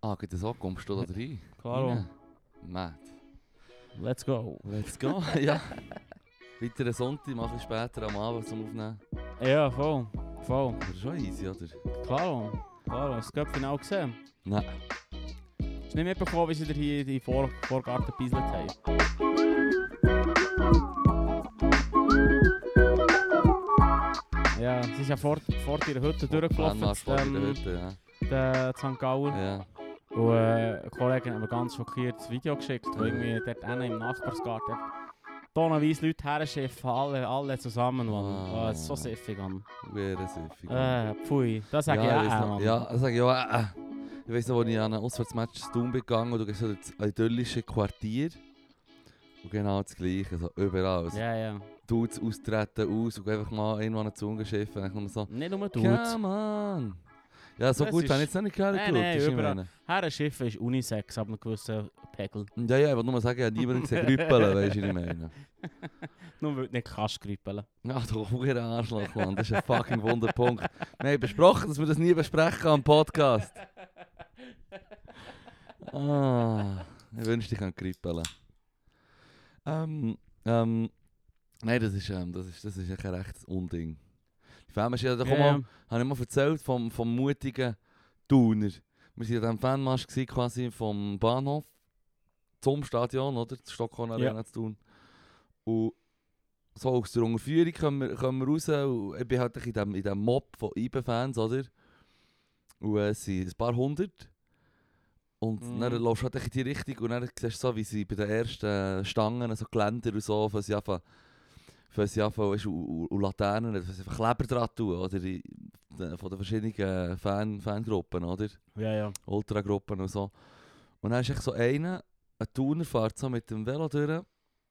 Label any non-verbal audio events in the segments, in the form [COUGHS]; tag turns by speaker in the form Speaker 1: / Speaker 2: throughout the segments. Speaker 1: Ah, gut, so kommst du da rein.
Speaker 2: Klaro,
Speaker 1: Rein. Mad.
Speaker 2: let's go.
Speaker 1: Let's go. [LAUGHS] ja. Weiter einen Sonntag, mal ein bisschen später am Abend zum Aufnehmen.
Speaker 2: Ja, voll. Voll.
Speaker 1: Aber schon easy, oder?
Speaker 2: Klaro, klaro. Hast du das genau gesehen?
Speaker 1: Nein.
Speaker 2: Hast du nicht mitbekommen, wie sie dir hier die Vor Vorgarten gepieselt haben? Ja, sie ist ja vor, vor ihrer Hütte durchgelaufen.
Speaker 1: Plan machst du vor
Speaker 2: ähm,
Speaker 1: wieder heute, ja.
Speaker 2: der St. Gauer.
Speaker 1: Ja.
Speaker 2: Und äh, ein Kollege hat mir ganz schockiert das Video geschickt, wo irgendwie dort hinten im Nachbarsgarten tonnenweise Leute herschiffen, alle, alle zusammen. Mann.
Speaker 1: Ah.
Speaker 2: Oh, das ist so siffig, Mann.
Speaker 1: Wäre süffig.
Speaker 2: Äh, pfui, das sag äh.
Speaker 1: ja,
Speaker 2: ich
Speaker 1: weiss
Speaker 2: auch,
Speaker 1: noch,
Speaker 2: Mann.
Speaker 1: ja, das sag ich auch. Äh, äh. Ich weiss noch, als ich an einem Auswärtsmatch zu Thun bin gegangen und du gehst so ins idyllische Quartier. Und genau das Gleiche, so überall. Also,
Speaker 2: ja, ja.
Speaker 1: Dudes austreten aus und einfach mal irgendwo an den Zungen schiffen. Und dann nur so,
Speaker 2: Nicht nur du.
Speaker 1: ja, Mann. Ja, so
Speaker 2: Das
Speaker 1: gut
Speaker 2: ist-
Speaker 1: habe ich jetzt noch nicht gerade
Speaker 2: Nein,
Speaker 1: geschaut. weisst
Speaker 2: nein,
Speaker 1: du, was ich
Speaker 2: überall.
Speaker 1: meine?
Speaker 2: Herrschiffen ist Unisex, ab einem gewissen Pegel.
Speaker 1: Ja, ja, ich wollte nur sagen, ich habe niemanden gesehen grüppeln, weißt du, was ich meine.
Speaker 2: Nur weil du nicht kannst grüppeln.
Speaker 1: Ach, du hoher Arschloch, Mann. Das ist ein fucking Wunderpunkt. [LAUGHS] Wir haben besprochen, dass wir das nie besprechen am Podcast. [LAUGHS] Ah, ich wünschte, ich könnte kribbeln. Ähm, ähm, nein, das ist, ähm, das ist, das ist echt ein rechtes Unding. Die Femme ist ja, da komm mal, habe ich mal erzählt vom, vom mutigen Thuner. Wir waren ja am Fanmarsch gewesen, quasi vom Bahnhof zum Stadion, oder? Zur Stockholm Arena zu tun. Und so aus der Unterführung kommen wir, kommen wir raus. Und ich bin halt ein bisschen in diesem in dem Mob von IBE-Fans, oder? Und äh, es sind ein paar hundert. Und
Speaker 2: Mhm.
Speaker 1: dann läufst du halt ein bisschen die Richtung und dann siehst du so, wie sie bei den ersten eh, Stangen, so Geländer und so, von sie anfangen, für sie anfangen, weißt du, und, und- und Laternen, dass sie einfach Kleber dran tun, oder? Die- die- Von den verschiedenen eh, Fan, Fangruppen, oder?
Speaker 2: Ja, ja.
Speaker 1: Ultragruppen und so. Und dann ist echt so einer, ein Thuner fährt so mit dem Velo durch.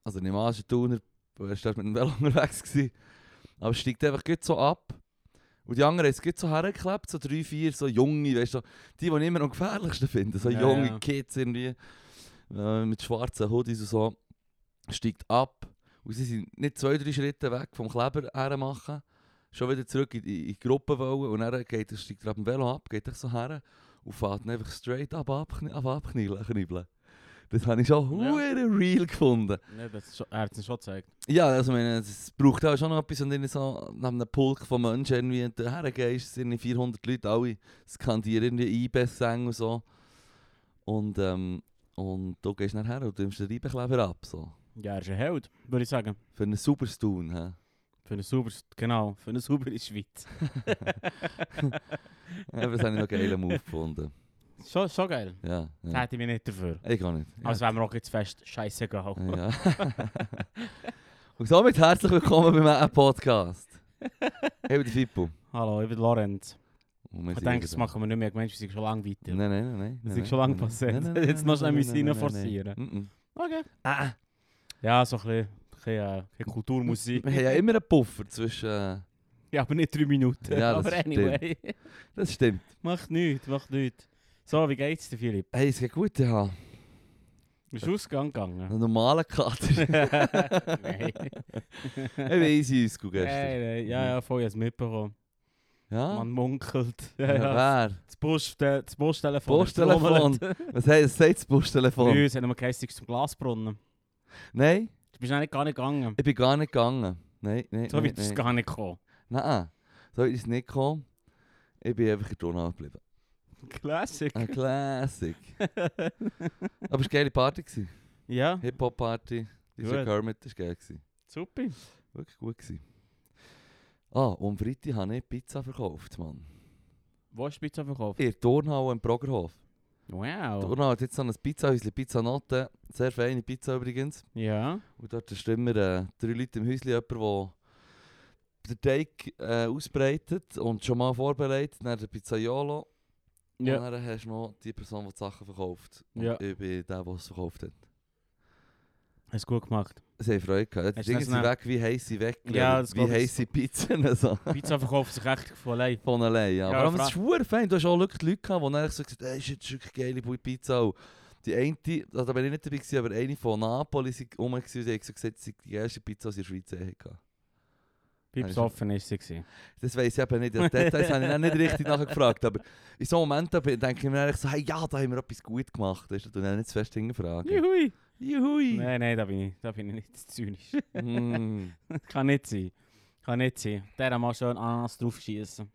Speaker 1: Also nicht mal, es ist ein Thuner, er war dort mit dem Velo [LAUGHS] unterwegs. Gewesen. Aber steigt einfach gut so ab. Und die anderen haben es gut so hergeklebt, so drei, vier, so junge, weißt du, die, die ich immer am gefährlichsten finden, so
Speaker 2: Ja,
Speaker 1: junge
Speaker 2: ja.
Speaker 1: Kids irgendwie, äh, mit schwarzen Hoodies und so, steigt ab. Und sie sind nicht zwei, drei Schritte weg vom Kleber her machen, schon wieder zurück in, in, in die Gruppe wollen und dann geht, er- steigt er ab dem Velo ab, geht er so her und fährt dann einfach straight ab, ab, ab, abknibeln. knibeln. Das habe ich schon
Speaker 2: Ja.
Speaker 1: hure real gefunden.
Speaker 2: Nee, das ist schon, er hat es schon gezeigt.
Speaker 1: Ja, also ich meine, es braucht auch schon noch etwas, wenn du in so nach einem Pulk von Menschen irgendwie hergehst, sind 400 Leute, alle skandieren irgendwie IBE-Sänge und so. Und, ähm, und du gehst nachher und du nimmst den Reibekleber ab, so.
Speaker 2: Ja, er ist ein Held, würde ich sagen.
Speaker 1: Für einen super Tun, hä?
Speaker 2: Für eine super, genau, für eine saubere Schweiz.
Speaker 1: Ja, das habe ich noch geilen Move gefunden.
Speaker 2: Schon, schon geil.
Speaker 1: Ja,
Speaker 2: Das
Speaker 1: ja.
Speaker 2: hätte ich mich nicht dafür.
Speaker 1: Ich kann nicht. Ja.
Speaker 2: Als wären wir auch jetzt fest scheißegal.
Speaker 1: Ja. [LAUGHS] und somit herzlich willkommen bei meinem Podcast. Ich bin der Fippo.
Speaker 2: Hallo, ich bin Lorenz.
Speaker 1: Und wir
Speaker 2: Ich
Speaker 1: sind
Speaker 2: denke, das
Speaker 1: wieder da.
Speaker 2: machen wir nicht mehr. Mensch, wir sind schon lange weiter.
Speaker 1: Nein, nein, nein, nein.
Speaker 2: Das ist
Speaker 1: nein,
Speaker 2: schon lange
Speaker 1: nein, nein,
Speaker 2: passiert.
Speaker 1: nein, nein,
Speaker 2: Jetzt
Speaker 1: nein,
Speaker 2: musst du
Speaker 1: nein,
Speaker 2: einmal
Speaker 1: nein,
Speaker 2: rein
Speaker 1: nein, nein.
Speaker 2: forcieren.
Speaker 1: Mhm.
Speaker 2: Okay.
Speaker 1: Ah,
Speaker 2: Ja, so ein bisschen, ein bisschen, äh, ein bisschen Kulturmusik.
Speaker 1: wir haben ja immer einen Puffer zwischen... Äh,
Speaker 2: Ja, aber nicht drei Minuten.
Speaker 1: Ja, das
Speaker 2: aber anyway.
Speaker 1: das stimmt.
Speaker 2: macht nichts, macht nichts. So, wie geht's dir, Philipp?
Speaker 1: Hey, es geht gut, ja.
Speaker 2: Bist du ausgegangen gegangen? [LAUGHS]
Speaker 1: Einen normalen Kater.
Speaker 2: nein.
Speaker 1: ich bin easy ausgegangen gestern.
Speaker 2: Nein, nein. Ja, ja, voll, ich hab's mitbekommen.
Speaker 1: Ja?
Speaker 2: Man munkelt. Ah. Ja, ja.
Speaker 1: Ja, wer?
Speaker 2: [LAUGHS] Das Bus- de- das Bustelefon.
Speaker 1: Posttelefon. Was heißt was sagt das
Speaker 2: Bei
Speaker 1: Posttelefon?
Speaker 2: uns haben wir geheißen, zum Glasbrunnen.
Speaker 1: Nein,
Speaker 2: Du bist eigentlich gar nicht gegangen.
Speaker 1: ich bin gar nicht gegangen. Nein, nein,
Speaker 2: So
Speaker 1: nein,
Speaker 2: weit ist es
Speaker 1: nein.
Speaker 2: gar nicht gekommen.
Speaker 1: Nein, so ist es nicht gekommen. Ich bin einfach in der Donau geblieben.
Speaker 2: Classic.
Speaker 1: Ein Classic. Aber es war eine geile Party. gewesen.
Speaker 2: [LAUGHS] Ja,
Speaker 1: Hip-Hop-Party. Dieser
Speaker 2: Gut.
Speaker 1: Kermit war geil. gewesen.
Speaker 2: super.
Speaker 1: Wirklich gut. Gewesen. Ah, und am Freitag habe ich Pizza verkauft, Mann.
Speaker 2: Wo hast du Pizza verkauft?
Speaker 1: In der Turnhalle im Broggerhof. Die
Speaker 2: Wow.
Speaker 1: Turnhalle hat jetzt so ein Pizzahäuschen, Pizza Notte. Sehr feine Pizza übrigens.
Speaker 2: Ja.
Speaker 1: Und dort ist immer äh, drei Leute im Häuschen, jemand, der den Teig äh, ausbreitet und schon mal vorbereitet. Dann der Pizzaiolo.
Speaker 2: Ja.
Speaker 1: Und dann hast du noch die Person, die die Sachen verkauft. Und
Speaker 2: Ja.
Speaker 1: ich bin der, der es verkauft hat.
Speaker 2: Hast du gut gemacht.
Speaker 1: Sie haben Freude gehabt. Die
Speaker 2: Hast du
Speaker 1: Dinge
Speaker 2: das
Speaker 1: sind
Speaker 2: noch-
Speaker 1: weg wie heiße weg.
Speaker 2: Ja, das
Speaker 1: wie
Speaker 2: glaub ich.
Speaker 1: heiße Pizzen. So.
Speaker 2: Pizza verkauft sich echt von allein.
Speaker 1: Von allein, ja.
Speaker 2: Ja,
Speaker 1: Aber es
Speaker 2: fra-
Speaker 1: ist schwer fein. Du hast auch wirklich Leute gehabt, die dann so gesagt haben, «Ey, ist jetzt wirklich geile Bu- Pizza. Und die eine, also da bin ich nicht dabei, gewesen, aber eine von Napoli war rum gewesen und die hat so gesagt, sie sei die erste Pizza aus der Schweiz hatten. Hast
Speaker 2: Pips
Speaker 1: du-
Speaker 2: offen war sie.
Speaker 1: Das weiß ich eben nicht. Die Details habe ich dann nicht richtig nachgefragt. Aber in so einem Moment da bin- denke ich mir eigentlich so, hey, ja, da haben wir etwas gut gemacht. Weißt du, du dann nicht zu fest hinterfragen.
Speaker 2: Juhui!
Speaker 1: Juhui!
Speaker 2: Nein, nein, da bin ich, da bin ich nicht zynisch.
Speaker 1: Mm.
Speaker 2: Kann nicht sein. Kann nicht sein. Der mal schön Ananas draufschießen.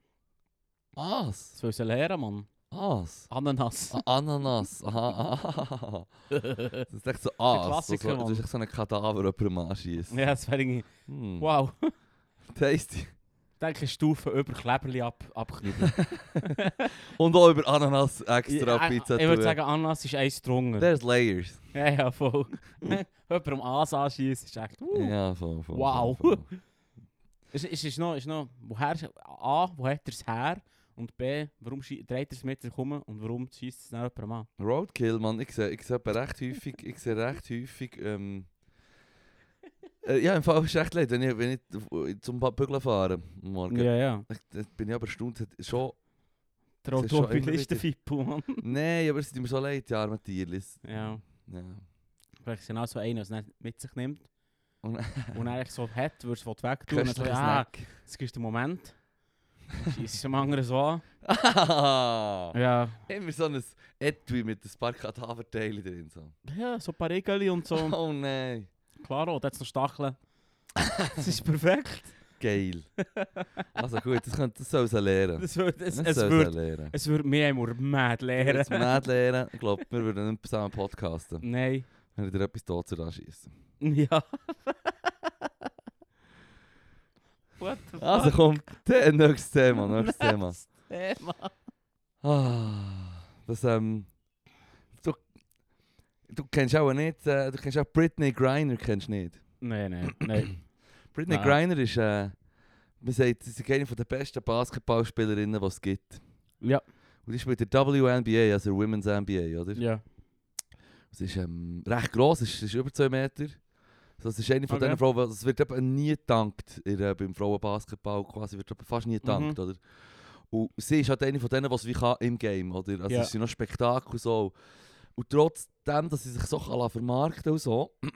Speaker 1: Was?
Speaker 2: Das will sie lernen, Mann.
Speaker 1: Was?
Speaker 2: Ananas.
Speaker 1: A- Ananas. [LAUGHS] Aha, aha. Das ist echt so Aas. Das,
Speaker 2: Klassiker,
Speaker 1: das ist echt so ein Kadaver, jemand mal anschießt.
Speaker 2: ja, das wäre irgendwie.
Speaker 1: Hm.
Speaker 2: Wow.
Speaker 1: Tasty.
Speaker 2: Denke Stufe über Kleberli ab, abknüppeln.
Speaker 1: Und auch über Ananas [LAUGHS]
Speaker 2: Ja,
Speaker 1: extra
Speaker 2: äh,
Speaker 1: Pizza.
Speaker 2: Ich würde
Speaker 1: tun.
Speaker 2: sagen, Ananas ist eins drunter.
Speaker 1: There's layers.
Speaker 2: Ja, ja, [LAUGHS] voll. Jemand um Aas anschießt, ist echt. Uh.
Speaker 1: Ja, voll, voll,
Speaker 2: Wow.
Speaker 1: voll, voll.
Speaker 2: Ist, ist, ist noch, ist noch, woher, nou, A, wo hat er es her? Und B, warum schie- dreht er es mit sich rum und warum schießt es dann jemand an?
Speaker 1: Roadkill, Mann. Ich sehe ich seh aber recht häufig, ich sehe recht häufig, ähm, äh, ja, im Fall ist es echt leid, wenn ich, wenn ich zum Bügeln fahre am morgen.
Speaker 2: Ja, ja.
Speaker 1: Ich, da bin ich aber erstaunt, hat schon...
Speaker 2: Der
Speaker 1: Das ist schon immer
Speaker 2: Automobilisten-Fippel, Mann.
Speaker 1: Nein, aber es sind mir so leid, die armen Tierchen.
Speaker 2: Ja.
Speaker 1: Ja.
Speaker 2: Vielleicht sind auch so einer, der es nicht mit sich nimmt.
Speaker 1: Und-
Speaker 2: und er eigentlich so hat, würdest du es wegtun. Und dann so,
Speaker 1: Köstlicher
Speaker 2: ja,
Speaker 1: Snack.
Speaker 2: jetzt gibst du einen "Ah, Moment. [LAUGHS] Schießt es dem anderen so an.
Speaker 1: Ah, [LAUGHS]
Speaker 2: Ja.
Speaker 1: Immer so ein Etui mit ein paar Kadaverteilen drin. So.
Speaker 2: Ja, so ein paar Regeln und so. [LAUGHS]
Speaker 1: Oh nein.
Speaker 2: Klar, oh, da hat's noch Stacheln. [LAUGHS] das ist perfekt.
Speaker 1: Geil. Also gut, das, könnte, das soll sie lernen.
Speaker 2: Das wird, es,
Speaker 1: Das
Speaker 2: es
Speaker 1: soll
Speaker 2: wird,
Speaker 1: sie lernen.
Speaker 2: es wird mehr immer mad lehren.
Speaker 1: Jetzt nicht lernen. Ich glaube, wir würden nicht zusammen podcasten.
Speaker 2: Nein.
Speaker 1: Wenn wir dir etwas dazu anschießen.
Speaker 2: [LAUGHS] Ja. What the [LAUGHS]
Speaker 1: Also
Speaker 2: fuck?
Speaker 1: komm, te- nächstes Thema, nächstes Thema.
Speaker 2: Thema.
Speaker 1: Ah, das, ähm, du, du kennst auch nicht, äh, du kennst auch Britney Griner, kennst du nicht?
Speaker 2: Nein, nein, [COUGHS] nein.
Speaker 1: Britney
Speaker 2: Nein.
Speaker 1: Griner ist, äh, man sagt, sie ist eine der besten Basketballspielerinnen, die es gibt.
Speaker 2: Ja.
Speaker 1: Und die spielt in der WNBA, also der Women's NBA, oder?
Speaker 2: ja.
Speaker 1: Sie ist ähm, recht gross, sie ist, sie ist über 2 Meter. Also es ist eine von
Speaker 2: Okay.
Speaker 1: diesen Frauen, es wird eben nie gedankt in, äh, beim Frauenbasketball, quasi wird eben fast nie gedankt,
Speaker 2: Mhm.
Speaker 1: oder? Und sie ist halt eine von denen, die es wie kann im Game, oder? Also
Speaker 2: Ja.
Speaker 1: es sind noch Spektakel so. Und trotzdem, dass sie sich so kann lassen vermarkten und so, [CLEARS THROAT]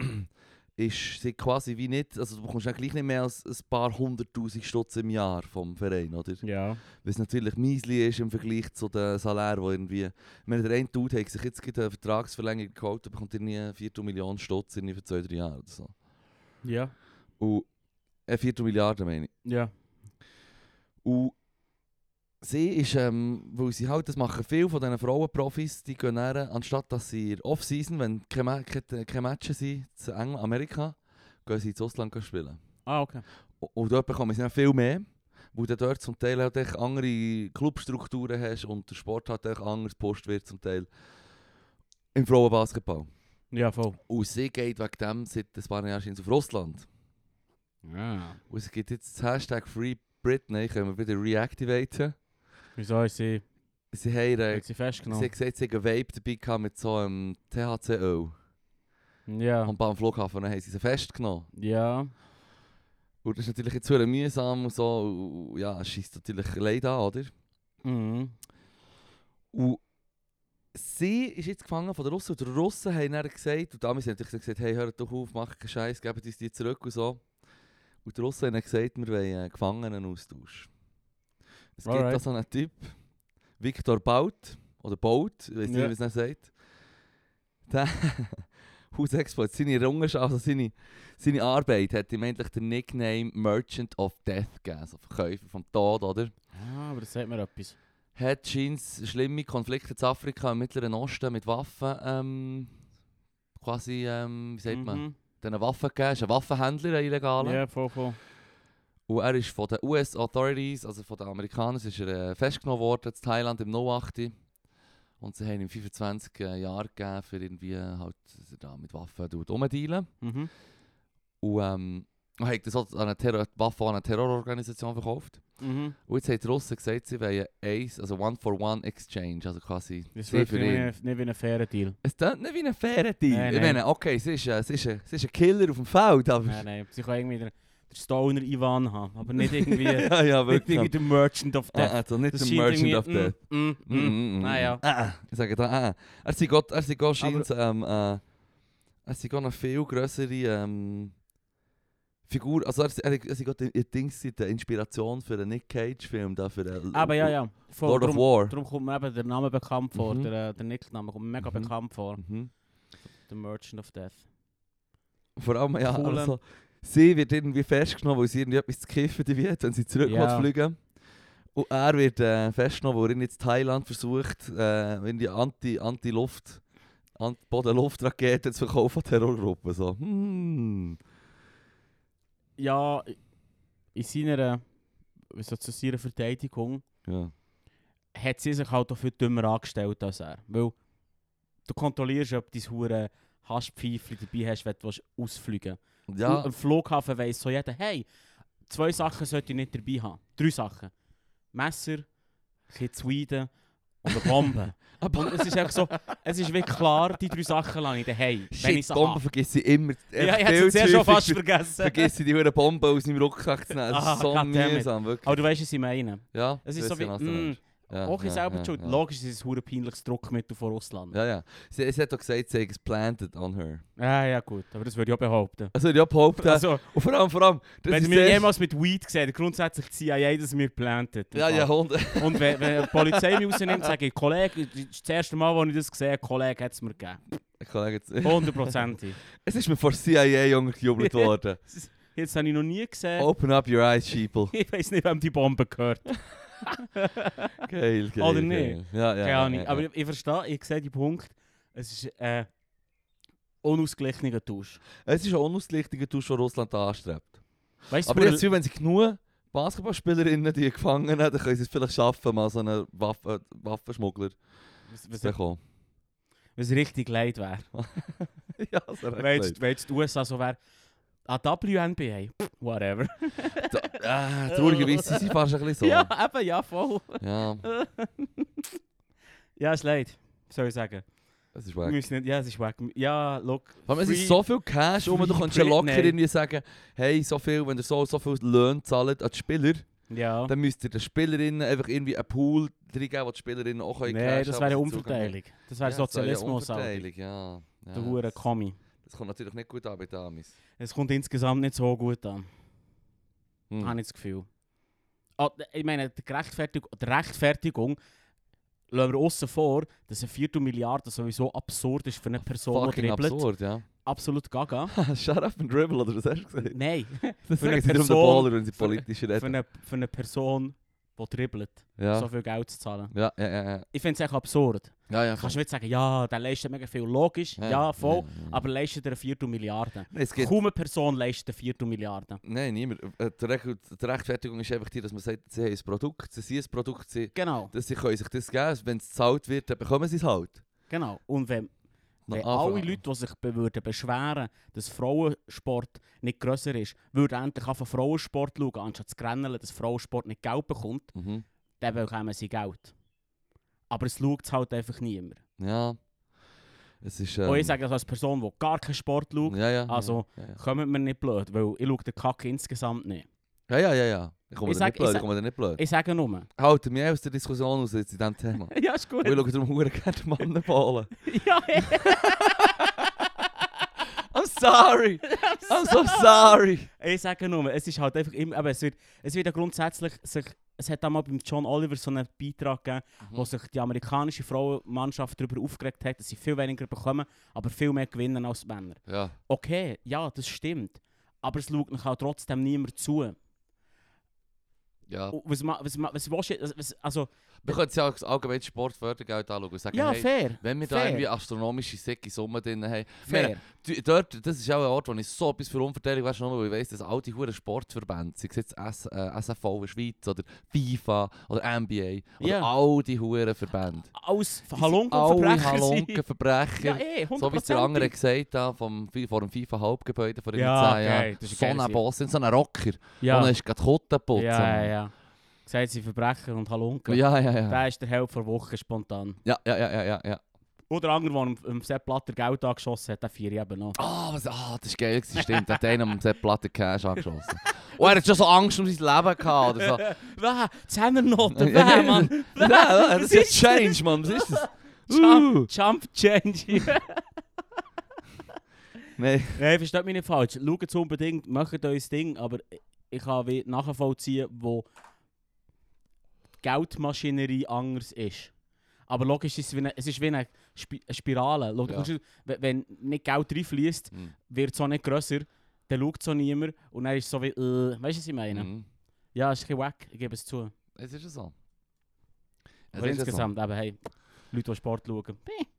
Speaker 1: ist sie quasi wie nicht, also du bekommst ja gleich nicht mehr als ein paar hunderttausend Stutz im Jahr vom Verein, oder?
Speaker 2: Ja.
Speaker 1: Weil es natürlich miesli ist im Vergleich zu den Salär, die irgendwie... Ich meine, der eine Dude hat sich jetzt gerade eine Vertragsverlängerung geholt, der bekommt irgendwie eine Viertel Million Stutz irgendwie für zwei, drei Jahre oder so.
Speaker 2: Ja.
Speaker 1: Und... Äh, Viertel Milliarden meine ich.
Speaker 2: Ja.
Speaker 1: Und sie ist, ähm, weil sie halt, das machen viele von diesen Frauenprofis, die gehen dann, anstatt dass sie in der Off-Season, wenn keine, Ma- keine, äh, keine Matches sind zu England, Amerika, gehen sie ins Ausland spielen.
Speaker 2: Ah, okay.
Speaker 1: O- Und dort bekommen sie dann viel mehr, weil du dort zum Teil halt echt andere Clubstrukturen hast und der Sport halt echt anders gepusht wird zum Teil im Frauenbasketball.
Speaker 2: Ja, voll.
Speaker 1: Und sie geht wegen dem seit ein paar Jahren auf Russland.
Speaker 2: Ja.
Speaker 1: Und es gibt jetzt das Hashtag Free Britney, können wir wieder reactivaten.
Speaker 2: Wieso ist sie,
Speaker 1: Sie haben äh,
Speaker 2: hat sie festgenommen?
Speaker 1: Sie hat gesagt, sie hat einen Vape dabei gehabt mit so einem THC-Öl.
Speaker 2: Ja.
Speaker 1: Am Bahn Flughafen dann haben sie sie festgenommen.
Speaker 2: Ja.
Speaker 1: Und das ist natürlich jetzt sehr mühsam und so. Und, ja, es scheisst natürlich leid an, oder?
Speaker 2: Mhm.
Speaker 1: Und sie ist jetzt gefangen von den Russen. Und die Russen haben dann gesagt, und damals haben sie natürlich gesagt, hey, hört doch auf, macht keinen Scheiß, gebt uns die zurück und so. Und die Russen haben dann gesagt, wir wollen äh, Gefangenenaustausch. Es gibt
Speaker 2: Alright.
Speaker 1: da so einen Typ, Viktor Baut, oder Baut, ich weiß nicht,
Speaker 2: Ja.
Speaker 1: wie man es sagt. Der [LAUGHS] Hausexport, seine Errungenschaft, also seine, seine Arbeit hat ihm endlich den Nickname Merchant of Death gegeben, also Verkäufer vom Tod, oder?
Speaker 2: Ah, aber das sagt mir etwas.
Speaker 1: hat scheint schlimme Konflikte zu Afrika im Mittleren Osten mit Waffen, ähm, quasi, ähm, wie sagt man,
Speaker 2: Mhm.
Speaker 1: denen Waffen gegeben. ist ein Waffenhändler, ein illegaler.
Speaker 2: Ja, voll, voll.
Speaker 1: Und er ist von den US Authorities, also von den Amerikanern, ist er äh, festgenommen worden in Thailand im 08. Und sie haben ihm 25 Jahre gegeben, für irgendwie äh, halt, dass er da mit Waffen tut rumdealen.
Speaker 2: Mhm.
Speaker 1: Und ähm, er hat das auch an eine Terror Waffe an eine Terrororganisation verkauft.
Speaker 2: Mhm.
Speaker 1: Und jetzt haben die Russen gesagt, sie wollen eins, also One-for-One-Exchange, also quasi
Speaker 2: Das
Speaker 1: sie
Speaker 2: wirkt
Speaker 1: für
Speaker 2: nicht wie
Speaker 1: ihn.
Speaker 2: ein- nicht wie ein fairer Deal.
Speaker 1: Es tönt nicht wie ein fairer Deal.
Speaker 2: Nein,
Speaker 1: ich
Speaker 2: nein.
Speaker 1: meine, okay, sie ist, äh, sie, ist, äh, sie ist ein Killer auf dem Feld, aber...
Speaker 2: Nein, nein. Sie kann irgendwie den, den Stoner Ivan haben,
Speaker 1: [LAUGHS]
Speaker 2: aber nicht irgendwie...
Speaker 1: ja, ja,
Speaker 2: nicht
Speaker 1: wirklich.
Speaker 2: irgendwie den Merchant of
Speaker 1: Ah,
Speaker 2: Death.
Speaker 1: also nicht
Speaker 2: Das
Speaker 1: der
Speaker 2: scheint
Speaker 1: Merchant
Speaker 2: irgendwie-
Speaker 1: of Death.
Speaker 2: Mm, mm,
Speaker 1: Mm,
Speaker 2: mm.
Speaker 1: mm, mm.
Speaker 2: Ah, ja.
Speaker 1: Ah, ah. ich sage da, ah, ah. Er sei Gott, er sei Gott scheint, ähm, äh, er sei Gott eine viel grössere, ähm, Figur, also er, er, er, er hat in Dings die Inspiration für den Nick Cage-Film, da für den
Speaker 2: Aber ja, ja. Voll,
Speaker 1: Lord of
Speaker 2: darum,
Speaker 1: War.
Speaker 2: darum kommt mir eben der Name bekannt vor,
Speaker 1: Mhm.
Speaker 2: der, äh, der Nickname kommt mir mega
Speaker 1: Mhm.
Speaker 2: bekannt vor.
Speaker 1: Mhm.
Speaker 2: The Merchant of Death.
Speaker 1: Vor allem, ja,
Speaker 2: Coolen.
Speaker 1: also, sie wird irgendwie festgenommen, weil sie irgendetwas zu kiffen wird, wenn sie zurück
Speaker 2: Ja.
Speaker 1: will fliegen Und er wird äh, festgenommen, weil er ihn jetzt Thailand versucht, äh, in die Anti- Anti-Luft, Anti Boden-Luft-Raketen zu verkaufen an Terrorgruppen. So. Hmm.
Speaker 2: Ja, in seiner, wie so, zu seiner Verteidigung
Speaker 1: Ja.
Speaker 2: hat sie sich halt auch viel dümmer angestellt als er. Weil du kontrollierst, ob du dein hure Haschpfeifchen dabei hast, wenn du willst ausfliegen Und
Speaker 1: ja,
Speaker 2: Am Flughafen weiss so jeder, hey, zwei Sachen sollte ich nicht dabei haben. Drei Sachen. Messer, ein bisschen Zweiden und eine
Speaker 1: [LAUGHS]
Speaker 2: Bombe. und es ist einfach so, es ist wirklich klar, die drei Sachen lasse ich daheim, wenn ich
Speaker 1: shit,
Speaker 2: sie
Speaker 1: Bomben
Speaker 2: habe.
Speaker 1: vergiss ich immer.
Speaker 2: Ja, ich
Speaker 1: Echt
Speaker 2: hätte
Speaker 1: viel
Speaker 2: es ja schon
Speaker 1: zu häufig
Speaker 2: fast
Speaker 1: [LAUGHS]
Speaker 2: vergessen.
Speaker 1: Vergiss ich die verdammte Bombe aus meinem Rucksack zu nehmen. Das
Speaker 2: Ah,
Speaker 1: ist so
Speaker 2: goddammit.
Speaker 1: mühsam, wirklich.
Speaker 2: Aber du weißt, was ich meine.
Speaker 1: ja,
Speaker 2: Es ist
Speaker 1: ich
Speaker 2: so
Speaker 1: weiss
Speaker 2: wie,
Speaker 1: ja, was du
Speaker 2: mm,
Speaker 1: meinst. Ja,
Speaker 2: auch ich
Speaker 1: ja,
Speaker 2: selber
Speaker 1: ja,
Speaker 2: die schuld.
Speaker 1: ja.
Speaker 2: Logisch ist es ein verdammt peinliches Druckmittel von Russland.
Speaker 1: Ja, ja. Sie, sie hat auch gesagt, sie hat es planted on her.
Speaker 2: Ah, Ja, ja gut, aber das würde ich auch behaupten.
Speaker 1: Also, ja, behauptet.
Speaker 2: Also,
Speaker 1: Und vor allem, vor allem, das
Speaker 2: wenn
Speaker 1: ist
Speaker 2: sie mir
Speaker 1: das-
Speaker 2: jemals mit Weed sehen, grundsätzlich die CIA, dass mir plantet.
Speaker 1: Ja, ja, [LAUGHS] Hunde.
Speaker 2: Und wenn, wenn die Polizei mich rausnimmt, sage ich, Kollege, das ist das erste Mal, als ich das gesehen habe, Kollege hat es mir gegeben.
Speaker 1: Kollege, [LAUGHS] jetzt-
Speaker 2: Hundertprozentig.
Speaker 1: es ist mir vor CIA Junge [LAUGHS] gejubelt worden.
Speaker 2: Jetzt habe ich noch nie gesehen.
Speaker 1: Open up your eyes, sheeple.
Speaker 2: Ich weiß nicht, wem die Bombe gehört.
Speaker 1: Geil, geil.
Speaker 2: Oder
Speaker 1: geil.
Speaker 2: nicht?
Speaker 1: Ja, ja.
Speaker 2: Keine
Speaker 1: ja,
Speaker 2: Ahnung.
Speaker 1: ja,
Speaker 2: Aber
Speaker 1: ja.
Speaker 2: ich, ich verstehe, ich sehe den Punkt. Es ist äh, unausgeglichener Tausch.
Speaker 1: Es ist ein unausgleichender Tausch, den Russland anstrebt.
Speaker 2: Weißt du,
Speaker 1: Aber
Speaker 2: wo-
Speaker 1: ich habe das Gefühl, wenn sie genug Basketballspielerinnen die gefangen haben, dann können sie es vielleicht schaffen, mal so einen Waffen, Waffenschmuggler
Speaker 2: was,
Speaker 1: zu
Speaker 2: was,
Speaker 1: bekommen.
Speaker 2: was richtig leid wäre.
Speaker 1: [LAUGHS] ja, das wäre
Speaker 2: Wenn
Speaker 1: echt
Speaker 2: jetzt- wenn jetzt die USA so wäre, an WNBA, pff, whatever.
Speaker 1: leid. Da- äh, Traurigerweise sind sie fast ein [LAUGHS] bisschen so.
Speaker 2: Ja, eben, ja, voll.
Speaker 1: Ja,
Speaker 2: Ja, ist leid, soll ich sagen.
Speaker 1: das ist
Speaker 2: Wir
Speaker 1: wack.
Speaker 2: müssen nicht, ja, es ist weg. Ja, look.
Speaker 1: Vor allem, es
Speaker 2: free-
Speaker 1: ist so viel Cash um, du
Speaker 2: Free
Speaker 1: kannst ja locker
Speaker 2: Britney.
Speaker 1: irgendwie sagen, hey, so viel, wenn ihr so, so viel Löhne zahlt an die Spieler,
Speaker 2: Ja.
Speaker 1: dann müsst ihr den Spielerinnen einfach irgendwie einen Pool drin geben, wo die Spielerinnen auch können
Speaker 2: Nein, das wäre eine
Speaker 1: umverteilig.
Speaker 2: Umverteilung. Das wäre Sozialismus.
Speaker 1: Ja,
Speaker 2: Alter.
Speaker 1: Umverteilung, ja. ja
Speaker 2: Der hure
Speaker 1: das,
Speaker 2: Kommi.
Speaker 1: das kommt natürlich nicht gut an bei den Amis.
Speaker 2: Es kommt insgesamt nicht so gut an,
Speaker 1: Hm.
Speaker 2: habe ich das Gefühl. Ah, d- ich meine, die Rechtfertigung, die Rechtfertigung lassen wir außen vor, dass eine Viertelmilliarde sowieso absurd ist für eine Person, die
Speaker 1: Fucking
Speaker 2: dribbelt.
Speaker 1: absurd, ja.
Speaker 2: Absolut gaga.
Speaker 1: [LAUGHS] Shut up and dribble, oder was hast du gesagt?
Speaker 2: Nein,
Speaker 1: Das
Speaker 2: Für eine
Speaker 1: sagen sie darum den
Speaker 2: Person-
Speaker 1: Baller, wenn sie
Speaker 2: für-
Speaker 1: politisch
Speaker 2: für
Speaker 1: reden.
Speaker 2: eine, für eine Person, die dribbelt, so
Speaker 1: Äh, Ja.
Speaker 2: viel Geld zu zahlen.
Speaker 1: Ja, ja, ja, ja.
Speaker 2: Ich finde es echt absurd.
Speaker 1: Ja, ja,
Speaker 2: Kannst du nicht sagen, ja, der leistet mega viel. Logisch, ja, voll.
Speaker 1: ja, ja.
Speaker 2: Aber leistet er eine Viertelmilliarde.
Speaker 1: Nein, es gibt
Speaker 2: Kaum eine Person leistet eine Viertelmilliarde.
Speaker 1: Nein, niemand. Äh, Die Reg- die Rechtfertigung ist einfach die, dass man sagt, sie haben ein Produkt, sie sind ein Produkt, sie,
Speaker 2: Genau,
Speaker 1: dass sie können sich das geben Wenn es gezahlt wird, dann bekommen sie es halt.
Speaker 2: genau. Und wenn
Speaker 1: Na,
Speaker 2: Wenn
Speaker 1: Anfang
Speaker 2: alle
Speaker 1: an.
Speaker 2: Leute, die sich be- würden beschweren dass Frauensport nicht grösser ist, würden endlich auf Frauensport schauen, anstatt zu grennen, dass Frauensport nicht Geld bekommt,
Speaker 1: Mhm.
Speaker 2: dann bekommen sie Geld. Aber es schaut es halt einfach niemand.
Speaker 1: Ja. Es ist...
Speaker 2: Und
Speaker 1: ähm,
Speaker 2: ich sage das als Person, die gar keinen Sport schaut,
Speaker 1: ja, ja,
Speaker 2: also-
Speaker 1: Ja, ja,
Speaker 2: kommt mir nicht blöd, weil ich schaue den Kack insgesamt nicht.
Speaker 1: ja. ja, ja, ja. Ich komme da
Speaker 2: Ich sag-
Speaker 1: nicht
Speaker 2: ich
Speaker 1: blöd, ich
Speaker 2: sag-
Speaker 1: komme da nicht blöd.
Speaker 2: Ich sage nur.
Speaker 1: Halte mich aus der Diskussion aus jetzt in diesem
Speaker 2: [LAUGHS]
Speaker 1: Thema.
Speaker 2: Ja, ist gut.
Speaker 1: Wir schauen darum verdammt gerne
Speaker 2: [LAUGHS]
Speaker 1: Mannenballen.
Speaker 2: ja, ja.
Speaker 1: I'm sorry! [LAUGHS] I'm so sorry!
Speaker 2: Ich sage nur, es ist halt einfach immer, aber es wird, es wird ja grundsätzlich sich, es hat einmal beim John Oliver so einen Beitrag gegeben,
Speaker 1: Mhm.
Speaker 2: wo sich die amerikanische Frauenmannschaft darüber aufgeregt hat, dass sie viel weniger bekommen, aber viel mehr gewinnen als die Männer.
Speaker 1: Ja.
Speaker 2: Okay, ja, das stimmt. Aber es schaut mich auch trotzdem niemand zu.
Speaker 1: Ja.
Speaker 2: Und Was, ma- was, ma- was, willst du- was, was, also,
Speaker 1: Wir können es ja als allgemeines Sportfördergeld anschauen und sagen,
Speaker 2: ja,
Speaker 1: hey,
Speaker 2: fair.
Speaker 1: wenn wir da
Speaker 2: fair.
Speaker 1: irgendwie astronomische Säcke Summen drin haben,
Speaker 2: fair.
Speaker 1: meine, Du- Dort, das ist auch ein Ort, wo ich so etwas für Umverteilung weiss, nur weil ich weiss, dass all die huren Sportverbände, sei es jetzt S, äh, SFV in der Schweiz oder FIFA oder NBA, oder
Speaker 2: Ja.
Speaker 1: all die huren Verbände.
Speaker 2: Alles
Speaker 1: Die sind Alle
Speaker 2: Halunkenverbrecher sind.
Speaker 1: Halunkenverbrecher.
Speaker 2: [LAUGHS] Ja, eh, 100%.
Speaker 1: so wie es der andere gesagt hat, vom, Fi- vor dem FIFA-Hauptgebäude vor den
Speaker 2: Ja,
Speaker 1: 10
Speaker 2: geil,
Speaker 1: Jahren.
Speaker 2: das ist
Speaker 1: So
Speaker 2: geil
Speaker 1: ein
Speaker 2: gewesen.
Speaker 1: Boss, so ein Rocker. Ja. Und
Speaker 2: Ja,
Speaker 1: dann ist gerade die Kutte putzen.
Speaker 2: ja, ja, ja. Gesagt, sie sind Verbrecher und Halunken.
Speaker 1: ja, ja, ja.
Speaker 2: Der ist der Held vor Woche spontan.
Speaker 1: Ja, ja, ja, ja, ja, ja.
Speaker 2: Oder andere, der am- am Sepp Blatter Geld angeschossen hat, der vier ich eben noch.
Speaker 1: Ah, was, ah, das ist geil, gewesen, stimmt. Er hat einen am Sepp Platte Cash angeschossen. Und er hat schon so Angst um sein Leben gehabt. Oder so.
Speaker 2: Wer? Zehnernoten,
Speaker 1: Ja, nee,
Speaker 2: wer, Mann? [LAUGHS]
Speaker 1: Ja, [LAUGHS] ja, das
Speaker 2: Was
Speaker 1: ist ja
Speaker 2: ist
Speaker 1: Change,
Speaker 2: Uh.
Speaker 1: Mann. Was ist das?
Speaker 2: [LAUGHS] Jump,
Speaker 1: Uh.
Speaker 2: Jump Change.
Speaker 1: Nein.
Speaker 2: Nein, versteht mich nicht falsch. Schaut es unbedingt, macht euer Ding, aber ich kann wie nachvollziehen, wo die Geldmaschinerie anders ist. Aber logisch ist es wie eine, es ist wie eine, Spi eine Spirale. Schau, du
Speaker 1: Ja.
Speaker 2: kommst nicht- wenn- Wenn nicht Geld reinfließt,
Speaker 1: Mhm.
Speaker 2: wird es auch nicht grösser, dann schaut es auch niemand und dann ist es so wie, äh, weißt du, was ich meine?
Speaker 1: Mhm.
Speaker 2: Ja, ist ein bisschen wack, ich gebe es zu.
Speaker 1: Es ist ja so. Es
Speaker 2: Aber
Speaker 1: ist ja so.
Speaker 2: insgesamt, eben, hey, Leute, die Sport schauen.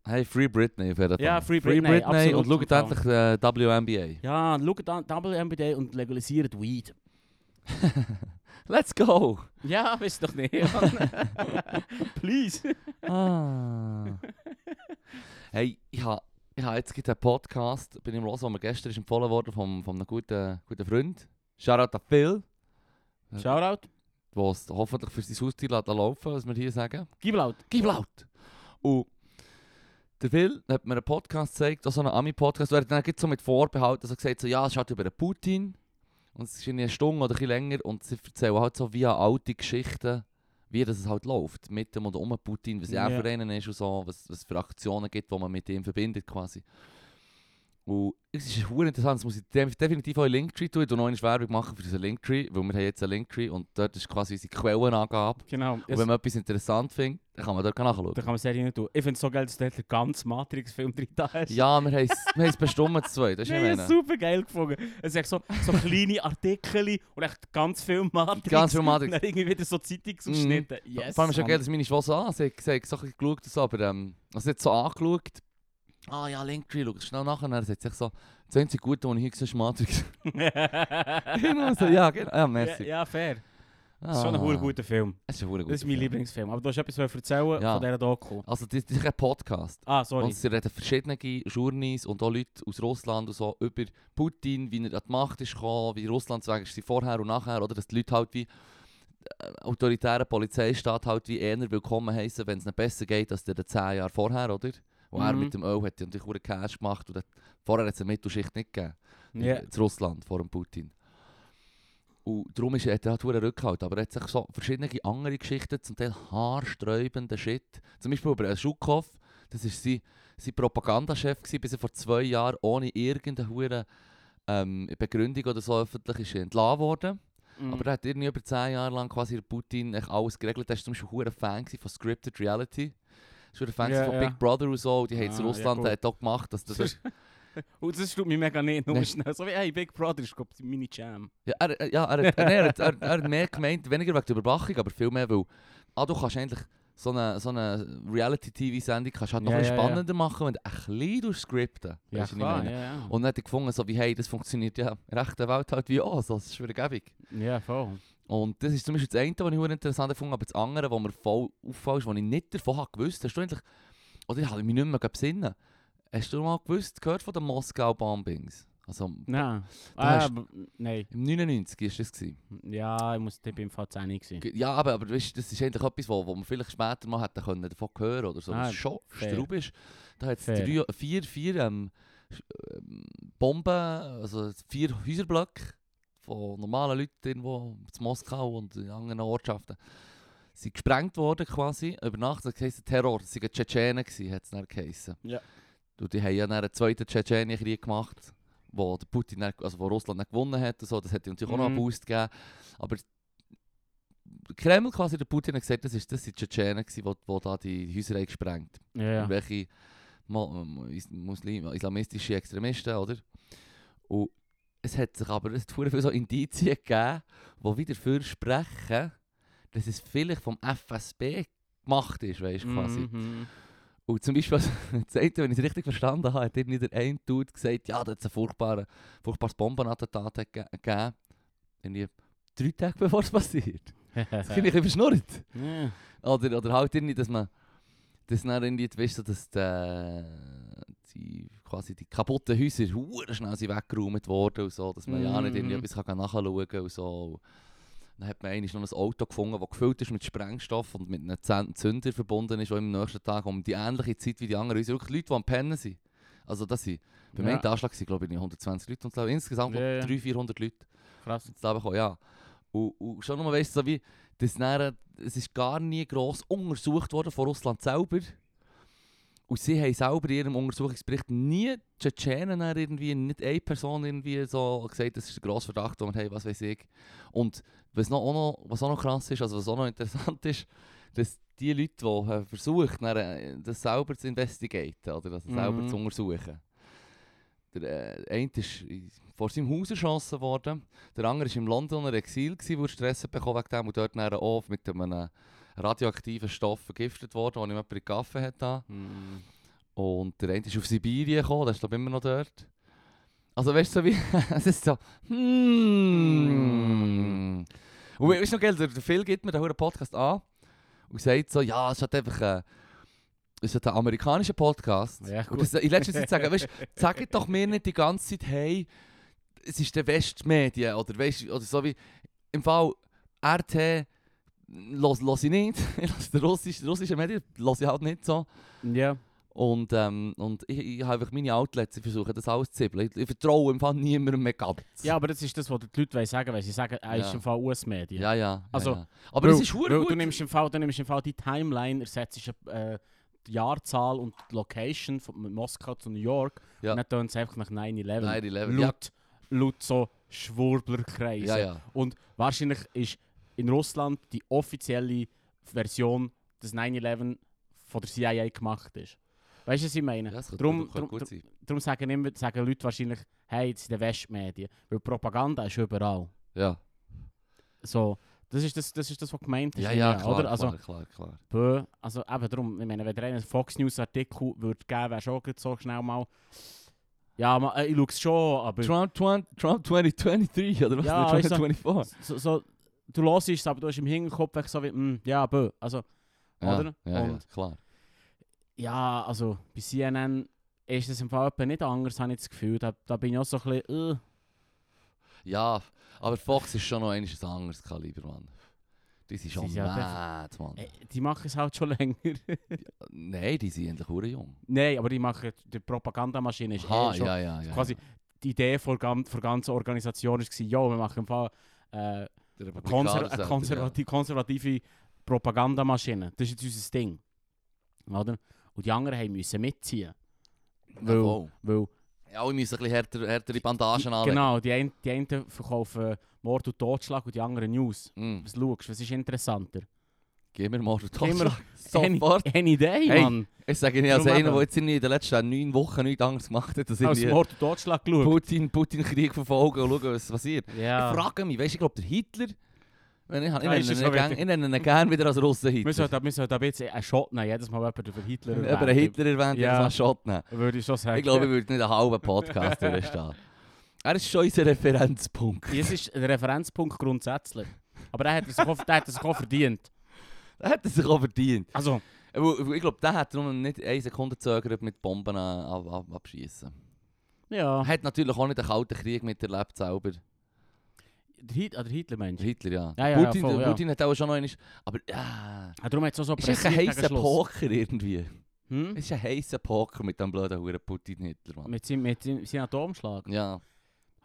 Speaker 1: Hey, Free Britney auf jeden Fall.
Speaker 2: Ja, Free Britney,
Speaker 1: und
Speaker 2: absolut,
Speaker 1: schaut
Speaker 2: total.
Speaker 1: endlich äh, WNBA.
Speaker 2: Ja, schaut an WNBA und legalisiert Weed.
Speaker 1: Let's go!
Speaker 2: Ja, weißt doch [LAUGHS] nicht. Mann. Please.
Speaker 1: [LAUGHS] Ah. hey, ich habe ich ha jetzt einen Podcast, bin im Los, der mir gestern ist empfohlen worden von, von einem guten, guten Freund. Shoutout an Phil,
Speaker 2: Shoutout.
Speaker 1: der es hoffentlich für sein Haustier lässt laufen, was wir hier sagen.
Speaker 2: Gib laut.
Speaker 1: Gib laut! Und der Phil hat mir einen Podcast gezeigt, auch so einen Ami-Podcast, wo er dann gleich so mit Vorbehalten so gesagt so, ja, es schaut über den Putin. Und es ist irgendwie eine Stunde oder ein bisschen länger und sie erzählen halt so via alte Geschichten, wie das es halt läuft. Mit dem oder um Putin, was er
Speaker 2: Ja.
Speaker 1: für einen ist und so, was was es für Aktionen gibt, die man mit ihm verbindet quasi. Und es ist verdammt interessant, das muss ich de- definitiv auch in Linktree tun. Ich tu noch eine Werbung machen für unseren Linktree, weil wir haben jetzt einen Linktree und dort ist quasi unsere Quellenangabe.
Speaker 2: Genau.
Speaker 1: Und wenn man etwas interessant findet, dann kann man dort nachschauen.
Speaker 2: Da kann man Serie nicht tun. Ich finde es so geil, dass du den ganzen Matrix-Film drin da hast.
Speaker 1: Ja, wir haben es- wir haben es bestimmt zu zweit, das ist
Speaker 2: Nein, ich
Speaker 1: nicht
Speaker 2: habe super geil gefunden. Es sind so, so kleine Artikel und echt ganz viel Matrix.
Speaker 1: Ganz viel
Speaker 2: [LAUGHS] Und
Speaker 1: Matrix. Mhm.
Speaker 2: dann irgendwie wieder so Zeitungsausschnitte. Yes,
Speaker 1: Vor allem ist ja
Speaker 2: Mann.
Speaker 1: geil,
Speaker 2: [LAUGHS]
Speaker 1: dass meine Schwester an, sie hat sie hat so ein bisschen geschaut, und so, aber ähm, also sie hat so angeschaut. Ah ja, Linktree, schau schnell nachher. Dann sagt sie sich so, das einzige Gute, was ich hier gesehen habe, ist [LAUGHS] Matrix. Genau so, ja, genau. Ja, merci.
Speaker 2: Ja, ja, fair.
Speaker 1: Ah,
Speaker 2: Das ist schon ein verdammt guter Film.
Speaker 1: Es ist ein verdammt
Speaker 2: Das ist
Speaker 1: guter
Speaker 2: mein
Speaker 1: Film.
Speaker 2: Lieblingsfilm. Aber du hast etwas erzählen
Speaker 1: Ja.
Speaker 2: von dieser Doku.
Speaker 1: Also, das das ist ein Podcast.
Speaker 2: Ah, sorry.
Speaker 1: Und sie reden verschiedene Journeys und auch Leute aus Russland und so über Putin, wie er an die Macht ist gekommen, wie Russland sagen sie vorher und nachher, oder dass die Leute halt wie äh, autoritäre Polizeistaat halt wie eher willkommen heißen, wenn es ihnen besser geht, als der zehn Jahre vorher, oder? Und er
Speaker 2: Mhm.
Speaker 1: mit dem Öl hat ja natürlich einen Cash gemacht und hat, vorher hat es eine Mittelschicht nicht gegeben. in-
Speaker 2: Ja.
Speaker 1: in Russland vor dem Putin. Und darum ist er, hat er halt verdammt Rückhalt. Aber er hat sich so verschiedene andere Geschichten, zum Teil haarsträubende Shit. Zum Beispiel über Schukov, das war sein, sein Propagandachef, gewesen, bis er vor zwei Jahren ohne irgendeine hure, ähm, Begründung oder so öffentlich ist er entlassen worden.
Speaker 2: Mhm.
Speaker 1: Aber er hat irgendwie über zehn Jahre lang quasi der Putin echt alles geregelt. Er war zum Beispiel ein verdammt Fan gewesen von Scripted Reality. Er war ein Fan
Speaker 2: Ja,
Speaker 1: von
Speaker 2: ja.
Speaker 1: Big Brother und so. Und Die haben es
Speaker 2: Ah,
Speaker 1: in
Speaker 2: ja,
Speaker 1: Russland
Speaker 2: gut.
Speaker 1: hat auch gemacht,
Speaker 2: [LAUGHS]
Speaker 1: dass das...
Speaker 2: Und Oh, das tut mich mega nicht, nur
Speaker 1: Nein.
Speaker 2: schnell. So wie, hey, Big Brother ist, glaube ich, meine Jam.
Speaker 1: Ja, er, er- ja, er, hat- er, er, hat- er, er hat mehr gemeint, weniger wegen der Überwachung, aber viel mehr, weil ah, du kannst eigentlich so eine, so eine Reality-TV-Sendung kannst halt noch
Speaker 2: Ja,
Speaker 1: ein bisschen
Speaker 2: ja, ja.
Speaker 1: spannender machen, wenn du ein bisschen durch skripten. Weisst du, was ich meine?
Speaker 2: ja, ja.
Speaker 1: Und dann hat er gefunden, so wie, hey, das funktioniert ja in der echten Welt halt wie auch, so, das ist für eine Gebung.
Speaker 2: Ja, voll.
Speaker 1: Und das ist zum Beispiel das eine, was ich sehr interessant fand, aber das andere, was mir voll auffällt, ist, was ich nicht davon habe gewusst. Hast du eigentlich, oder ich habe mich nicht mehr besinnen, hast du mal gewusst, gehört von den Moskau-Bombings? Also
Speaker 2: Nein.
Speaker 1: Da
Speaker 2: Ah,
Speaker 1: hast-
Speaker 2: aber- nein.
Speaker 1: im 99 war das. Gewesen.
Speaker 2: Ja, ich muss ich bin im Fall 10 gewesen.
Speaker 1: Ge- Ja, aber, aber weißt, das ist eigentlich etwas, wo, wo man vielleicht später mal hätte können, davon hören oder so.
Speaker 2: Ah,
Speaker 1: Ah, schon
Speaker 2: fair.
Speaker 1: straub ist. Da hat es
Speaker 2: Fair.
Speaker 1: drei- vier, vier ähm, sch- ähm, Bomben, also vier Häuserblöcke von normalen Leuten irgendwo in Moskau und in anderen Ortschaften. Sie sind gesprengt worden quasi, über Nacht, das heisst Terror, das waren Tschetschenen, gewesen, hat es dann geheissen.
Speaker 2: Ja.
Speaker 1: Und die haben ja dann einen zweiten Tschetschenienkrieg gemacht, wo der Putin, dann, also wo Russland dann gewonnen hat und so, das hätte natürlich auch noch einen
Speaker 2: Mhm.
Speaker 1: Boost gegeben. Aber der Kreml quasi, der Putin hat gesagt, das, ist, das sind Tschetschenen gewesen, die, die da die Häuser haben gesprengt
Speaker 2: Ja, ja.
Speaker 1: irgendwelche Mo- Mo- Is- Muslim, islamistische Extremisten, oder? Und es hat sich aber es hat verdammt viele so Indizien gegeben, die wieder dafür sprechen, dass es vielleicht vom FSB gemacht ist, weißt du, quasi.
Speaker 2: Mhm.
Speaker 1: Und zum Beispiel, [LAUGHS] sagt, wenn ich es richtig verstanden habe, hat irgendwie der eine Dude gesagt, ja, da hat es ein furchtbares, furchtbares Bombenattentat hat ge- gegeben. Irgendwie drei Tage bevor es passiert. Das finde ich überschnurrt.
Speaker 2: [LAUGHS] Ja.
Speaker 1: Oder, oder halt irgendwie, dass man das dann irgendwie, du weißt, so, dass die, die, quasi die kaputten Häuser hure schnell sind weggeräumt worden und so, dass man ja nicht irgendwie
Speaker 2: Mhm.
Speaker 1: etwas kann nachschauen kann und so. Und Dann hat man eigentlich noch ein Auto gefunden, das gefüllt ist mit Sprengstoff und mit einem Zehn- Zünder verbunden ist, der am nächsten Tag um die ähnliche Zeit wie die anderen Häuser, wirklich Leute, die am Pennen sind. Also das sind, beim
Speaker 2: Ja.
Speaker 1: einen Anschlag sind glaube ich 120 Leute und so, insgesamt
Speaker 2: Ja, ja.
Speaker 1: 300, 400 Leute
Speaker 2: Krass.
Speaker 1: ins Leben gekommen, ja. Und, und schon nochmal weißt du, so wie, das näher, es ist gar nie gross untersucht worden von Russland selber. Und sie haben selber in ihrem Untersuchungsbericht nie Tschetschenen dann irgendwie, nicht eine Person irgendwie so gesagt, das ist der grosse Verdacht, und hey, was weiß ich. Und was, noch, auch noch, was auch noch krass ist, also was auch noch interessant [LAUGHS] ist, dass die Leute, die haben versucht dann, äh, das selber zu investigieren, oder das selber
Speaker 2: Mhm.
Speaker 1: zu untersuchen, der äh, eine ist vor seinem Haus erschossen worden, der andere war im Londoner Exil, gewesen, wo er Stress hat bekommen wegen dem und dort dann auch mit einem radioaktiven Stoff vergiftet worden, den ihm jemand in den Kaffee hat. da. Hm.
Speaker 2: Mhm.
Speaker 1: Und der eine ist auf Sibirien gekommen, der ist glaube ich immer noch dort. Also weißt du, so wie, [LAUGHS] es ist so, hmm. Und we- weißt du noch, gell, der der Phil gibt mir den verdammten Podcast an und sagt so, ja, es hat einfach ein, es hat ein amerikanischer Podcast.
Speaker 2: Ja,
Speaker 1: und
Speaker 2: gut.
Speaker 1: das, in letzter Zeit sagen,
Speaker 2: [LAUGHS]
Speaker 1: weißt du, sagt doch mir nicht die ganze Zeit, hey, es ist der Westmedien oder weißt, oder so wie, im Fall RT, los, los ich nicht, [LAUGHS] die russischen, russischen Medien los ich halt nicht so.
Speaker 2: Ja.
Speaker 1: Und, ähm, und ich, ich habe einfach meine Outlets, ich versuche das alles zu zibbeln. Ich, ich vertraue im Fall niemandem mehr ganz.
Speaker 2: ja, aber das ist das, was die Leute wollen sagen weil Sie sagen, er
Speaker 1: Ja.
Speaker 2: ist im Fall US-Medien.
Speaker 1: ja, ja. ja,
Speaker 2: Also,
Speaker 1: ja. Aber das
Speaker 2: Weil-
Speaker 1: ist
Speaker 2: weil
Speaker 1: verdammt
Speaker 2: Du
Speaker 1: gut.
Speaker 2: nimmst, im Fall, du nimmst im Fall die Timeline, ersetzt äh, die Jahrzahl und die Location von Moskau zu New York
Speaker 1: Ja.
Speaker 2: und dann tönt es einfach nach 9-11.
Speaker 1: 9/11, ja.
Speaker 2: Laut, laut so Schwurblerkreisen.
Speaker 1: Ja, ja.
Speaker 2: Und wahrscheinlich ist in Russland die offizielle Version, dass 9-11 von der CIA gemacht ist. Weißt du, was ich meine?
Speaker 1: Ja, das könnte
Speaker 2: Drum-
Speaker 1: gut- könnte gut
Speaker 2: drum-
Speaker 1: sein.
Speaker 2: Darum sagen, immer, sagen Leute wahrscheinlich, hey, das sind die Westmedien. Weil Propaganda ist überall.
Speaker 1: Ja,
Speaker 2: So, das ist das, das, ist das was gemeint ist.
Speaker 1: ja,
Speaker 2: irgendwie,
Speaker 1: ja, klar,
Speaker 2: oder? Also,
Speaker 1: klar, klar, klar.
Speaker 2: Bö, also eben darum, ich meine, wenn ihr einen Fox News Artikel würde geben, wäre schon grad so schnell mal. Ja, ma, äh, ich schaue es schon, aber
Speaker 1: Trump, Trump, Trump 2023, oder was?
Speaker 2: Ja,
Speaker 1: Trump
Speaker 2: ist so-
Speaker 1: 2024.
Speaker 2: so, so, du hörst es, aber du hast im Hinterkopf echt so wie, mm, ja, bö, also,
Speaker 1: Ja,
Speaker 2: oder?
Speaker 1: Ja, ja,
Speaker 2: Und-
Speaker 1: klar.
Speaker 2: ja, also, bei CNN ist das im Fall etwa nicht anders, habe ich das Gefühl, da, da bin ich auch so ein bisschen, äh,
Speaker 1: Ja, aber Fox ist schon noch einiges ein anderes Kaliber, Mann. Die sind schon
Speaker 2: Sie sind ja
Speaker 1: mad, Mann.
Speaker 2: äh, die machen es halt schon [LAUGHS] länger.
Speaker 1: Nein, die sind endlich verdammt jung.
Speaker 2: Nein, aber die machen, die Propagandamaschine ist
Speaker 1: Aha,
Speaker 2: eh schon
Speaker 1: ja, ja, ja.
Speaker 2: quasi, die Idee der gan der ganzen Organisation war, ja, wir machen im Fall, äh,
Speaker 1: Der Republikaner
Speaker 2: Konser
Speaker 1: sagt, ja.
Speaker 2: eine konservati konservative Propagandamaschine. Das ist jetzt unser Ding. Oder? Und die anderen haben müssen mitziehen.
Speaker 1: Ja,
Speaker 2: Weil-
Speaker 1: voll.
Speaker 2: Weil,
Speaker 1: Ja, wir müssen ein bisschen härter, härtere Bandagen anlegen.
Speaker 2: genau, die, ein, die einen verkaufen Mord und Totschlag und die anderen News.
Speaker 1: Mm.
Speaker 2: Was schaust was ist interessanter? [LAUGHS]
Speaker 1: Gib mir mal den
Speaker 2: Gib mir-
Speaker 1: Totschlag. [LAUGHS] Sofort.
Speaker 2: Eine Idee,
Speaker 1: Hey,
Speaker 2: Mann.
Speaker 1: Ich sage nicht, als
Speaker 2: Darum
Speaker 1: einer,
Speaker 2: eben.
Speaker 1: der jetzt in den letzten neun Wochen nichts anderes gemacht hat, als
Speaker 2: Als
Speaker 1: irgendwie
Speaker 2: Mord und Totschlag geschaut.
Speaker 1: Putin, Putin-Krieg verfolgen und schauen, was passiert. Ich
Speaker 2: Ja.
Speaker 1: frage mich, weißt du, ich glaube, der Hitler, wenn ich, ich,
Speaker 2: Ja,
Speaker 1: nenne
Speaker 2: ist
Speaker 1: ihn
Speaker 2: schon wieder-
Speaker 1: gern- ich nenne ihn gerne wieder als Russen
Speaker 2: Wir
Speaker 1: Hitler.
Speaker 2: sollten, wir sollten aber jetzt einen Shot nehmen, jedes Mal jemand über Hitler
Speaker 1: Wenn jemand einen Hitler erwähnt,
Speaker 2: Ja.
Speaker 1: ja. dann Schott nehmen.
Speaker 2: Würde ich schon sagen.
Speaker 1: Ich glaube, ich würde nicht einen halben Podcast durchstehen. Er ist schon unser [LAUGHS] Referenzpunkt.
Speaker 2: das ist ein Referenzpunkt grundsätzlich. Aber der hat es auch, der hat es auch verdient.
Speaker 1: Er hat es sich auch verdient.
Speaker 2: Also,
Speaker 1: Weil- weil Ich glaube, der hat darum nicht eine Sekunde gezögert mit Bomben äh, ab, ab, abschießen.
Speaker 2: ja.
Speaker 1: Er hat natürlich auch nicht den Kalten Krieg miterlebt selber.
Speaker 2: Der Hit- ah, der Hitler meinst du?
Speaker 1: Hitler, ja.
Speaker 2: Ja, ja, ja,
Speaker 1: Putin,
Speaker 2: voll, ja.
Speaker 1: Putin hat auch schon noch einmal... Aber ja...
Speaker 2: Ah, darum hat es auch so
Speaker 1: Ist echt ein
Speaker 2: pressiert
Speaker 1: heißer
Speaker 2: gegen Schluss.
Speaker 1: Poker irgendwie.
Speaker 2: Hm?
Speaker 1: Ist ein heißer Poker mit dem blöden Huren Putin-Hitler, Mann.
Speaker 2: Mit, seinem, mit seinem seinem Atomschlag.
Speaker 1: Ja.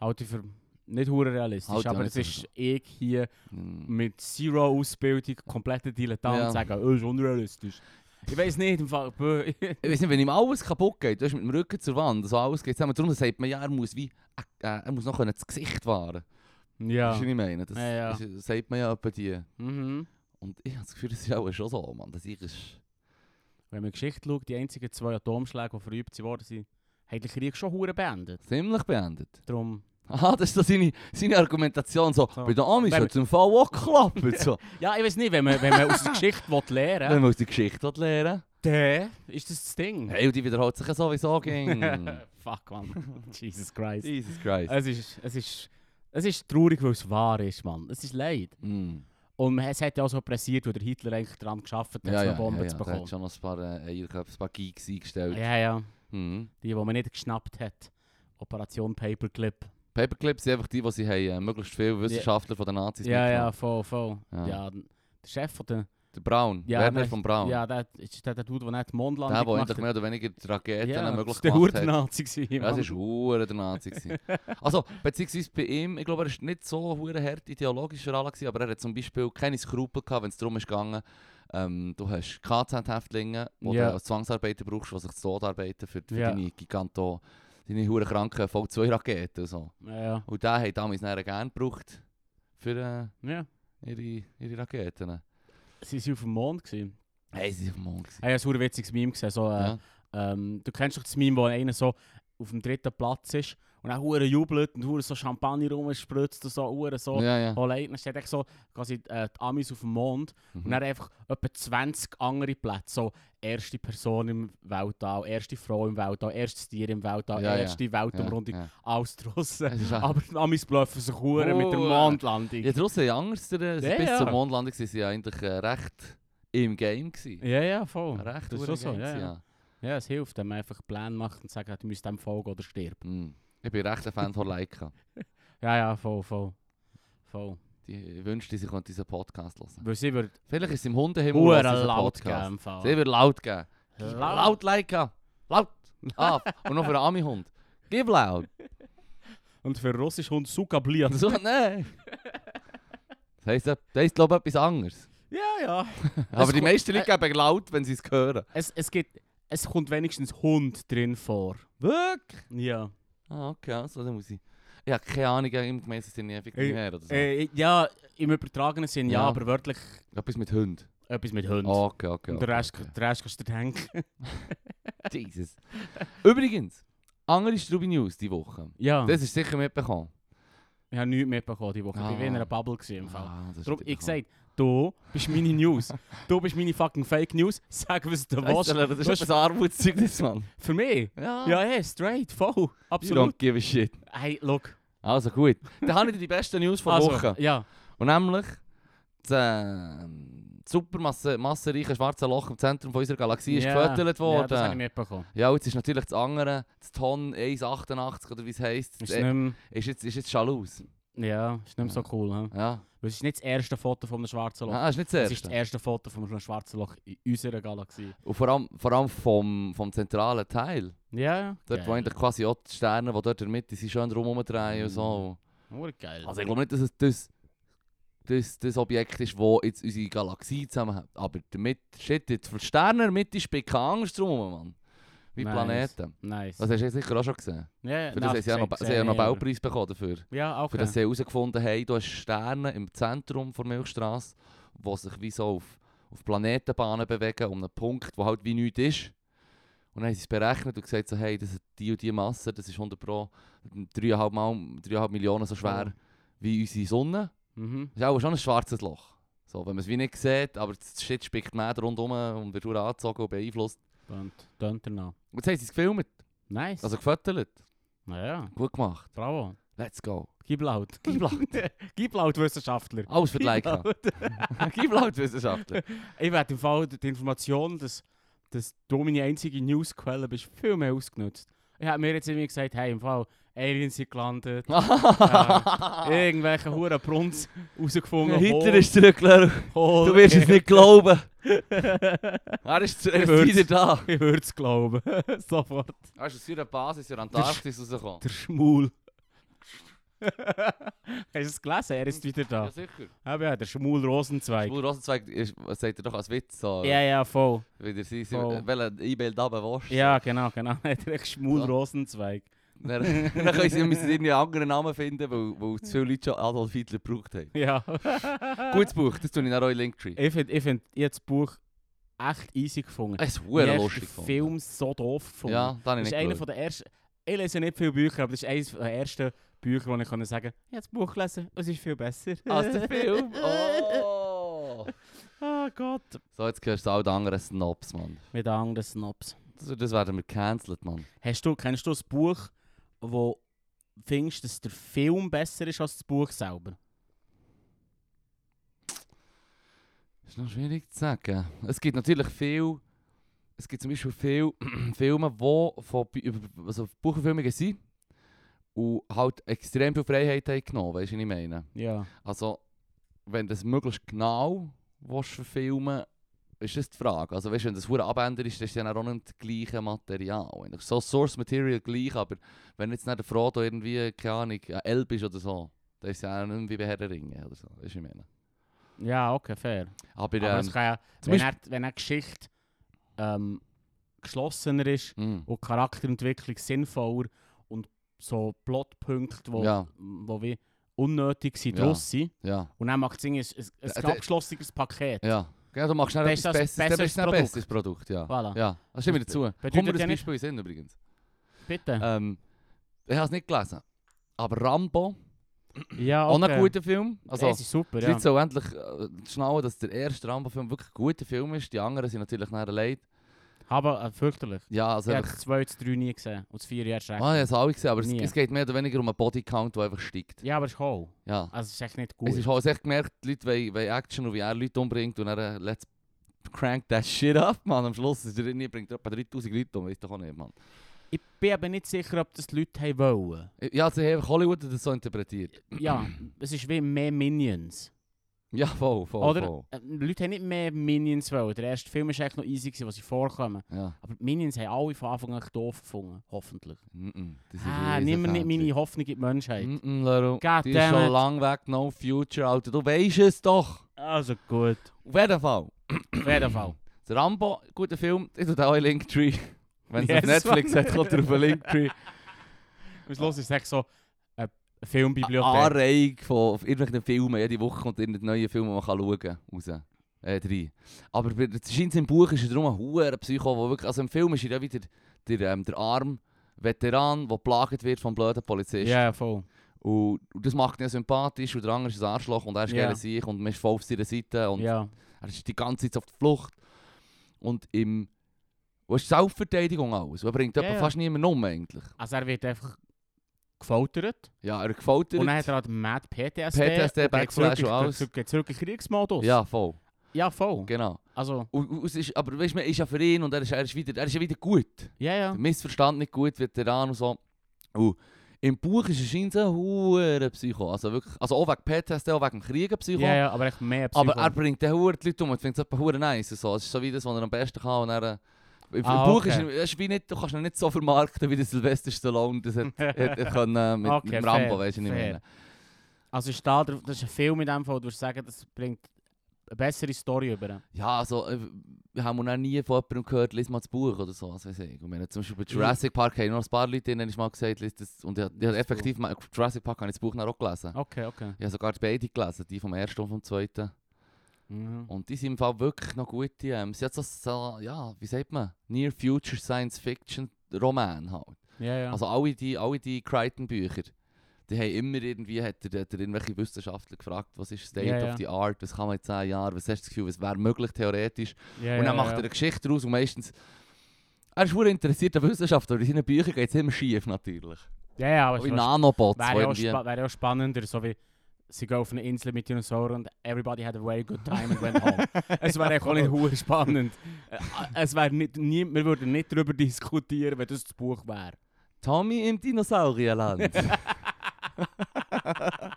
Speaker 2: Halte ich für nicht hure realistisch,
Speaker 1: Halte ich auch
Speaker 2: aber
Speaker 1: nicht
Speaker 2: es ist
Speaker 1: für
Speaker 2: ich hier
Speaker 1: Hm.
Speaker 2: mit zero Ausbildung, kompletter Dilettant,
Speaker 1: Ja.
Speaker 2: sagen, oh, ist unrealistisch. Ich weiß nicht, im Fall. bö, [LAUGHS]
Speaker 1: Ich weiß nicht, wenn ihm alles kaputt geht, du hast mit dem Rücken zur Wand, so alles geht zusammen. Darum sagt man, ja, er muss wie... Äh, er muss noch können das Gesicht wahren.
Speaker 2: ja.
Speaker 1: Weißt du, was ich meine? Das
Speaker 2: Ja, ja.
Speaker 1: Ist, sagt man ja etwa die.
Speaker 2: Mhm.
Speaker 1: Und ich habe das Gefühl, das ist auch schon so, Mann. Das ist...
Speaker 2: Wenn man die Geschichte schaut, die einzigen zwei Atomschläge, die verübt worden sind, haben den Krieg schon hure beendet.
Speaker 1: Ziemlich beendet. [LAUGHS]
Speaker 2: Darum.
Speaker 1: Aha, das ist so seine, seine Argumentation. So,
Speaker 2: So.
Speaker 1: Bei den Amis
Speaker 2: Wenn-
Speaker 1: hat es im Fall auch
Speaker 2: [LAUGHS]
Speaker 1: geklappt. So.
Speaker 2: Ja, ich weiß nicht, wenn man, wenn man aus der Geschichte [LAUGHS] will lernen
Speaker 1: Wenn
Speaker 2: will,
Speaker 1: man aus der Geschichte will lernen
Speaker 2: dann ist das das Ding.
Speaker 1: Hey, und die wiederholt sich ja sowieso
Speaker 2: [LAUGHS]
Speaker 1: ging.
Speaker 2: Fuck, man. Jesus
Speaker 1: [LAUGHS]
Speaker 2: Christ.
Speaker 1: Jesus Christ.
Speaker 2: Es ist, es ist, es ist traurig, weil es wahr ist, Mann. Es ist leid.
Speaker 1: Mm.
Speaker 2: Und es hat ja auch so pressiert, weil der Hitler eigentlich daran geschafft hat,
Speaker 1: Ja,
Speaker 2: so
Speaker 1: ja,
Speaker 2: eine Bombe
Speaker 1: ja, ja.
Speaker 2: zu
Speaker 1: Da hat
Speaker 2: bekommen.
Speaker 1: schon noch ein paar, äh, Eierköpfe, ein paar Geeks eingestellt.
Speaker 2: Ja, ja.
Speaker 1: Mhm.
Speaker 2: Die, die man nicht geschnappt hat. Operation Paperclip.
Speaker 1: Paperclips sind einfach die, die eh, sie haben, äh, möglichst viele Wissenschaftler von den Nazis
Speaker 2: Ja, ja,
Speaker 1: mitgenommen.
Speaker 2: voll, voll.
Speaker 1: Ja.
Speaker 2: Ja. der Chef von der,
Speaker 1: Der Braun.
Speaker 2: Ja,
Speaker 1: Werner
Speaker 2: weißt-
Speaker 1: von Braun.
Speaker 2: Ja, dat ist der Dude, der nicht die Mondlandung
Speaker 1: der, der
Speaker 2: gemacht
Speaker 1: endlich mehr oder weniger die Raketen
Speaker 2: ja, [LAUGHS]
Speaker 1: möglich
Speaker 2: der
Speaker 1: gemacht hat.
Speaker 2: Hurtennazi gewesen,
Speaker 1: Ja,
Speaker 2: Mann.
Speaker 1: das war hure der Nazi. gewesen. also, beziehungsweise bei ihm, ich glaube, er war nicht so hure hart ideologisch für alle, gewesen, aber er hat zum Beispiel keine Skrupel gehabt, wenn es darum ging, ähm, du hast KZ-Häftlinge, die
Speaker 2: Ja.
Speaker 1: du als Zwangsarbeiter brauchst, die sich zu Tod arbeiten für, für
Speaker 2: Ja.
Speaker 1: deine Giganto, deine hure kranken V2-Raketen und so.
Speaker 2: Ja, ja.
Speaker 1: Und den haben damals dann gerne gebraucht für äh,
Speaker 2: ja.
Speaker 1: ihre, ihre Raketen.
Speaker 2: Sie waren auf dem Mond. gewesen.
Speaker 1: Hey, sie sind auf dem Mond. gewesen.
Speaker 2: Ich habe ein verdammt witziges Meme gesehen. So, äh,
Speaker 1: Ja.
Speaker 2: ähm, du kennst doch das Meme, wo einer so auf dem dritten Platz ist und dann hure jubelt und hure so Champagner rumspritzt und so, hure so.
Speaker 1: Ja, ja.
Speaker 2: Holleit. Dann steht echt so quasi äh, die Amis auf dem Mond und
Speaker 1: Mhm.
Speaker 2: dann einfach etwa 20 andere Plätze. So erste Person im Weltall, erste Frau im Weltall, erstes Tier im Weltall,
Speaker 1: Ja, ja.
Speaker 2: erste Weltumrundung,
Speaker 1: Ja, ja.
Speaker 2: alles draussen.
Speaker 1: Es ist auch-
Speaker 2: [LAUGHS] Aber die Amis bluffen sich hure mit der
Speaker 1: Hure.
Speaker 2: Mondlandung.
Speaker 1: Ja, die Russen haben Angst, der,
Speaker 2: Ja,
Speaker 1: bis
Speaker 2: ja.
Speaker 1: zur Mondlandung waren sie ja eigentlich äh, recht im Game. Gewesen.
Speaker 2: Ja, ja, voll.
Speaker 1: recht
Speaker 2: das ist
Speaker 1: hure
Speaker 2: schon so,
Speaker 1: Game
Speaker 2: ja,
Speaker 1: gewesen,
Speaker 2: ja. Ja, es hilft, wenn man einfach Pläne macht und sagt, du müsst dem folgen oder stirb.
Speaker 1: Mm. Ich bin recht ein Fan von Leica.
Speaker 2: Ja, ja, voll, voll. Voll.
Speaker 1: Die ich wünschte, sie könnte diesen Podcast hören.
Speaker 2: Weil sie wird
Speaker 1: Vielleicht ist sie im Hundehimmel
Speaker 2: hure
Speaker 1: hört sie unseren
Speaker 2: laut
Speaker 1: Podcast.
Speaker 2: geben. im Fall.
Speaker 1: Sie wird laut geben. Gib
Speaker 2: Laut.
Speaker 1: Laut Leica. Laut. Ah, und noch für einen Ami-Hund. Gib
Speaker 2: [LAUGHS]
Speaker 1: laut.
Speaker 2: Und für russisch Hund Sukablian.
Speaker 1: So, nein. Das heisst, äh, das heisst glaube ich, etwas anderes.
Speaker 2: Ja, ja.
Speaker 1: Aber die
Speaker 2: kommt-
Speaker 1: meisten Leute geben laut, wenn sie es hören.
Speaker 2: Es, es, gibt, es kommt wenigstens Hund drin vor.
Speaker 1: Wirklich?
Speaker 2: Ja.
Speaker 1: Ah, okay, also dann muss ich... Ich habe keine Ahnung, im Gemeinsamen sind
Speaker 2: Ey,
Speaker 1: ich mehr oder so.
Speaker 2: Äh, ja, im übertragenen Sinn ja, Oh,
Speaker 1: Ja.
Speaker 2: aber wörtlich
Speaker 1: Etwas mit Hund.
Speaker 2: etwas mit Hund.
Speaker 1: Ah, okay, okay.
Speaker 2: Und
Speaker 1: okay,
Speaker 2: der Rest,
Speaker 1: okay.
Speaker 2: der Rest kannst du dir denken.
Speaker 1: Jesus. Übrigens, andere Strubi News diese Woche.
Speaker 2: Ja,
Speaker 1: Das ist sicher mitbekommen.
Speaker 2: ich habe nichts mitbekommen diese Woche. Ich war wie in einer
Speaker 1: Ah.
Speaker 2: Bubble gewesen, im Fall.
Speaker 1: Ah, das ist
Speaker 2: Darum, ich
Speaker 1: mitbekommen.
Speaker 2: gesagt, du bist meine [LAUGHS] News. du bist meine fucking Fake News. [LAUGHS] Sag, was du
Speaker 1: Weisst du,
Speaker 2: willst.
Speaker 1: das ist ein Armutszeugnis, Mann.
Speaker 2: Für mich?
Speaker 1: Ja,
Speaker 2: Ja, hey, straight, voll.
Speaker 1: You don't
Speaker 2: Absolut.
Speaker 1: give a shit.
Speaker 2: Hey, look.
Speaker 1: Also gut, dann habe ich dir die besten News von
Speaker 2: Also,
Speaker 1: Woche.
Speaker 2: Ja.
Speaker 1: Und nämlich das äh, super massenreiche schwarze Loch im Zentrum von unserer Galaxie
Speaker 2: Ja,
Speaker 1: ist gefüttert
Speaker 2: Ja, das habe ich
Speaker 1: worden.
Speaker 2: mitbekommen.
Speaker 1: Ja, jetzt ist natürlich das andere, das Ton 1,88 oder wie es heisst,
Speaker 2: Ist
Speaker 1: das, äh,
Speaker 2: nicht mehr,
Speaker 1: ist jetzt, ist jetzt schon aus.
Speaker 2: Dus ja, dus ist nicht mehr so cool. He?
Speaker 1: Ja,
Speaker 2: Weil es ist nicht das erste Foto von einem schwarzen Loch.
Speaker 1: ah, ist nicht
Speaker 2: es
Speaker 1: das
Speaker 2: ist das
Speaker 1: erste.
Speaker 2: erste Foto von einem schwarzen Loch in unserer Galaxie.
Speaker 1: Und vor allem, vor allem vom, vom zentralen Teil.
Speaker 2: Ja,
Speaker 1: Dort, wo eigentlich quasi auch die Sterne, die dort in der Mitte sind, schön rumdrehen und so.
Speaker 2: Hure Oh, geil.
Speaker 1: Also ich glaube nicht, dass es das, das, das Objekt ist, das jetzt unsere Galaxie zusammenhält. Aber damit, shit, jetzt für die Sterne in der Mitte ist keine Angst drum, Mann. Wie
Speaker 2: Nice.
Speaker 1: Planeten.
Speaker 2: Nice.
Speaker 1: Das hast du sicher auch schon gesehen.
Speaker 2: ja, nou, ja,
Speaker 1: Für
Speaker 2: nein,
Speaker 1: das haben sie ja noch,
Speaker 2: gesehen-
Speaker 1: sie haben ja noch
Speaker 2: gesehen, aber-
Speaker 1: Baupreis bekommen dafür.
Speaker 2: Ja,
Speaker 1: Für
Speaker 2: okay.
Speaker 1: das sie herausgefunden haben, du hast Sterne im Zentrum der Milchstraße, die sich wie so auf, auf Planetenbahnen bewegen, um einen Punkt, wo halt wie nichts ist. Und dann haben sie es berechnet und gesagt, so, hey, das hat die und die Masse, das ist 100 Pro, 3,5, Mal, 3,5 Millionen so schwer wie unsere Sonne.
Speaker 2: Mhm.
Speaker 1: Das ist auch schon ein schwarzes Loch. So, wenn man es wie nicht sieht, aber das Shit spickt mehr rundherum und wird verdammt angezogen und beeinflusst.
Speaker 2: Tönt, tönt danach.
Speaker 1: Und jetzt haben sie es gefilmt,
Speaker 2: nou. Nice.
Speaker 1: also gefüttert.
Speaker 2: Na ja,
Speaker 1: Gut gemacht.
Speaker 2: bravo.
Speaker 1: Let's go.
Speaker 2: Gib laut.
Speaker 1: Gib laut.
Speaker 2: [LAUGHS] Gib laut, Wissenschaftler.
Speaker 1: Alles für die
Speaker 2: [LAUGHS]
Speaker 1: Leica.
Speaker 2: laut.
Speaker 1: Gib laut, Wissenschaftler.
Speaker 2: Ich werde im Fall die Information, dass, dass du meine einzige Newsquelle bist, viel mehr ausgenutzt. Ich habe mir jetzt irgendwie gesagt, hey, im Fall Aliens
Speaker 1: [LAUGHS]
Speaker 2: sind gelandet, Äh, irgendwelche huren Brunz rausgefunden.
Speaker 1: Hitler ist zurückgelaufen.
Speaker 2: hol,
Speaker 1: Du wirst es
Speaker 2: [LAUGHS]
Speaker 1: nicht glauben. [LAUGHS] Er ist zu- er
Speaker 2: Ich würd's-
Speaker 1: ist wieder da.
Speaker 2: ich würde es glauben. [LAUGHS] Sofort.
Speaker 1: Er ist aus seiner Basis in der Antarktis rausgekommen. [LAUGHS]
Speaker 2: Der Schmul. Hast du es gelesen? Er ist wieder da.
Speaker 1: Ja, sicher.
Speaker 2: Aber ja, der Schmul Rosenzweig.
Speaker 1: Schwul Rosenzweig ist- sagt er doch als Witz so.
Speaker 2: Ja, ja, voll.
Speaker 1: Wieder sie, sie
Speaker 2: Voll.
Speaker 1: wollen E-Mail da bewaschen.
Speaker 2: Ja, genau, genau. [LAUGHS] Der Schmul
Speaker 1: So.
Speaker 2: Rosenzweig.
Speaker 1: [LAUGHS] Dann, dann können sie, müssen sie irgendwie einen anderen Namen finden, weil, weil zu viele Leute schon Adolf Hitler gebraucht haben. [LAUGHS]
Speaker 2: Ja. [LAUGHS]
Speaker 1: Gutes Buch, das tue ich nach euch Linktree.
Speaker 2: Ich finde, ich find, ich hab das Buch echt easy gefunden.
Speaker 1: Es ist
Speaker 2: Ich
Speaker 1: verdammt
Speaker 2: hab
Speaker 1: Äh, lustig.
Speaker 2: den
Speaker 1: gefunden.
Speaker 2: Film so doof gefunden.
Speaker 1: Ja, das habe ich
Speaker 2: das
Speaker 1: nicht
Speaker 2: ist einer
Speaker 1: geschaut.
Speaker 2: von der ersten. Ich lese nicht viele Bücher, aber das ist eines der ersten Bücher, wo ich kann sagen kann, ich habe das Buch gelesen und es ist viel besser.
Speaker 1: Als Ah, der [LAUGHS] Film. Oh.
Speaker 2: Ah Gott.
Speaker 1: So, jetzt gehörst du all den anderen Snobs, Mann.
Speaker 2: Mit anderen Snobs.
Speaker 1: Das, das werden wir gecancelt, Mann.
Speaker 2: Hast du, kennst du das Buch, wo findest, dass der Film besser ist als das Buch selber?
Speaker 1: Das ist noch schwierig zu sagen. Es gibt natürlich viel. Es gibt zum Beispiel viele [CLEARS THROAT] Filme, die von Bü- über- also Buchverfilmungen sind und halt extrem viel Freiheit haben genommen, weißt du, was ich meine?
Speaker 2: Ja.
Speaker 1: Also, wenn das möglichst genau willst verfilmen ist das die Frage. Also weißt, wenn das hure Abänder ist, dann ist ja dann auch nicht das gleiche Material. Eigentlich. So Source Material gleich, aber wenn jetzt nicht der Frodo irgendwie, keine Ahnung, ein Elb ist oder so, dann ist es ja auch nicht wie bei Herr der Ringe oder so. Weißt du, was ich meine?
Speaker 2: Ja, okay, fair.
Speaker 1: Aber,
Speaker 2: Aber es
Speaker 1: ähm,
Speaker 2: kann ja,
Speaker 1: zum
Speaker 2: wenn, er, wenn er Geschichte ähm, geschlossener ist
Speaker 1: mm,
Speaker 2: und Charakterentwicklung sinnvoller und so Plotpunkte, wo,
Speaker 1: Ja.
Speaker 2: wo wie unnötig sind,
Speaker 1: Ja.
Speaker 2: draus sind.
Speaker 1: ja,
Speaker 2: Und dann macht es irgendwie ein, ein,
Speaker 1: Äh,
Speaker 2: ein abgeschlossenes Paket.
Speaker 1: ja. Ja, du machst dann
Speaker 2: Dann ist
Speaker 1: etwas
Speaker 2: das ein
Speaker 1: Besseres, dann
Speaker 2: besseres
Speaker 1: bist du ein
Speaker 2: Produkt.
Speaker 1: besseres Produkt, ja.
Speaker 2: Voilà.
Speaker 1: Ja, das stimmt mir
Speaker 2: Das
Speaker 1: dazu.
Speaker 2: bedeutet
Speaker 1: Kommt mir das
Speaker 2: ja nicht-
Speaker 1: Beispiel in den Sinn übrigens.
Speaker 2: Bitte.
Speaker 1: Ähm, ich habe es nicht gelesen. Aber Rambo,
Speaker 2: Ja,
Speaker 1: Äh, auch noch ein guter Film. Also,
Speaker 2: Also, es ist super,
Speaker 1: die
Speaker 2: ja.
Speaker 1: Leute sollen endlich äh, schnallen, dass der erste Rambo-Film wirklich ein guter Film ist. Die anderen sind natürlich nachher leid.
Speaker 2: Aber äh, fürchterlich.
Speaker 1: Ja, also
Speaker 2: Ich habe
Speaker 1: einfach,
Speaker 2: das 2 zu 3 nie gesehen und das 4 erst recht.
Speaker 1: ah, ich habe es alle gesehen, aber es,
Speaker 2: Nie.
Speaker 1: es geht mehr oder weniger um einen Bodycount, der einfach steigt.
Speaker 2: Ja, aber es ist hohl.
Speaker 1: Ja.
Speaker 2: Also es ist echt nicht gut.
Speaker 1: Es ist halt echt gemerkt, die Leute wollen, wollen Action und wie er Leute umbringt und dann äh, let's crank that shit up, man. Am Schluss ist er irgendwie bringt er etwa 3000 Leute um, weißt doch auch nicht, man.
Speaker 2: Ich bin aber nicht sicher, ob das die Leute haben wollen.
Speaker 1: Ja, sie haben Hollywood das so interpretiert.
Speaker 2: Ja,
Speaker 1: [CLEARS THROAT]
Speaker 2: es ist wie mehr Minions.
Speaker 1: Ja, voll, voll,
Speaker 2: Oder?
Speaker 1: voll.
Speaker 2: Äh, Die Leute haben nicht mehr Minions wollen. Der erste Film war eigentlich noch easy, gewesen, wo sie vorkommen.
Speaker 1: Ja.
Speaker 2: Aber die Minions haben alle von Anfang an echt doof gefunden. Hoffentlich.
Speaker 1: Mm -mm. Das ist
Speaker 2: Ah,
Speaker 1: riesen
Speaker 2: nimm mir nicht
Speaker 1: Fantasy.
Speaker 2: meine Hoffnung in die Menschheit.
Speaker 1: Mm -mm, Leru.
Speaker 2: God
Speaker 1: Die ist
Speaker 2: damn
Speaker 1: schon
Speaker 2: it.
Speaker 1: lang weg, no future, Alter. Du weißt es doch.
Speaker 2: Also gut.
Speaker 1: Auf jeden Fall.
Speaker 2: Auf jeden Fall.
Speaker 1: Der Rambo, guter Film. Ich tue da auch einen Linktree. Wenn es
Speaker 2: Yes,
Speaker 1: auf Netflix
Speaker 2: Mann. [LAUGHS]
Speaker 1: hat, kommt er auf einen Linktree.
Speaker 2: Was los ist echt so eine
Speaker 1: Ah,
Speaker 2: Filmbibliothek.
Speaker 1: Anreihung von von irgendwelchen Filmen. Jede Woche kommt irgendein neuer Film, den man kann schauen kann. Raus. Äh, drei. Aber bei- es scheint im Buch ist er darum ein hoher Psycho, wo wirklich... Also im Film ist er ja wieder der, ähm, der arm Veteran, der geplagt wird vom blöden Polizisten.
Speaker 2: Ja, voll.
Speaker 1: Und und das macht ihn ja sympathisch und der andere ist ein Arschloch und er ist
Speaker 2: Ja.
Speaker 1: gerne sich und man ist voll auf seiner Seite und
Speaker 2: Ja.
Speaker 1: er ist die ganze Zeit auf der Flucht. Und im... Und es ist Selbstverteidigung alles. Und Er bringt
Speaker 2: Ja,
Speaker 1: jemanden
Speaker 2: ja.
Speaker 1: fast niemand um eigentlich.
Speaker 2: Also er wird einfach gefoltert.
Speaker 1: Ja, er gefällt dir.
Speaker 2: Und dann hat er halt Mad PTSD.
Speaker 1: PTSD,
Speaker 2: und geht zurück
Speaker 1: Backflash
Speaker 2: in-
Speaker 1: und alles.
Speaker 2: Geht zurück in den Kriegsmodus.
Speaker 1: Ja, voll.
Speaker 2: Ja, voll.
Speaker 1: Genau.
Speaker 2: Also,
Speaker 1: Und, und es ist, aber weißt du, man ist ja für ihn und er ist, er ist, wieder, er ist ja wieder gut.
Speaker 2: ja, ja.
Speaker 1: Der Missverstand nicht gut, Veteran und so. Und im Buch ist er scheinbar so ein hoher Psycho. Also, wirklich, also auch wegen PTSD, auch wegen dem Krieg ein Psycho.
Speaker 2: Ja, ja, aber echt mehr Psycho.
Speaker 1: Aber er bringt den Huren die Leute um und findet es hure nice. und So. Es ist so wie das, was er am besten kann. Und er, äh, im
Speaker 2: Ah,
Speaker 1: Buch
Speaker 2: okay.
Speaker 1: ist, er- er ist wie nicht, du kannst ihn nicht so vermarkten wie der Sylvester Stallone. Das
Speaker 2: [LAUGHS]
Speaker 1: hat, hat er können, äh, mit,
Speaker 2: Okay,
Speaker 1: mit dem Rambo,
Speaker 2: fair,
Speaker 1: weißt du, was ich
Speaker 2: fair.
Speaker 1: meine.
Speaker 2: also ist da, drauf- das ist ein Film in dem Fall, du würdest sagen, das bringt eine bessere Story über.
Speaker 1: Ja, also, äh, wir haben noch nie von jemandem gehört, lies mal das Buch oder so, was weiß ich. Und wir haben zum Beispiel bei Jurassic Park haben noch ein paar Leute drin, ich mal gesagt, lies das. Und ich, hab- ich hab
Speaker 2: Das Buch.
Speaker 1: effektiv, mal, Jurassic Park habe ich das Buch dann auch gelesen.
Speaker 2: Okay, okay.
Speaker 1: Ich habe sogar beide gelesen, die vom ersten und vom zweiten.
Speaker 2: Mhm.
Speaker 1: Und die sind im Fall wirklich noch gute. Ähm, sie hat so, so, ja, wie sagt man, Near Future Science Fiction Roman halt.
Speaker 2: Ja, ja.
Speaker 1: Also alle die, alle die Crichton-Bücher, die haben immer irgendwie, hat er, hat er irgendwelche Wissenschaftler gefragt, was ist State
Speaker 2: Ja, ja.
Speaker 1: of the Art, was kann man in 10 Jahren, was hast du das Gefühl, was wäre möglich theoretisch.
Speaker 2: ja,
Speaker 1: und
Speaker 2: ja,
Speaker 1: dann macht
Speaker 2: ja.
Speaker 1: er eine Geschichte daraus und meistens... Er ist sehr interessiert an Wissenschaft, aber in seinen Büchern geht es immer schief natürlich.
Speaker 2: Ja, ja, aber
Speaker 1: Auch
Speaker 2: es
Speaker 1: in
Speaker 2: wäre
Speaker 1: Nanobots, wo
Speaker 2: wär ja auch,
Speaker 1: irgendwie...
Speaker 2: spa wär ja auch spannender, so wie sie gehen auf eine Insel mit Dinosauriern und everybody had a very good time and went
Speaker 1: [LAUGHS]
Speaker 2: home. es wäre echt auch nicht hu- spannend. Äh, es wär nicht, nie, wir würden nicht darüber diskutieren, wenn das das Buch wäre.
Speaker 1: Tommy im
Speaker 2: [LAUGHS]
Speaker 1: Dinosaurierland.
Speaker 2: Äh,
Speaker 1: Ah.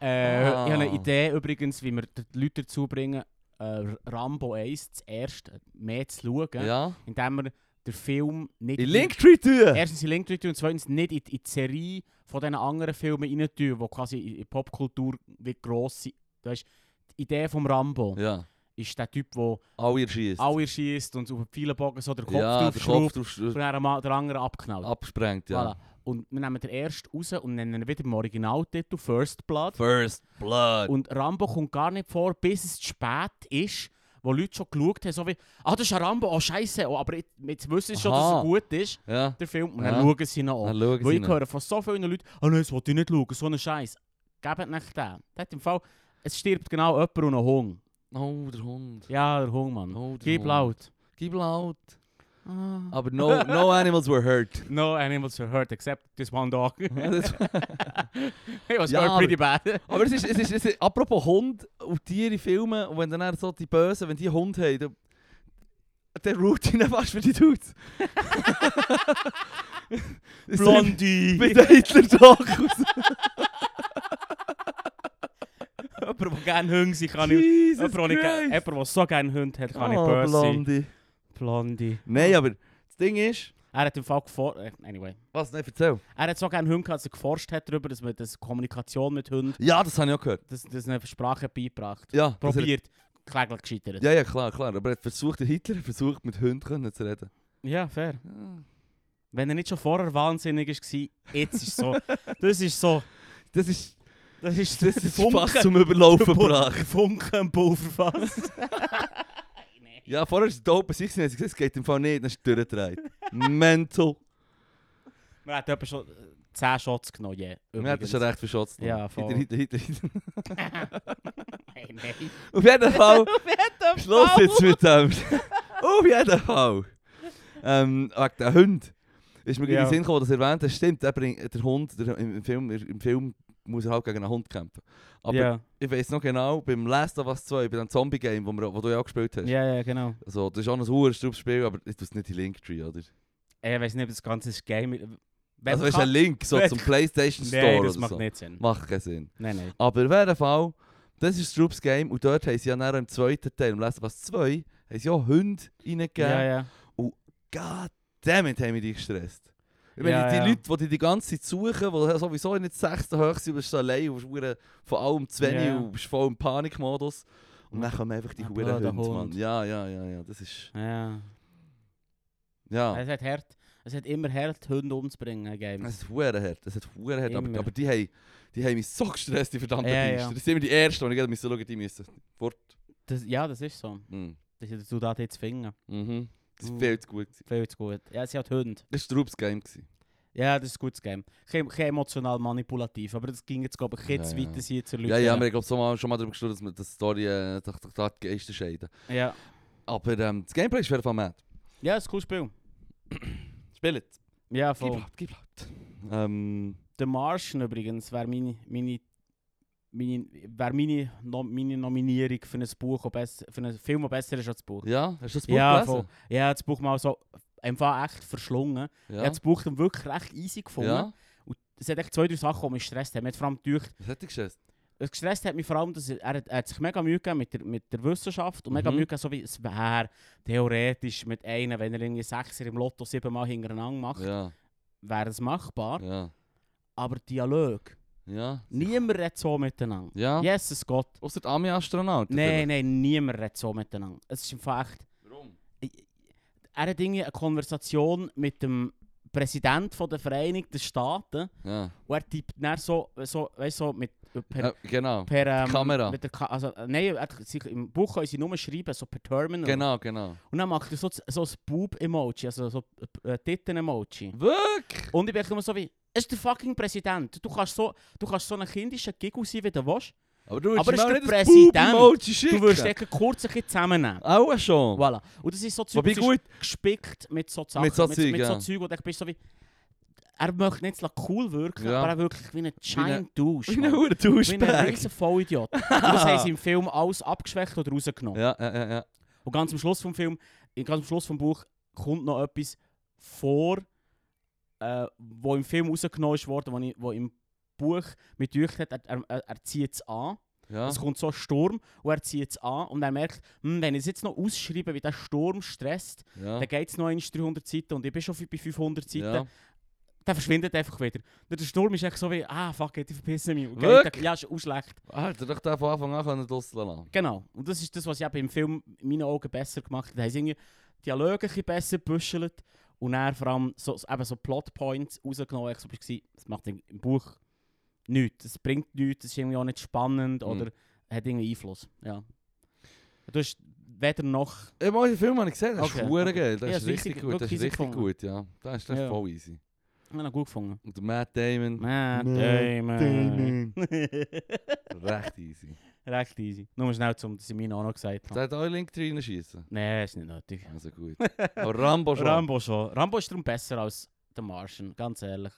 Speaker 2: Ich habe eine Idee übrigens, wie wir die Leute dazu bringen, äh, R- Rambo 1 das erste mehr zu schauen,
Speaker 1: ja.
Speaker 2: indem wir den Film nicht
Speaker 1: In Linktree [LAUGHS] tun!
Speaker 2: erstens in Link tun und zweitens nicht in, die- in die Serie von diesen anderen Filmen rein tun, die quasi in, in Popkultur wie gross sind. Du weißt, die Idee vom Rambo
Speaker 1: Ja.
Speaker 2: ist der Typ, der
Speaker 1: Alle erschießt.
Speaker 2: alle schießt und auf viele Bogen so den Kopf
Speaker 1: Ja, der Kopf drauf
Speaker 2: draufschraubt und dann am- den anderen abknallt.
Speaker 1: absprengt, ja.
Speaker 2: Voilà. Und wir nehmen den ersten raus und nennen ihn wieder im Originaltitel First Blood.
Speaker 1: First Blood.
Speaker 2: Und Rambo kommt gar nicht vor, bis es zu spät ist, wo Leute schon geschaut haben, so wie, ah, das ist ein Rambo, oh scheiße, oh, aber jetzt, jetzt wissen sie schon, dass
Speaker 1: Aha.
Speaker 2: er gut ist,
Speaker 1: ja.
Speaker 2: der Film, und dann
Speaker 1: Ja.
Speaker 2: schauen sie ihn an.
Speaker 1: Dann schauen
Speaker 2: Weil
Speaker 1: sie
Speaker 2: ich
Speaker 1: ihn.
Speaker 2: höre von so vielen Leuten,
Speaker 1: Oh,
Speaker 2: ah nein, das wollte ich nicht schauen, so ein Scheiß. Gebt nicht den. Der hat im Fall, es stirbt genau jemand und ein Hung.
Speaker 1: Oh, der Hund.
Speaker 2: Ja, der Hung, Mann.
Speaker 1: Oh, der
Speaker 2: Gib
Speaker 1: Hund.
Speaker 2: laut.
Speaker 1: Gib laut. Aber no, no animals were
Speaker 2: [LAUGHS]
Speaker 1: hurt.
Speaker 2: No animals are hurt except this one dog.
Speaker 1: Ja, das-
Speaker 2: [LAUGHS] It was
Speaker 1: Ja,
Speaker 2: hurt pretty bad. [LAUGHS]
Speaker 1: Aber es ist, es ist, es ist, apropos Hund und Tiere in Filmen, und wenn dann eher so die Bösen, wenn die Hund haben, dann, der Routine fast für die Dudes. Mit
Speaker 2: Blondie.
Speaker 1: [LAUGHS] den Hitler-Dokus.
Speaker 2: Jemand, gerne Hund sein kann. Ich,
Speaker 1: Jesus
Speaker 2: jemand, der nicht-
Speaker 1: Christ.
Speaker 2: jemand, der so gerne Hund hat, kann ich
Speaker 1: Oh,
Speaker 2: böse sein.
Speaker 1: Blondie.
Speaker 2: Blondie.
Speaker 1: Nein, aber das Ding ist...
Speaker 2: Er hat im Fall geforscht. eh, Anyway.
Speaker 1: Was? Nein, erzähl.
Speaker 2: Er hat so gerne Hunde gehabt, dass er geforscht hat darüber, dass man das Kommunikation mit Hunden,
Speaker 1: Ja, das habe ich auch gehört.
Speaker 2: dass das eine Sprache beibracht.
Speaker 1: Ja, das hat-
Speaker 2: Probiert. Kläglich gescheitert.
Speaker 1: Ja, ja, klar, klar. Aber er hat versucht, der Hitler hat versucht, mit Hunden können zu reden.
Speaker 2: ja, fair.
Speaker 1: Ja.
Speaker 2: Wenn er nicht schon vorher wahnsinnig war, jetzt ist [LAUGHS] es so. Das ist so.
Speaker 1: Das ist,
Speaker 2: Das ist,
Speaker 1: das
Speaker 2: der
Speaker 1: ist
Speaker 2: Funke-
Speaker 1: fast zum Überlaufen
Speaker 2: der Fu-
Speaker 1: gebracht.
Speaker 2: der Funke im Pulverfass.
Speaker 1: Ja, vorher ist es dope, sich sie gesagt, es geht im Fall nicht, dann ist es
Speaker 2: [LAUGHS]
Speaker 1: durchgedreht. Mental.
Speaker 2: [LAUGHS] Man hat etwa schon äh, 10 Shots genommen. Yeah,
Speaker 1: Wir hätten
Speaker 2: [LAUGHS]
Speaker 1: schon recht verschotzt.
Speaker 2: Ja, voll.
Speaker 1: Hitler, Hitler, [LAUGHS] Hitler.
Speaker 2: Nein, nein.
Speaker 1: Auf
Speaker 2: [LAUGHS]
Speaker 1: jeden Fall,
Speaker 2: Peter
Speaker 1: Schluss
Speaker 2: Paul.
Speaker 1: jetzt mit dem. [LAUGHS] Auf jeden Fall. Ähm, wegen der Hund. Ist mir gerade in
Speaker 2: Ja.
Speaker 1: den Sinn gekommen, dass er erwähnt hast, stimmt, der, bringt, der Hund, der, im, im, Film, im Film muss er halt gegen einen Hund kämpfen. Aber
Speaker 2: Ja,
Speaker 1: ich weiß noch genau, beim nou, Last of Us 2, bei dem Zombie-Game, wo, wir- wo du ja auch gespielt hast.
Speaker 2: ja, ja, genau.
Speaker 1: Also, das ist auch ein hohes Spiel, aber ich tue es nicht in Linktree, oder?
Speaker 2: Ey, Äh, Ich weiß nicht, ob das Ganze ist Game. Wenn
Speaker 1: also,
Speaker 2: man
Speaker 1: es ist ein Link so
Speaker 2: wenn-
Speaker 1: zum PlayStation Store
Speaker 2: Nein, das
Speaker 1: oder
Speaker 2: macht
Speaker 1: so.
Speaker 2: nicht Sinn.
Speaker 1: Macht keinen Sinn.
Speaker 2: Nein, nein.
Speaker 1: Aber auf jeden Fall, das ist das Troops Game und dort haben sie ja nachher im zweiten Teil, im Last of Us 2, haben sie auch Hunde reingegeben.
Speaker 2: Ja, ja.
Speaker 1: God damn it, haben wir dich gestresst. Ich meine,
Speaker 2: Ja,
Speaker 1: die
Speaker 2: ja.
Speaker 1: Leute, die dich die ganze Zeit suchen, die sowieso nicht das sechste hoch sind, bist du allein und bist verdammt von allem zu wenig
Speaker 2: Ja. Ah,
Speaker 1: und bist voll im Panikmodus. Und
Speaker 2: Ja.
Speaker 1: dann kommen einfach die
Speaker 2: Ja,
Speaker 1: huren
Speaker 2: blöder
Speaker 1: Hunde, Mann.
Speaker 2: Hund.
Speaker 1: Ja, ja, ja, ja, das ist...
Speaker 2: ja.
Speaker 1: Ja,
Speaker 2: Es hat hart. Es hat immer hart, Hunde umzubringen, ein Game.
Speaker 1: Ah. es ist verdammt hart, es hat verdammt hart, aber,
Speaker 2: Immer.
Speaker 1: aber die haben... Die haben mich so gestresst, die verdammten
Speaker 2: Ja, ja.
Speaker 1: Biester. Das sind immer die Ersten, die ich gerade schauen musste, die müssen fort.
Speaker 2: Das, ja, das ist so.
Speaker 1: Mhm.
Speaker 2: Das ist du da jetzt finden.
Speaker 1: Mhm. Das
Speaker 2: Uh.
Speaker 1: war viel zu gut. gewesen.
Speaker 2: Viel zu gut. Ja, sie hat Hunde.
Speaker 1: Das war das Game. gewesen.
Speaker 2: Ja, das ist ein gutes Game. Kein, kein emotional manipulativ, aber das ging jetzt, glaube ich, ein
Speaker 1: Ja,
Speaker 2: bisschen
Speaker 1: ja.
Speaker 2: weiter, sie zu
Speaker 1: Ja, ja, wir haben glaub, so mal, schon mal darüber gesprochen, dass wir das Story äh, doch- doch- doch die Geister scheiden.
Speaker 2: ja.
Speaker 1: Aber ähm, das Gameplay ist auf jeden Fall mad.
Speaker 2: Ja, ist ein cooles Spiel.
Speaker 1: Spielt.
Speaker 2: Ja,
Speaker 1: Gib
Speaker 2: voll.
Speaker 1: ab, gib ab. Ähm,
Speaker 2: The Martian übrigens wäre meine, meine, meine, wär meine, no, meine Nominierung für ein Buch, das besser, für einen Film, der besser ist als das Buch.
Speaker 1: ja, hast du das Buch
Speaker 2: Ja,
Speaker 1: gelesen?
Speaker 2: voll. Ich habe das Buch mal so einfach echt verschlungen. Ich habe das Buch dann wirklich recht easy gefunden.
Speaker 1: ja.
Speaker 2: Es hat echt zwei, drei Sachen, die mich gestresst haben. Mich hat vor allem durch,
Speaker 1: Was hat dich gestresst?
Speaker 2: es gestresst hat mich vor allem, dass er, er, hat- er hat sich mega Mühe gegeben mit der, mit der Wissenschaft und mega
Speaker 1: Mhm.
Speaker 2: Mühe gegeben, so wie es wäre theoretisch mit einem, wenn er irgendwie Sechser im Lotto siebenmal hintereinander macht,
Speaker 1: Ja,
Speaker 2: wäre es machbar.
Speaker 1: ja,
Speaker 2: Aber Dialog.
Speaker 1: ja.
Speaker 2: Niemand redet so miteinander.
Speaker 1: Ja,
Speaker 2: Jesus Gott.
Speaker 1: außer die Ami-Astronauten.
Speaker 2: Nein, nein, niemand redet so miteinander. Es ist im Fall echt...
Speaker 1: Warum?
Speaker 2: Er hat irgendwie eine Konversation mit dem Präsident von der Vereinigten Staaten
Speaker 1: Ja,
Speaker 2: und er tippt dann so, so, weißt, so mit... Per,
Speaker 1: äh, genau.
Speaker 2: per ähm,
Speaker 1: Kamera.
Speaker 2: Mit der Ka also, äh, nein, er, sie, im Buch können sie nur schreiben, so per Terminal.
Speaker 1: Genau, genau.
Speaker 2: Und dann macht er so, so ein Boob-Emoji, also so äh, Titten-Emoji.
Speaker 1: Wirklich?
Speaker 2: Und ich bin immer so wie... Es ist der fucking Präsident. Du kannst so, du kannst so ein kindischer Giggle sein, wie du willst.
Speaker 1: Aber du willst
Speaker 2: Aber
Speaker 1: mir
Speaker 2: ist
Speaker 1: auch
Speaker 2: der
Speaker 1: nicht das
Speaker 2: Präsident.
Speaker 1: Bub-Emoji schicken.
Speaker 2: Du wirst echt kurz ein bisschen zusammennehmen.
Speaker 1: Auch schon.
Speaker 2: Voilà. Und das ist so Zeug,
Speaker 1: Oh. Wobei
Speaker 2: das ist
Speaker 1: [LAUGHS] gut,
Speaker 2: gespickt mit so Sachen,
Speaker 1: Mit so
Speaker 2: mit,
Speaker 1: Zeug,
Speaker 2: mit so
Speaker 1: ja.
Speaker 2: Zeug, wo du bist so wie... Er möchte nicht so cool wirken,
Speaker 1: Ja.
Speaker 2: aber er wirklich wie ein giant douche.
Speaker 1: wie ein
Speaker 2: Mann.
Speaker 1: Huren-Duschbag.
Speaker 2: Wie ein
Speaker 1: [LAUGHS]
Speaker 2: riesen Vollidiot. Und das haben sie im Film alles abgeschwächt oder rausgenommen.
Speaker 1: Ja, ja, ja, ja.
Speaker 2: Und ganz am Schluss vom Film, ganz am Schluss vom Buch, kommt noch etwas vor, äh, wo im Film rausgenommen ist worden, wo, ich, wo im Buch mit euch hat, er, er, er- er zieht es an.
Speaker 1: ja.
Speaker 2: Es kommt so ein Sturm und er zieht es an und er merkt, hm, wenn ich es jetzt noch ausschreibe, wie der Sturm stresst,
Speaker 1: ja.
Speaker 2: dann geht es noch einmal 300 Seiten und ich bin schon bei 500 Seiten.
Speaker 1: Ja.
Speaker 2: Dann verschwindet er einfach wieder. Der Sturm ist echt so wie, ah fuck, it, ich verpisse mich. Und
Speaker 1: Wirklich?
Speaker 2: geht- Ja, ist auch schlecht.
Speaker 1: Ah, hätte doch den von Anfang an können draussen lassen
Speaker 2: Genau. Und das ist das, was ich eben im Film in meinen Augen besser gemacht habe. Da haben sie irgendwie Dialoge ein bisschen besser gebüschelt und dann vor allem so, so- eben so Plotpoints rausgenommen. Ich so war, das macht im im Buch nichts. Es bringt nichts, es ist irgendwie auch nicht spannend
Speaker 1: Mhm.
Speaker 2: oder hat irgendwie Einfluss. Ja. Du hast weder noch...
Speaker 1: Ich habe den Film habe ich gesehen, das ist
Speaker 2: Okay,
Speaker 1: verdammt
Speaker 2: okay.
Speaker 1: geil. Das
Speaker 2: Ja,
Speaker 1: ist
Speaker 2: ist
Speaker 1: richtig
Speaker 2: easy-
Speaker 1: gut, das
Speaker 2: wirklich
Speaker 1: ist
Speaker 2: easy
Speaker 1: richtig
Speaker 2: gefunden.
Speaker 1: gut, ja. Das ist das ist
Speaker 2: Ja.
Speaker 1: voll easy.
Speaker 2: Ich habe ihn gut gefunden.
Speaker 1: Und der Matt Damon,
Speaker 2: Matt
Speaker 1: Matt
Speaker 2: Damon.
Speaker 1: recht easy.
Speaker 2: [LAUGHS] Recht easy. Nur mal schnell, zum, dass ich meinen auch noch gesagt habe.
Speaker 1: Der hat auch Link drin schießen.
Speaker 2: Nein, ist nicht nötig.
Speaker 1: Also gut.
Speaker 2: [LAUGHS]
Speaker 1: Aber Oh, Rambo schon.
Speaker 2: Rambo schon. Rambo ist darum besser als der Martian, ganz ehrlich.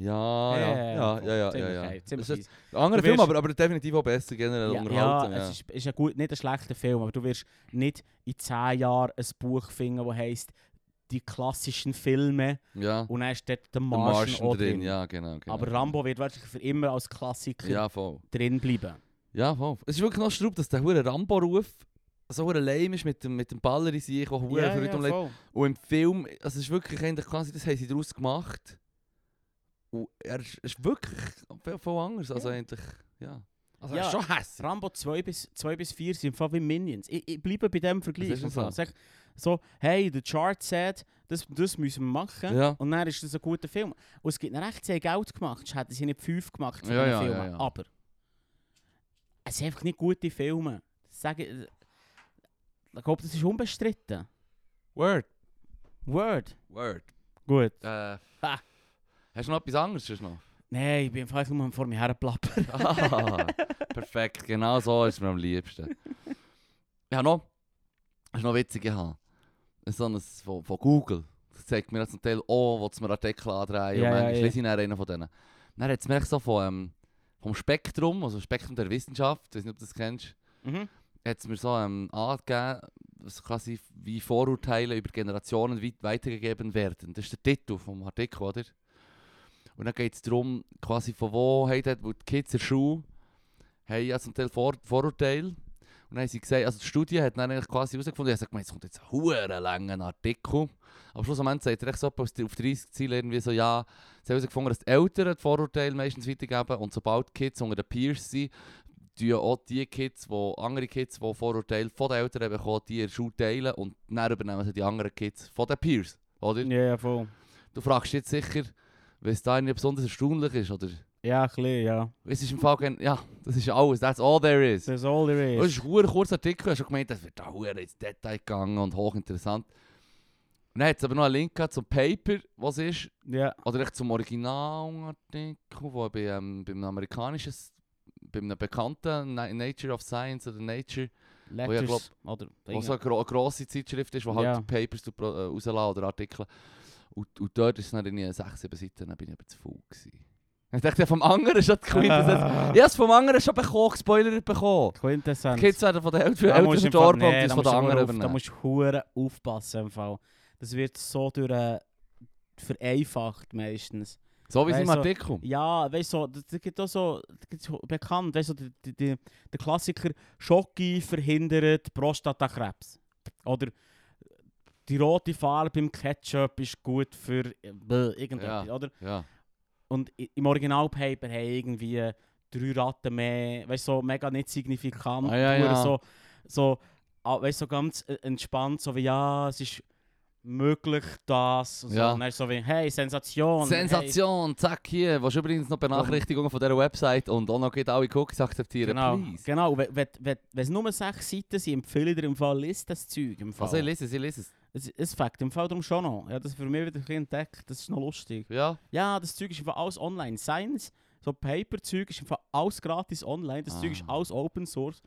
Speaker 1: Oh Ja, ja, ja, ja, ja, Dus
Speaker 2: Ziemlich
Speaker 1: ja. ja.
Speaker 2: geil, ziemlich
Speaker 1: Das ist
Speaker 2: easy.
Speaker 1: ein anderer
Speaker 2: Du
Speaker 1: Film,
Speaker 2: wirst-
Speaker 1: aber, aber definitiv auch besser generell
Speaker 2: Ja,
Speaker 1: unterhalten.
Speaker 2: ja,
Speaker 1: Ja,
Speaker 2: es ist, ist ein gut, nicht ein schlechter Film, aber du wirst nicht in 10 Jahren ein Buch finden, das heisst «Die klassischen Filme»
Speaker 1: ja.
Speaker 2: und dann ist dort
Speaker 1: Der
Speaker 2: der Oh, Martian,
Speaker 1: Martian
Speaker 2: auch
Speaker 1: drin, ja, genau. genau.
Speaker 2: Aber Rambo wird wahrscheinlich für immer als Klassiker
Speaker 1: Ja, voll.
Speaker 2: drin bleiben.
Speaker 1: Ja, voll. Es ist wirklich noch schraub, dass der hure Rambo-Ruf so hure lame ist mit dem, mit dem Baller in sich, der hure für Leute umlegt.
Speaker 2: voll.
Speaker 1: Und im Film, also es ist wirklich eigentlich quasi, das haben sie daraus gemacht. Und er ist, ist wirklich voll, voll anders, also
Speaker 2: Ja.
Speaker 1: eigentlich, ja. Also er
Speaker 2: Ja.
Speaker 1: ist schon hässlich.
Speaker 2: Rambo 2 bis, 2 bis 4 sind fast wie Minions. Ich, ich bleibe bei dem
Speaker 1: Das
Speaker 2: Vergleich.
Speaker 1: ist
Speaker 2: und
Speaker 1: so.
Speaker 2: so. Sag, so, hey, der Chart sagt, das, das müssen wir machen.
Speaker 1: Ja.
Speaker 2: Und dann ist das ein guter Film. Und es gibt ihnen recht, sie haben Geld gemacht. Sonst hätten sie nicht 5 gemacht von
Speaker 1: Ja,
Speaker 2: diesen
Speaker 1: ja, ja,
Speaker 2: Filmen.
Speaker 1: ja.
Speaker 2: Aber es sind einfach nicht gute Filme. Sag, ich ich glaube, das ist unbestritten.
Speaker 1: Word.
Speaker 2: Word.
Speaker 1: Word.
Speaker 2: Gut.
Speaker 1: Äh, hast du noch etwas anderes? sonst Noch?
Speaker 2: Nein, ich bin einfach nur vor mir hergeplappert.
Speaker 1: ah, perfekt, genau so ist mir am liebsten. Ja, noch, hast du noch witzig gehabt? So ein von, von Google. Das zeigt mir zum Teil, oh, willst du mir Artikel andrehen?
Speaker 2: Ja,
Speaker 1: und
Speaker 2: ja,
Speaker 1: manchmal
Speaker 2: ja.
Speaker 1: lese ich dann einen von denen. Dann hat es mir echt so von, ähm, vom Spektrum, also Spektrum der Wissenschaft, ich weiß nicht, ob du das kennst,
Speaker 2: Mhm.
Speaker 1: hat es mir so ähm, angegeben, dass quasi wie Vorurteile über Generationen weit weitergegeben werden. Das ist der Titel vom Artikel, oder? Und dann geht es darum, quasi von wo haben dort, wo die Kids in der Schule haben ja zum Teil Vor Vorurteile. Und dann haben sie gesagt, also die Studie hat dann eigentlich quasi herausgefunden, ich habe gesagt, es kommt jetzt ein verdammt langer Artikel. Aber schlussendlich sagt er echt so etwa aus- auf 30 Ziele irgendwie so, ja, sie haben herausgefunden, dass die Eltern die Vorurteile meistens weitergeben und sobald die Kids unter den Peers sind, tun auch die Kids, wo andere Kids, die Vorurteile von den Eltern haben bekommen, die in der Schule teilen und dann übernehmen sie die anderen Kids von den Peers, oder?
Speaker 2: Ja, ja, voll.
Speaker 1: Du fragst jetzt sicher, weil es da nicht besonders erstaunlich ist, oder?
Speaker 2: Ja, ein bisschen, ja.
Speaker 1: Es ist im Fall, kein- ja, das ist alles, that's all there is.
Speaker 2: That's all there
Speaker 1: Das
Speaker 2: is.
Speaker 1: ist ein verdammt kurzer Artikel, hast du gemeint, das wird da verdammt ins Detail gegangen und hochinteressant. Und dann hat es aber noch einen Link gehabt zum Paper, was ist,
Speaker 2: Ja.
Speaker 1: oder echt zum Originalartikel, wo bei, ähm, beim amerikanischen, S- bei einem bekannten Na- Nature of Science oder Nature, Oh ja,
Speaker 2: Letters.
Speaker 1: glaub-
Speaker 2: oder
Speaker 1: was so eine gro grosse Zeitschrift ist, wo halt
Speaker 2: Ja.
Speaker 1: Papers du pro- äh, rauslassen oder Artikel. Und, und dort ist es dann in 6, 7 Seiten, dann bin ich aber zu faul gewesen. [LAUGHS] Ich dachte, vom anderen schon die Quintessenz.
Speaker 2: [LAUGHS] Ah.
Speaker 1: Ich habe es vom anderen schon bekommen, gespoilert bekommen.
Speaker 2: Quintessenz.
Speaker 1: Die Kids werden von den Eltern
Speaker 2: Da
Speaker 1: Eltern
Speaker 2: musst du im
Speaker 1: verdorben
Speaker 2: Fall-
Speaker 1: und
Speaker 2: nee,
Speaker 1: das
Speaker 2: da
Speaker 1: von den
Speaker 2: musst du
Speaker 1: anderen
Speaker 2: hure auf- Da
Speaker 1: übernehmen.
Speaker 2: musst du hure aufpassen im Fall. Das wird so durch äh, vereinfacht meistens.
Speaker 1: So wie es
Speaker 2: Nein,
Speaker 1: im
Speaker 2: so-
Speaker 1: Artikel.
Speaker 2: Ja, weißt du, so, das, das gibt auch so, das gibt so bekannt, weißt du, so, die- die- die- der Klassiker Schocke verhindert Prostatakrebs. Oder die rote Farbe im Ketchup ist gut für äh, bläh, irgendetwas,
Speaker 1: Ja.
Speaker 2: oder?
Speaker 1: Ja.
Speaker 2: Und i- im Originalpaper haben irgendwie drei Ratten mehr, weißt du, so mega nicht signifikant.
Speaker 1: Ah, ja,
Speaker 2: pur
Speaker 1: ja.
Speaker 2: So, so, ah, weißt du, so ganz äh, entspannt, so wie, ja, es ist möglich, das. Und,
Speaker 1: Ja.
Speaker 2: so. und dann so wie, hey, Sensation.
Speaker 1: Sensation, zack, hier. Was übrigens noch Benachrichtigungen von dieser Website und auch noch geht alle Cookies
Speaker 2: Hey,
Speaker 1: akzeptieren,
Speaker 2: genau,
Speaker 1: please.
Speaker 2: genau. Und Wenn wenn- wenn- wenn es nur sechs Seiten sind, empfehle ich dir im Fall, liest das Zeug im Fall.
Speaker 1: Also ich lese es, ich lese es.
Speaker 2: es, es fängt im Fall darum schon noch. Ja, das ist für mich wieder ein bisschen entdeckt, das ist noch lustig.
Speaker 1: Ja.
Speaker 2: Ja, das Zeug ist einfach alles online. Science, so Paper-Zeug ist einfach alles gratis online. Das Zeug ist
Speaker 1: Ah.
Speaker 2: alles Open Source.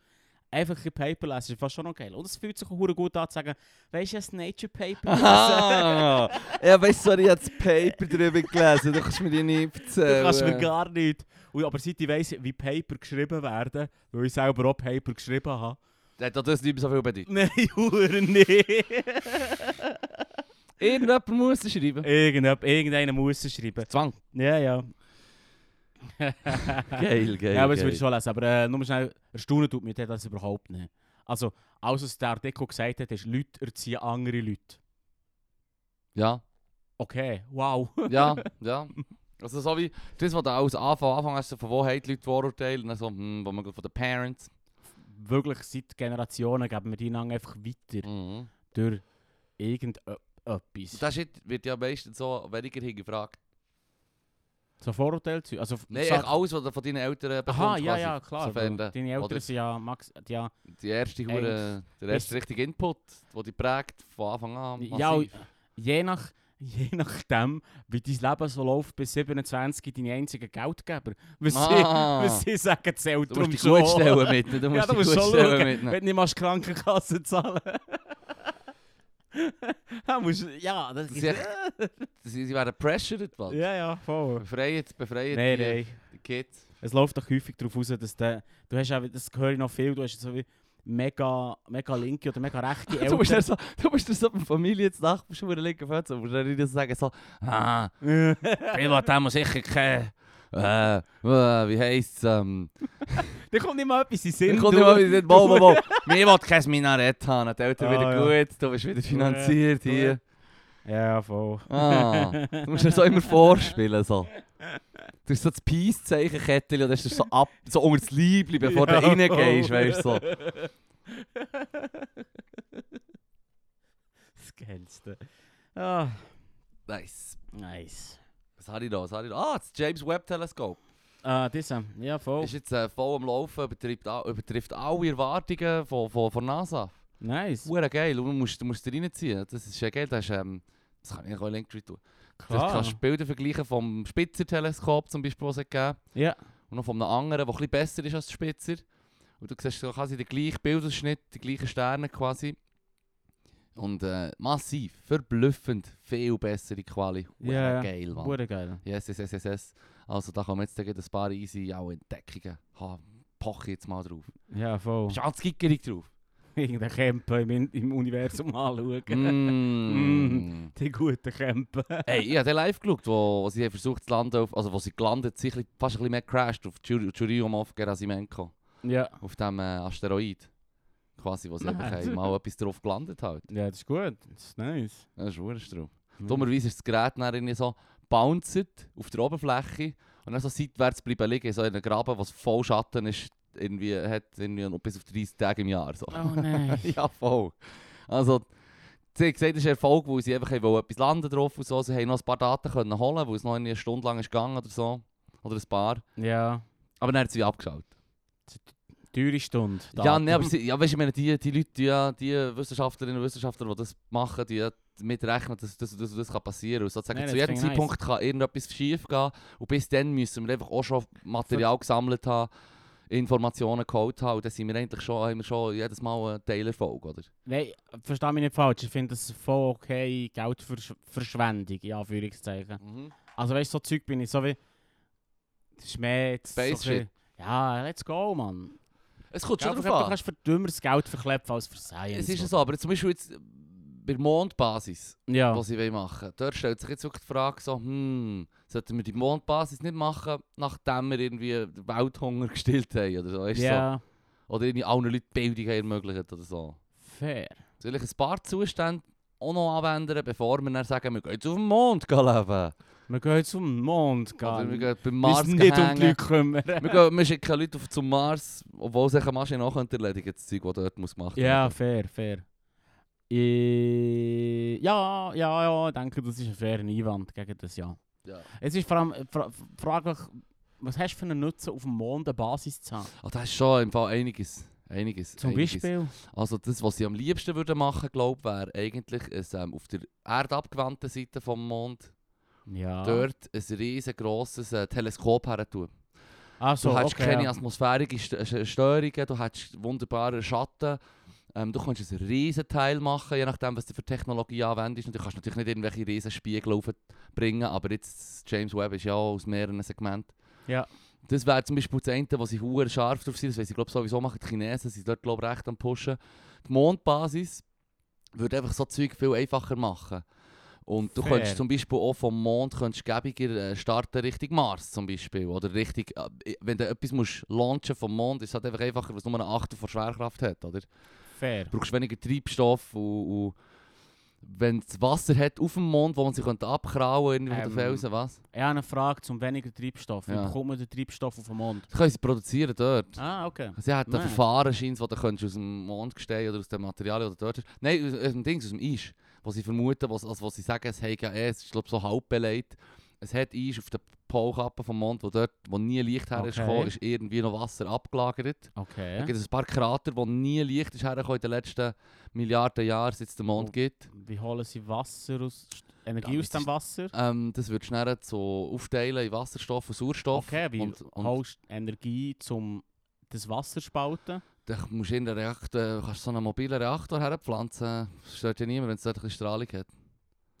Speaker 2: Einfach ein Paper lesen ist fast schon noch geil. Und es fühlt sich auch verdammt gut an zu sagen, weißt du, ein Nature [LAUGHS] Paper lesen.
Speaker 1: Ah, ja, weißt du, sorry, ich habe das Paper drüber gelesen, du kannst mir die nicht
Speaker 2: Du
Speaker 1: erzählen.
Speaker 2: kannst mir gar nicht. Und, aber seit ich weiss, wie Paper geschrieben werden, weil ich selber auch Paper geschrieben habe.
Speaker 1: Das hat das nicht mehr so viel bedeutet.
Speaker 2: Nein, Hure, nicht.
Speaker 1: Irgendjemand muss es schreiben.
Speaker 2: Irgendjemand, irgendeiner muss es schreiben.
Speaker 1: Zwang.
Speaker 2: Ja, ja. [LAUGHS]
Speaker 1: Geil, geil,
Speaker 2: Ja, aber das
Speaker 1: geil.
Speaker 2: würde ich schon lesen. Aber äh, nur schnell, erstaunen tut mich das überhaupt nicht. Also, alles, was der Deko gesagt hat, ist, Leute erziehen andere Leute.
Speaker 1: Ja,
Speaker 2: Okay, wow. [LAUGHS]
Speaker 1: ja, ja. Also so wie das, was du aus Anfang, Anfang hast, von wo haben die Leute die Vorurteile? Und dann so, hm, wo man von den Parents.
Speaker 2: Wirklich, seit Generationen geben wir die Nang einfach weiter.
Speaker 1: Mhm.
Speaker 2: Durch
Speaker 1: Und
Speaker 2: irgendetwas.
Speaker 1: das Shit wird ja meistens so weniger hingefragt.
Speaker 2: So Vorurteile zu. Also,
Speaker 1: Nein,
Speaker 2: sag-
Speaker 1: echt alles, was du von deinen Eltern bekommst.
Speaker 2: Aha, ja,
Speaker 1: quasi.
Speaker 2: ja, klar.
Speaker 1: Sofern
Speaker 2: weil
Speaker 1: du-
Speaker 2: Deine Eltern
Speaker 1: oder?
Speaker 2: sind ja, Max, ja,
Speaker 1: Die erste Hure, der erste richtige Input, der dich prägt von Anfang an.
Speaker 2: Ja,
Speaker 1: massiv.
Speaker 2: je, nach, je nachdem, wie dein Leben so läuft, bis 27 deine einzigen Geldgeber. Was,
Speaker 1: Ah.
Speaker 2: sie, was sie sagen, zählt
Speaker 1: du musst
Speaker 2: drum
Speaker 1: dich
Speaker 2: schon.
Speaker 1: gut
Speaker 2: [LAUGHS]
Speaker 1: stellen mitnehmen. Du musst
Speaker 2: ja,
Speaker 1: dich
Speaker 2: du musst
Speaker 1: gut
Speaker 2: schon
Speaker 1: stellen
Speaker 2: schauen,
Speaker 1: mitnehmen.
Speaker 2: wenn du nicht mal Krankenkasse zahlen [LAUGHS] ja, musst, ja, das
Speaker 1: Das ist echt- Sie, sie werden pressured, was?
Speaker 2: Ja, ja, voll.
Speaker 1: Befreit, befreit
Speaker 2: Nein,
Speaker 1: die, eh,
Speaker 2: nein.
Speaker 1: die Kids.
Speaker 2: Es läuft doch häufig darauf raus, dass der, du hast auch, das höre ich noch viel, du hast so wie mega, mega linke oder mega rechte Eltern.
Speaker 1: [LAUGHS] Du bist, dann so, du bist dann so bei Familie jetzt nach, bist du in der linken Fetze, musst dann nicht sagen so, ah, eh, ich will dem sicher kein, äh, äh, wie heisst es, ähm,
Speaker 2: Da kommt nicht mal etwas in den Sinn.
Speaker 1: Ich komme
Speaker 2: durch.
Speaker 1: mal wieder, mal,
Speaker 2: [LAUGHS]
Speaker 1: mal, mal. Wir wollen kein Minarett haben, dann wird
Speaker 2: Ah,
Speaker 1: wieder gut, du bist wieder finanziert
Speaker 2: Ja,
Speaker 1: hier.
Speaker 2: Ja, voll.
Speaker 1: Ah, du musst das so immer vorspielen. So. Du hast so das Peace-Zeichen-Kettchen und hast das so, ab, so unter das Liebling, bevor
Speaker 2: Ja,
Speaker 1: du reingehst, weißt du so.
Speaker 2: [LAUGHS] Das Geilste. Ah,
Speaker 1: Nice.
Speaker 2: nice.
Speaker 1: Was habe ich da? Was habe ich da? Ah, das James Webb-Teleskop.
Speaker 2: Ah, diese. Ja, voll.
Speaker 1: Ist jetzt äh, voll am Laufen, übertrifft, a- übertrifft alle Erwartungen von, von, von NASA.
Speaker 2: Nice.
Speaker 1: Hure geil, und du musst, du musst dir reinziehen. Das ist ja geil, das, ist, ähm, das kann ich auch in Linktree tun.
Speaker 2: Klar.
Speaker 1: Du kannst du Bilder vergleichen vom Spitzer-Teleskop zum Beispiel, was es gegeben
Speaker 2: Ja.
Speaker 1: Und noch von einem anderen, der ein bisschen besser ist als der Spitzer. Und du siehst so quasi den gleichen Bildausschnitt, die gleichen Sterne quasi. Und äh, massiv, verblüffend, viel bessere Quali. Hure
Speaker 2: Ja, ja.
Speaker 1: geil, Mann.
Speaker 2: Wurde geil.
Speaker 1: Yes, yes, yes, yes, yes. Also da kommen jetzt gleich ein paar easy auch Entdeckungen. Ha, poch jetzt mal drauf.
Speaker 2: Ja, [LAUGHS] voll.
Speaker 1: Bist du ganz gickerig
Speaker 2: [LAUGHS]
Speaker 1: drauf?
Speaker 2: Irgendein Camper im, In- im Universum
Speaker 1: [LAUGHS]
Speaker 2: anschauen.
Speaker 1: Mm.
Speaker 2: Die guten Camper.
Speaker 1: Hey, ich habe den live geschaut, wo, wo sie haben versucht zu landen, auf, also wo sie gelandet sind, ein bisschen- fast ein bisschen mehr crashed auf Chur- Churyumov Gerasimenko.
Speaker 2: Ja.
Speaker 1: Auf dem äh, Asteroid. Quasi, wo sie
Speaker 2: Nein.
Speaker 1: einfach haben, mal etwas drauf gelandet halt.
Speaker 2: Ja, das ist gut. Das ist nice.
Speaker 1: Das ist wurscht drauf. Dummerweise ist das Gerät dann irgendwie so bounced auf der Oberfläche und dann so seitwärts bleiben liegen, so in einem Graben, was voll Schatten ist, irgendwie, hat irgendwie noch bis auf 30 Tage im Jahr. So.
Speaker 2: Oh nein.
Speaker 1: [LAUGHS] ja, voll. Also, sie haben gesagt, das ist ein Erfolg, weil sie einfach haben wollen etwas landen drauf und so. Sie haben noch ein paar Daten können holen, weil es noch irgendwie eine Stunde lang ist gegangen oder so. Oder ein paar.
Speaker 2: ja.
Speaker 1: Aber dann hat sie wieder abgeschaut.
Speaker 2: Teure Stunde.
Speaker 1: Ja, nee,
Speaker 2: [LAUGHS]
Speaker 1: aber sie, ja, weißt, ich meine, die, die Leute, die, ja- die Wissenschaftlerinnen und Wissenschaftler, die das machen, die ja damit rechnen, dass das, das, das kann passieren kann. Sozusagen,
Speaker 2: Nein,
Speaker 1: zu
Speaker 2: das
Speaker 1: jedem
Speaker 2: finde ich
Speaker 1: Zeitpunkt kann irgendetwas schief gehen und bis dann müssen wir einfach auch schon Material gesammelt haben, Informationen geholt haben und dann sind wir eigentlich schon, haben wir schon jedes Mal einen Teilerfolg, oder?
Speaker 2: Nein, versteh mich nicht falsch. Ich finde das voll okay Geldverschwendung, in Anführungszeichen. Also weißt du, so Zeug bin ich so wie... Das ist mehr jetzt...
Speaker 1: Space
Speaker 2: so ein bisschen- Ja, let's go, man.
Speaker 1: Es kommt schon
Speaker 2: Geld
Speaker 1: drauf
Speaker 2: verkleppen
Speaker 1: an.
Speaker 2: kannst du für dümmeres Geld verkleppen als für Science.
Speaker 1: Es ist ja so,
Speaker 2: oder?
Speaker 1: aber zum Beispiel jetzt äh, bei der Mondbasis,
Speaker 2: Ja.
Speaker 1: was ich machen will, dort stellt sich jetzt wirklich die Frage, so, hm, sollten wir die Mondbasis nicht machen, nachdem wir irgendwie den Welthunger [LAUGHS] gestillt haben oder so, weißt du
Speaker 2: Ja,
Speaker 1: so. Oder irgendwie allen Leuten Bildung haben ermöglicht oder so.
Speaker 2: fair.
Speaker 1: Soll ich ein paar Zustände auch noch anwenden, bevor wir dann sagen, wir gehen jetzt auf den Mond gehen leben?
Speaker 2: Wir gehen jetzt zum Mond,
Speaker 1: Oder
Speaker 2: gell.
Speaker 1: wir
Speaker 2: Wir
Speaker 1: gehen beim Mars
Speaker 2: müssen nicht um
Speaker 1: hängen.
Speaker 2: die Leute
Speaker 1: [LAUGHS]
Speaker 2: kümmern.
Speaker 1: wir, gehen, wir schicken Leute auf zum Mars, obwohl sich eine Maschine auch erledigen könnte, das Zeug, das dort muss gemacht werden
Speaker 2: Ja, fair, fair. Ich, ja, ja, ja, ich denke, das ist ein fairer Einwand gegen das Ja.
Speaker 1: Ja.
Speaker 2: Es ist vor allem äh, fra fraglich, was hast du für einen Nutzen, auf dem Mond eine Basis zu haben?
Speaker 1: Ah, das ist schon im Fall einiges. Einiges.
Speaker 2: Zum
Speaker 1: einiges.
Speaker 2: Beispiel.
Speaker 1: Also das, was ich am liebsten würde machen, glaube wäre eigentlich ein, ähm, auf der erdabgewandten Seite vom Mond
Speaker 2: Ja.
Speaker 1: dort ein riesengroßes äh, Teleskop her tun.
Speaker 2: Ah,
Speaker 1: Du
Speaker 2: so,
Speaker 1: hättest
Speaker 2: okay,
Speaker 1: keine
Speaker 2: ja.
Speaker 1: atmosphärischen Störungen, du hättest wunderbare Schatten. Ähm, du kannst ein riesen Teil machen, je nachdem, was du für Technologie anwendest. Und du kannst natürlich nicht irgendwelche riesen Spiegel bringen, aber jetzt das James Webb ist ja auch aus mehreren Segmenten.
Speaker 2: Ja.
Speaker 1: Das wäre zum Beispiel das eine, was ich hure scharf drauf sind. Das weiß ich glaube sowieso machen die Chinesen, sind dort glaube recht am pushen. Die Mondbasis würde einfach so Zeug viel einfacher machen. Und du
Speaker 2: Fair.
Speaker 1: könntest zum Beispiel auch vom Mond könntest gäbiger äh, starten Richtung Mars zum Beispiel. Oder richtig, äh, wenn du etwas musst launchen vom Mond, ist es halt einfach einfacher, weil es nur eine Achtel von Schwerkraft hat, oder?
Speaker 2: Fair.
Speaker 1: brauchst weniger Treibstoff und, und wenn es Wasser hat auf dem Mond, wo man sich könnte abkrauen könnte,
Speaker 2: Ähm.
Speaker 1: ähm. von den Felsen, was?
Speaker 2: Ich habe eine Frage zum weniger Treibstoff. Wie
Speaker 1: Ja.
Speaker 2: bekommt man den Treibstoff auf dem Mond?
Speaker 1: Das können sie produzieren dort.
Speaker 2: Ah, okay.
Speaker 1: Sie hat
Speaker 2: Nein.
Speaker 1: ein Also Verfahren, scheint, das du könntest aus dem Mondgestein oder aus dem Material oder dort. Nein, aus, aus dem Dings, aus dem Eis. Was sie vermuten, was, also was sie sagen, es hat ja eh, es ist glaub, so halb belegt. Es hat Eis auf der Polkappe vom Mond, wo dort, wo nie Licht her ist,
Speaker 2: Okay.
Speaker 1: gekommen, ist irgendwie noch Wasser abgelagert. Da
Speaker 2: Okay.
Speaker 1: gibt es ein paar Krater, wo nie Licht ist hergekommen in den letzten Milliarden Jahren, seit es den Mond
Speaker 2: Oh.
Speaker 1: gibt.
Speaker 2: Wie holen sie Wasser aus, Energie
Speaker 1: Ja,
Speaker 2: aus
Speaker 1: das
Speaker 2: dem
Speaker 1: ist-
Speaker 2: Wasser?
Speaker 1: Ähm, das würdest du dann so aufteilen in Wasserstoff und Sauerstoff.
Speaker 2: Okay, wie
Speaker 1: und, und
Speaker 2: holst du Energie, um das Wasser zu spalten?
Speaker 1: dann musst du in den Reaktor, kannst so einen mobilen Reaktor herpflanzen. Das stört ja niemand, wenn es dort ein bisschen Strahlung hat.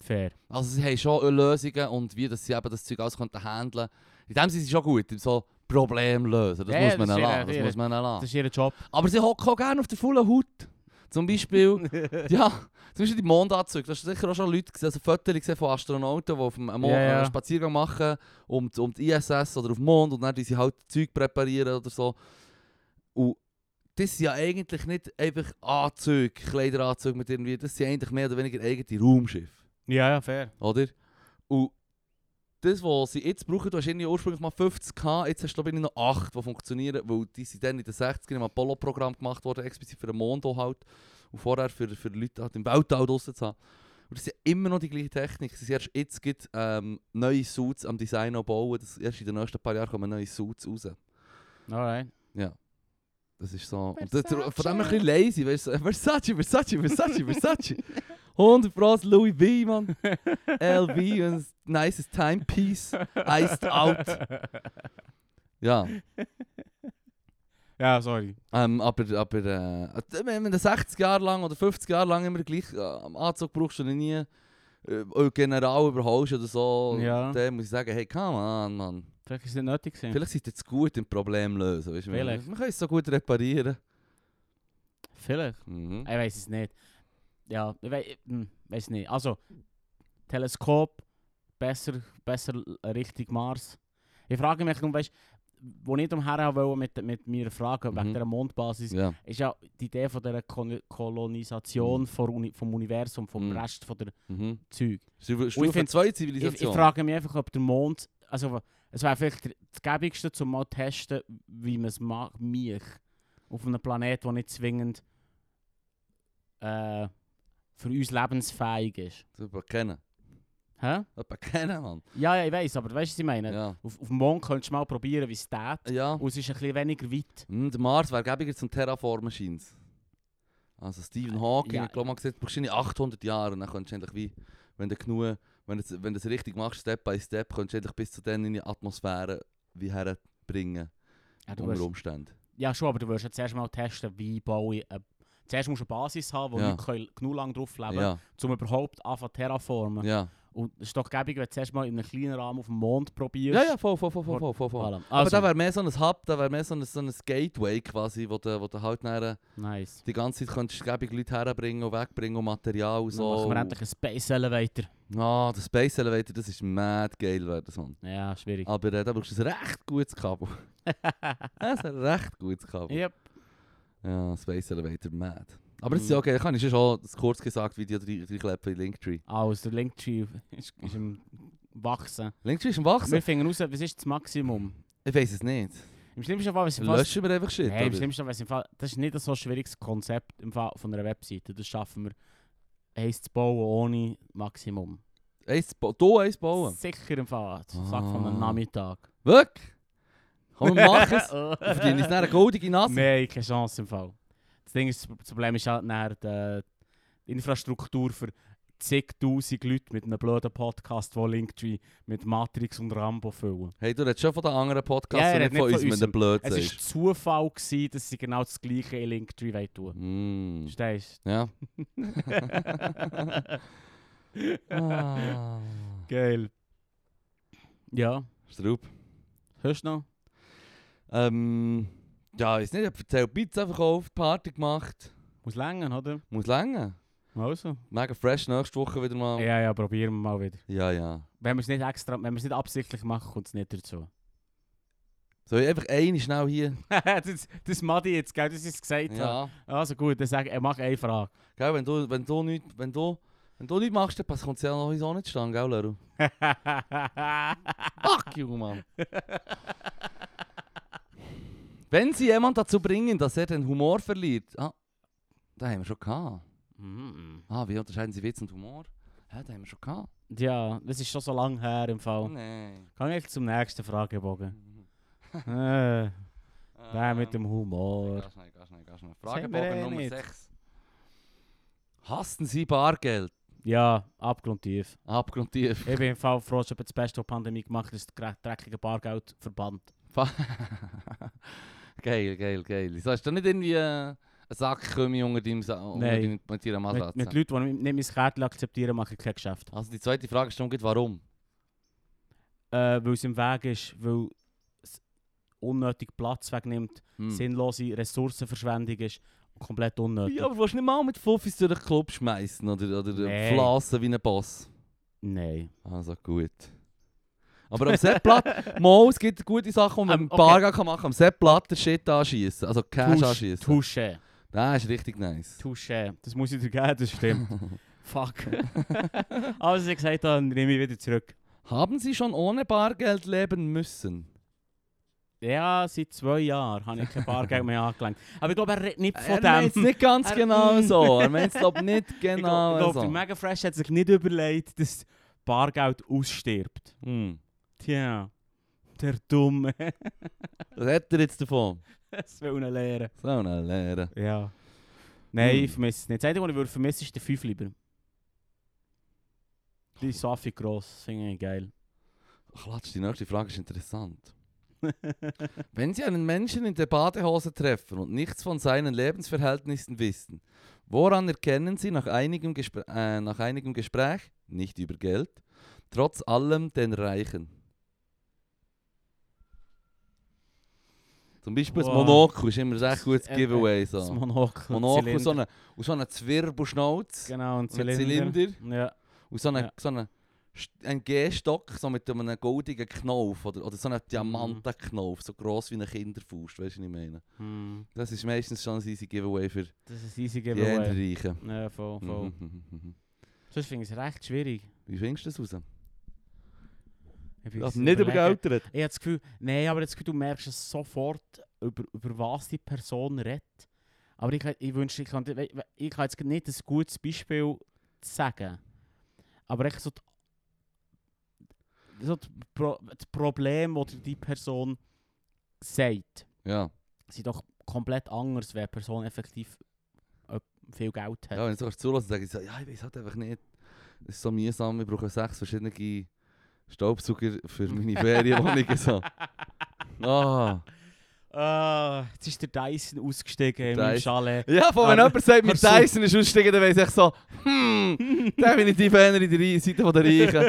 Speaker 2: Fair.
Speaker 1: Also sie haben schon Lösungen und wie dass sie eben das Zeug alles könnten handeln könnten. In dem sind sie schon gut, im so Problem lösen. Das
Speaker 2: Ja,
Speaker 1: muss
Speaker 2: ja,
Speaker 1: man
Speaker 2: das ist
Speaker 1: erlangen,
Speaker 2: ihre-
Speaker 1: das
Speaker 2: ihre-
Speaker 1: muss man
Speaker 2: Das
Speaker 1: erlangen.
Speaker 2: ist ihr Job.
Speaker 1: Aber sie hocken auch gerne auf der vollen Haut. Zum
Speaker 2: [LAUGHS]
Speaker 1: Beispiel... Ja, zum Beispiel die Mondanzüge. Da hast du sicher auch schon Leute gesehen, also Fotos gesehen von Astronauten, die auf dem Mond
Speaker 2: Ja, ja.
Speaker 1: einen Spaziergang machen, um, die- um die ISS oder auf dem Mond und dann die sie halt Zeug präparieren oder so. Und das sind ja eigentlich nicht einfach Anzüge, Kleideranzüge mit irgendwie, das sind eigentlich mehr oder weniger eigene Raumschiffe.
Speaker 2: Ja, ja, fair.
Speaker 1: Oder? Und das, was sie jetzt brauchen, du hast irgendwie ursprünglich mal 50 gehabt, jetzt hast du glaube ich noch 8, die funktionieren, weil die sind dann in den 60ern im Apollo-Programm gemacht worden, explizit für den Mond auch halt. Und vorher für, für Leute halt im Weltall draussen zu haben. Und das ist immer noch die gleiche Technik. Sie sind erst jetzt gibt ähm, neue Suits am Design auch bauen. Das, erst in den nächsten paar Jahren kommen neue Suits raus.
Speaker 2: Alright.
Speaker 1: Das ist so. Und das, von dem ein bisschen lazy, weißt du? Versace, Versace, Versace, Versace. 100 Bros, Louis V, Mann. LV, ein nices Timepiece. Iced out. Ja,
Speaker 2: Ja, sorry.
Speaker 1: ähm, aber, aber äh, wenn wenn du 60 Jahre lang oder 50 Jahre lang immer gleich äh, am Anzug brauchst und ihn nie äh, general überholst oder so,
Speaker 2: Ja.
Speaker 1: dann muss ich sagen: hey, come on, Mann.
Speaker 2: Vielleicht ist es nicht nötig gewesen.
Speaker 1: Vielleicht seid ihr zu gut im Problem lösen. Weißt du? Wir-
Speaker 2: Vielleicht.
Speaker 1: Wir können es so gut reparieren.
Speaker 2: Vielleicht.
Speaker 1: Mhm.
Speaker 2: Ich weiß es nicht. Ja, ich weiß es nicht. Also, Teleskop, besser, besser Richtung Mars. Ich frage mich, weißt, wo ich umher wollte mit, mit meiner Frage
Speaker 1: Mhm.
Speaker 2: wegen dieser Mondbasis,
Speaker 1: Ja.
Speaker 2: ist ja die Idee von dieser Kon Kolonisation
Speaker 1: Mhm.
Speaker 2: vor Uni vom Universum, vom
Speaker 1: Mhm.
Speaker 2: Rest von der
Speaker 1: Mhm.
Speaker 2: Zeug.
Speaker 1: Stufe,
Speaker 2: Und ich
Speaker 1: Stufe
Speaker 2: find-
Speaker 1: 2
Speaker 2: Ich, ich
Speaker 1: Zivilisation.
Speaker 2: frage mich einfach, ob der Mond, also w- es wäre vielleicht der- das Gäbigste, um mal zu testen, wie man es macht, mich auf einem Planeten, der nicht zwingend äh, für uns lebensfähig ist.
Speaker 1: Jemand kennen.
Speaker 2: Hä?
Speaker 1: Jemand kennen, Mann.
Speaker 2: Ja, ja, ich weiß, aber weißt du, was ich meine?
Speaker 1: Ja.
Speaker 2: Auf, auf dem Mond könntest du mal probieren, wie es geht.
Speaker 1: ja.
Speaker 2: Und es ist ein bisschen weniger weit.
Speaker 1: Hm, der Mars wäre gäbiger zum Terraformen scheint Also Stephen Hawking
Speaker 2: ja.
Speaker 1: hat glaub mal gesagt, du brauchst irgendwie 800 Jahre und dann könntest du endlich wie, wenn du genug, wenn du es- wenn du es richtig machst, Step by Step, könntest du endlich bis zu dann in die Atmosphäre wie herbringen,
Speaker 2: Ja, du
Speaker 1: unter
Speaker 2: wirst,
Speaker 1: Umständen.
Speaker 2: ja schon, aber du wirst ja zuerst mal testen, wie baue ich... Äh, zuerst musst du eine Basis haben, wo
Speaker 1: Ja.
Speaker 2: Leute können genug lang drauf leben können,
Speaker 1: Ja,
Speaker 2: um überhaupt anfangen zu terraformen.
Speaker 1: ja.
Speaker 2: Und es ist doch gäbig, wenn du zuerst mal in einem kleinen Rahmen auf dem Mond probierst.
Speaker 1: Ja, ja, voll, voll, voll, voll, voll, voll. voll.
Speaker 2: dus- Voilà.
Speaker 1: Aber
Speaker 2: Also,
Speaker 1: da wäre mehr so ein Hub, da wäre mehr so ein, so ein Gateway quasi, eh, wo du, wo du halt nachher
Speaker 2: nice.
Speaker 1: die ganze Zeit könntest gäbig Leute herbringen und wegbringen und Material und
Speaker 2: Dann machen
Speaker 1: so.
Speaker 2: wir endlich einen Space Elevator.
Speaker 1: Ah, der Space Elevator, das ist mad geil, wäre das, Mann.
Speaker 2: Ja, schwierig.
Speaker 1: Aber äh, da brauchst du ein recht gutes
Speaker 2: [LAUGHS]
Speaker 1: Kabel. das ist ein recht gutes Kabel.
Speaker 2: Yep.
Speaker 1: Ja, Space Elevator, mad. Aber das ist
Speaker 2: Mhm.
Speaker 1: ja okay, da kann ich schon auch das kurz gesagt Video reinkleppen in Linktree.
Speaker 2: Alles, der Linktree ist, ist im Wachsen.
Speaker 1: Linktree ist am Wachsen?
Speaker 2: Wir finden raus, was ist das Maximum?
Speaker 1: Ich weiß es nicht.
Speaker 2: Im schlimmsten Fall, wenn es fast...
Speaker 1: Löschen wir einfach Shit,
Speaker 2: Nein, im
Speaker 1: oder?
Speaker 2: schlimmsten Fall, wenn es im Fall... Das ist nicht ein so schwieriges Konzept im Fall von einer Webseite. Das schaffen wir. Eins zu bauen ohne Maximum.
Speaker 1: Eins ba- Du eins bauen.
Speaker 2: Sicher im Fall. Sache von
Speaker 1: Ah.
Speaker 2: einem Nachmittag.
Speaker 1: Wirklich? Komm,
Speaker 2: [LAUGHS]
Speaker 1: wir machen es.
Speaker 2: Oh.
Speaker 1: Und verdienen uns dann eine goldige Nase.
Speaker 2: Nein, keine Chance im Fall. Das Ding ist, das Problem ist halt nachher die- die Infrastruktur für zigtausend Leute mit einem blöden Podcast, die Linktree mit Matrix und Rambo füllen.
Speaker 1: Hey, du redest schon von den anderen Podcasts
Speaker 2: Ja, er
Speaker 1: und
Speaker 2: redet
Speaker 1: nicht von
Speaker 2: nicht
Speaker 1: uns,
Speaker 2: von
Speaker 1: wenn du
Speaker 2: unserem.
Speaker 1: blöd
Speaker 2: Es war
Speaker 1: sagst.
Speaker 2: Zufall, gewesen, dass sie genau das gleiche nou in Linktree wollen tun
Speaker 1: Mm,
Speaker 2: Verstehst
Speaker 1: Ja.
Speaker 2: du?
Speaker 1: ah.
Speaker 2: [LAUGHS] Geil. Ja,
Speaker 1: Straub.
Speaker 2: hörst du noch?
Speaker 1: Ähm, ja, ist nicht, ich erzählt, Pizza verkauft, Party gemacht.
Speaker 2: Muss länger, oder?
Speaker 1: Muss länger.
Speaker 2: Also.
Speaker 1: Mega fresh, nächste Woche wieder mal.
Speaker 2: Ja, ja, probieren wir mal wieder.
Speaker 1: Ja, ja.
Speaker 2: Wenn wir es nicht extra, wenn wir es nicht absichtlich machen, kommt es nicht [LAUGHS] dazu.
Speaker 1: Soll ich einfach eine schnell hier?
Speaker 2: das, das Madi jetzt, gell, das ist gesagt. hat.
Speaker 1: Ja.
Speaker 2: Also gut, dann sag, er macht eine Frage.
Speaker 1: Gell, wenn du, wenn du nichts, wenn du, wenn du nichts machst, dann kommt es ja noch sowieso nicht zustande, gell, Leru? Fuck you, Mann. Wenn sie jemand dazu bringen, dass er den Humor verliert. Ah, da haben wir schon gehabt.
Speaker 2: Mm.
Speaker 1: Ah, wie unterscheiden sie Witz und Humor? Hä, da haben wir schon gehabt.
Speaker 2: ja, das ist schon so lange her im Fall.
Speaker 1: Nein.
Speaker 2: Kann ich zum nächsten Fragebogen? äh, der mit
Speaker 1: Ähm.
Speaker 2: dem Humor.
Speaker 1: Ganz schnell, ganz schnell, ganz schnell.
Speaker 2: haben wir
Speaker 1: Fragebogen
Speaker 2: eh
Speaker 1: Nummer
Speaker 2: nicht.
Speaker 1: 6. Hassen Sie Bargeld?
Speaker 2: Ja, abgrundtief. [LAUGHS]
Speaker 1: Abgrundtief.
Speaker 2: Ich bin im Fall froh, dass das Beste der Pandemie gemacht ist, das dre- dreckige Bargeld verbannt.
Speaker 1: Fa- geil, geil, geil. Wieso hast du nicht irgendwie äh, einen Sack Krümmi unter deinem Sa unter
Speaker 2: Nein.
Speaker 1: deinem- mit deiner
Speaker 2: Mit,
Speaker 1: Matratze?
Speaker 2: mit Leuten, die nicht mein Kärtchen akzeptieren, mache ich kein Geschäft.
Speaker 1: also die zweite Frage ist schon gut, warum?
Speaker 2: Äh, weil es im Weg ist, weil es unnötig Platz wegnimmt,
Speaker 1: Hm.
Speaker 2: sinnlose Ressourcenverschwendung ist und komplett unnötig.
Speaker 1: Ja, aber du willst nicht mal mit Fuffis durch den Club schmeißen oder, oder äh,
Speaker 2: Nein.
Speaker 1: flasen wie ein Boss.
Speaker 2: Nein.
Speaker 1: Also gut. Aber am
Speaker 2: [LAUGHS]
Speaker 1: Seppblatt, mal, es gibt gute Sachen, die man
Speaker 2: Ähm,
Speaker 1: im
Speaker 2: okay.
Speaker 1: Barga kann machen kann. Am Seppblatt den Shit anschießen, also Cash
Speaker 2: Touche,
Speaker 1: anschießen.
Speaker 2: Touche,
Speaker 1: Das ist richtig nice.
Speaker 2: Touche. Das muss ich dir geben, das stimmt. [LAUGHS] Fuck. Alles, was ich gesagt habe, nehme ich wieder zurück.
Speaker 1: Haben Sie schon ohne Bargeld leben müssen?
Speaker 2: Ja, seit zwei Jahren habe ich kein Bargeld mehr angelangt. Aber ich glaube, er redet nicht von
Speaker 1: er meint's
Speaker 2: dem.
Speaker 1: nicht ganz
Speaker 2: Er- Mm.
Speaker 1: genau so. Er meint es glaube nicht
Speaker 2: [LAUGHS] ich glaube,
Speaker 1: genau
Speaker 2: ich glaube,
Speaker 1: so.
Speaker 2: der Mega Fresh hat sich nicht überlegt, dass Bargeld ausstirbt.
Speaker 1: Hm.
Speaker 2: Tja, der Dumme. [LAUGHS]
Speaker 1: Was hat er jetzt davon?
Speaker 2: das will eine Lehre.
Speaker 1: So eine Lehre.
Speaker 2: Ja. Nein,
Speaker 1: Hm.
Speaker 2: ich vermisse es nicht. Das Einzige, was ich würde vermissen, ist der 5 lieber. Die ist so viel gross, das finde ich geil.
Speaker 1: Klatsch, die nächste Frage ist interessant. [LAUGHS] Wenn Sie einen Menschen in der Badehose treffen und nichts von seinen Lebensverhältnissen wissen, woran erkennen Sie nach einigem, Gespr äh, nach einigem Gespräch, nicht über Geld, trotz allem den Reichen? Zum Beispiel das
Speaker 2: Wow.
Speaker 1: Monokel ist immer ein echt gutes
Speaker 2: Äh, äh,
Speaker 1: Giveaway.
Speaker 2: Das
Speaker 1: So.
Speaker 2: Monokel.
Speaker 1: Monokel, so
Speaker 2: Zylinder.
Speaker 1: eine, und so eine Zwirbelschnauz
Speaker 2: Genau, ein
Speaker 1: und ein
Speaker 2: Zylinder.
Speaker 1: Zylinder.
Speaker 2: Ja.
Speaker 1: Und so, eine,
Speaker 2: Ja.
Speaker 1: so eine, St- ein G-Stock so mit einem goldigen Knauf oder, oder so
Speaker 2: Mhm.
Speaker 1: einem Diamantenknauf, so gross wie ein Kinderfaust, weißt du, was ich meine?
Speaker 2: Hm.
Speaker 1: Das ist meistens schon ein easy Giveaway für
Speaker 2: Das ist ein easy
Speaker 1: die
Speaker 2: Giveaway.
Speaker 1: Händlerreichen.
Speaker 2: Ja, voll, voll.
Speaker 1: Mhm.
Speaker 2: Sonst finde ich es recht schwierig.
Speaker 1: [LAUGHS] Wie findest du das raus?
Speaker 2: Ich bin
Speaker 1: Du hast
Speaker 2: jetzt
Speaker 1: nicht über
Speaker 2: überlegen.
Speaker 1: Geld geredet.
Speaker 2: Ich habe das Gefühl, nein, aber das Gefühl, du merkst es sofort, über, über was die Person redet. Aber ich, kann- ich wünschte, ich kann, we- we- ich kann jetzt nicht ein gutes Beispiel sagen. Aber echt so, die, so das, Pro, das Problem, das dir die Person sagt,
Speaker 1: Ja.
Speaker 2: sind doch komplett anders, wenn die Person effektiv äh, viel Geld hat.
Speaker 1: ja, wenn du so zulässt, sage ich so, ja, ich weiß halt einfach nicht. Das ist so mühsam, wir brauchen sechs verschiedene Staubsauger für
Speaker 2: [LAUGHS]
Speaker 1: meine Ferienwohnungen. So. Ah.
Speaker 2: Ah, jetzt ist der Dyson ausgestiegen in meinem
Speaker 1: Dyson.
Speaker 2: Chalet.
Speaker 1: Ja, von wenn
Speaker 2: Aber-
Speaker 1: jemand sagt, mit
Speaker 2: aber so-
Speaker 1: Dyson ist aussteigen, dann weiss ich so, hm, definitiv einer in der Rei- Seite von der
Speaker 2: [LAUGHS]
Speaker 1: Reichen.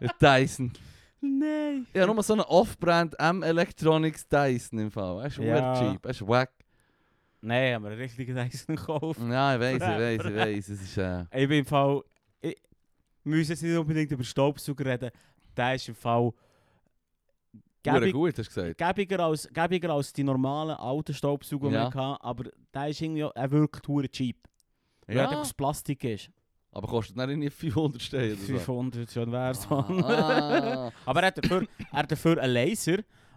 Speaker 1: Der Dyson.
Speaker 2: Nein.
Speaker 1: Ja, nur so einen Off-Brand M Electronics Dyson im Fall. Er ist
Speaker 2: Ja.
Speaker 1: ja. cheap, er ist wack.
Speaker 2: Nein, aber einen richtigen Dyson [LAUGHS] gekauft.
Speaker 1: Ja, ich weiss, ich weiss, ich weiss. Es ist, äh,
Speaker 2: Ich bin im Fall. Ich, wir müssen jetzt nicht unbedingt über Staubsauger reden. Der ist im Fall.
Speaker 1: Gäbig.
Speaker 2: Gäbig,
Speaker 1: gut, hast du gesagt.
Speaker 2: gäbiger, als, gäbiger als die normalen alten Staubsauger, die
Speaker 1: Ja.
Speaker 2: wir hatten. Aber der ist irgendwie. auch- Er wirkt hure cheap. Weil er
Speaker 1: Ja.
Speaker 2: doch aus Plastik ist.
Speaker 1: Aber kostet dann nicht 500 Steine oder so.
Speaker 2: 500 schon wär's. Mann.
Speaker 1: dus Ah,
Speaker 2: [LAUGHS]
Speaker 1: ah.
Speaker 2: Aber er hat dafür, er hat dafür einen Laser,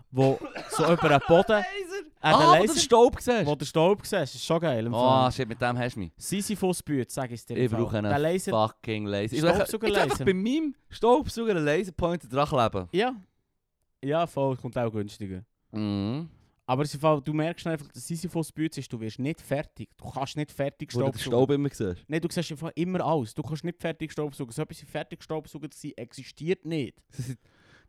Speaker 2: der so über den Boden. Er hat
Speaker 1: ah,
Speaker 2: einen
Speaker 1: wo du den
Speaker 2: Laser,
Speaker 1: Staub siehst.
Speaker 2: wo der Staub siehst. Ist schon geil. im
Speaker 1: Ah,
Speaker 2: Fall.
Speaker 1: shit, mit dem hast du mich.
Speaker 2: Sisyphus-Büte, sag ich dir. im
Speaker 1: Ich
Speaker 2: Fall.
Speaker 1: brauche einen
Speaker 2: Der Laser.
Speaker 1: Fucking Laser. Ich
Speaker 2: Staubsauger
Speaker 1: will einfach
Speaker 2: Laser.
Speaker 1: bei meinem Staubsauger einen Laserpointer dran kleben.
Speaker 2: Ja. Ja, voll. Kommt auch günstiger.
Speaker 1: Mhm.
Speaker 2: Aber es ist im Fall, du merkst einfach, dass Sisyphus Bütz ist, du wirst nicht fertig. Du kannst nicht fertig
Speaker 1: Wo du den
Speaker 2: Staubsaugen.
Speaker 1: Staub immer siehst. [LAUGHS]
Speaker 2: Nein, du siehst im Fall immer alles. Du kannst nicht fertig Staubsaugen. So etwas wie fertig Staubsaugen zu sein, existiert nicht.
Speaker 1: Sie sind-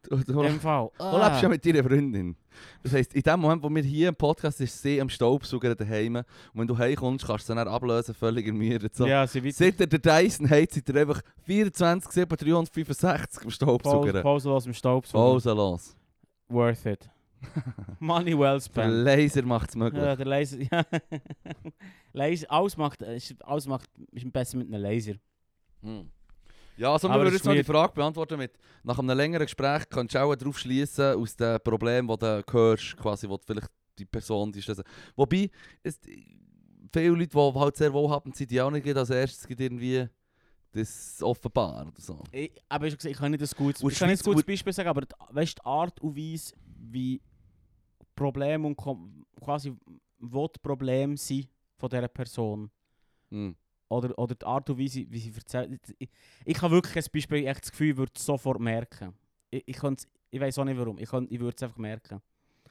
Speaker 1: Du, du,
Speaker 2: Im Fall.
Speaker 1: du
Speaker 2: Ah.
Speaker 1: lebst ja mit deiner Freundin. Das heisst, in dem Moment, wo wir hier im Podcast sind, ist sie am Staubsauger daheim. Und wenn du heimkommst, kannst du sie dann ablösen, völlig ermüdet. So.
Speaker 2: Ja, sie wird
Speaker 1: Seit ihr der Dyson hat, seid ihr einfach 24, 7, 365 am
Speaker 2: Pause,
Speaker 1: Staubsauger.
Speaker 2: Pause aus dem Staubsaugen.
Speaker 1: Pause los. [LAUGHS]
Speaker 2: Worth it. Money well
Speaker 1: Der
Speaker 2: spent.
Speaker 1: Laser macht es möglich.
Speaker 2: Ja, der Laser. [LAUGHS] Ja. Laser ausmacht, ist, ausmacht, ist besser mit einem Laser.
Speaker 1: Hm. Ja, also wir
Speaker 2: Aber
Speaker 1: würden
Speaker 2: das
Speaker 1: jetzt noch die
Speaker 2: ist
Speaker 1: Frage beantworten mit, nach einem längeren Gespräch kannst du auch darauf schließen aus dem Problem, das du hörst, quasi, wo du vielleicht die Person die ist. das- Wobei, es, viele Leute, die halt sehr wohlhabend sind, die auch nicht als erstes gibt irgendwie das offenbar oder so.
Speaker 2: Ich, aber ich, hab gesagt, ich kann nicht ein gutes,
Speaker 1: Und
Speaker 2: ich kann nicht ein
Speaker 1: Schweiz-
Speaker 2: gutes Beispiel sagen, aber die, weißt, die Art und Weise, wie Probleme und kom- quasi wo die Probleme sind von dieser Person.
Speaker 1: Hm.
Speaker 2: Oder, oder die Art und Weise, wie sie erzählt. Ich, ich habe wirklich ein Beispiel, ich hab das Gefühl, ich würde es sofort merken. Ich, ich, kann's- ich weiß auch nicht warum, ich, kann- ich würde es einfach merken.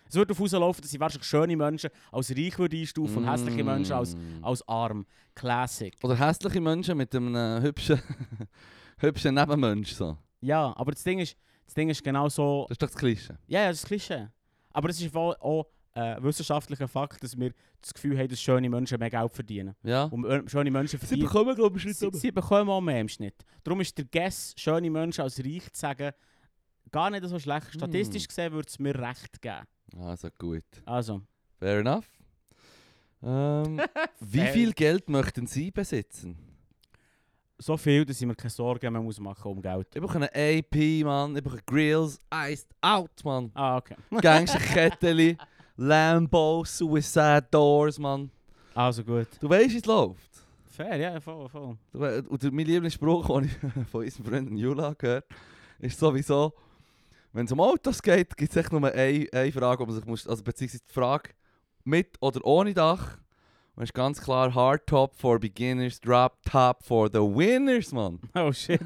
Speaker 2: Es würde darauf rauslaufen, dass ich wahrscheinlich schöne Menschen als reich würde einstufen und hässliche Menschen als,
Speaker 1: Mm.
Speaker 2: als arm. Classic.
Speaker 1: Oder hässliche Menschen mit einem äh, hübschen, [LAUGHS] hübschen Nebenmensch. So.
Speaker 2: Ja, aber das Ding ist, das Ding ist genau so...
Speaker 1: Das ist doch das Klischee.
Speaker 2: Ja, ja, das ist ein Klischee. Aber es ist wohl auch äh, wissenschaftlicher Fakt, dass wir das Gefühl haben, dass schöne Menschen mehr Geld verdienen.
Speaker 1: Ja.
Speaker 2: Und äh, schöne Menschen
Speaker 1: Sie
Speaker 2: verdienen.
Speaker 1: bekommen, glaube ich, nicht
Speaker 2: Sie,
Speaker 1: aber.
Speaker 2: sie bekommen auch mehr im Schnitt. Darum ist der Guess, schöne Menschen als reich zu sagen, gar nicht so schlecht. Statistisch gesehen würde es mir recht geben.
Speaker 1: Also gut.
Speaker 2: Also,
Speaker 1: Fair enough. Ähm, wie
Speaker 2: Fair.
Speaker 1: viel Geld möchten Sie besitzen?
Speaker 2: so viel, dass ich mir keine Sorgen mehr muss machen um Geld.
Speaker 1: Ich brauche einen AP, Mann. Ich brauche Grills, Iced Out,
Speaker 2: [LAUGHS]
Speaker 1: Mann.
Speaker 2: Ah, okay.
Speaker 1: Gangsterkettchen, Lambo, Suicide Doors, Mann.
Speaker 2: Also gut.
Speaker 1: Du weißt, wie es läuft.
Speaker 2: Fair, ja, voll, voll.
Speaker 1: Du we- äh, Und der- mein Lieblingsspruch, [LAUGHS] den ich von unserem Freund Jula gehört ist sowieso, wenn es um Autos geht, gibt es echt nur eine, eine Frage, ob man sich muss, also beziehungsweise die Frage mit oder ohne Dach. Und es ist ganz klar Hardtop for Beginners, Drop Top for the Winners, Mann.
Speaker 2: [LAUGHS] Oh shit.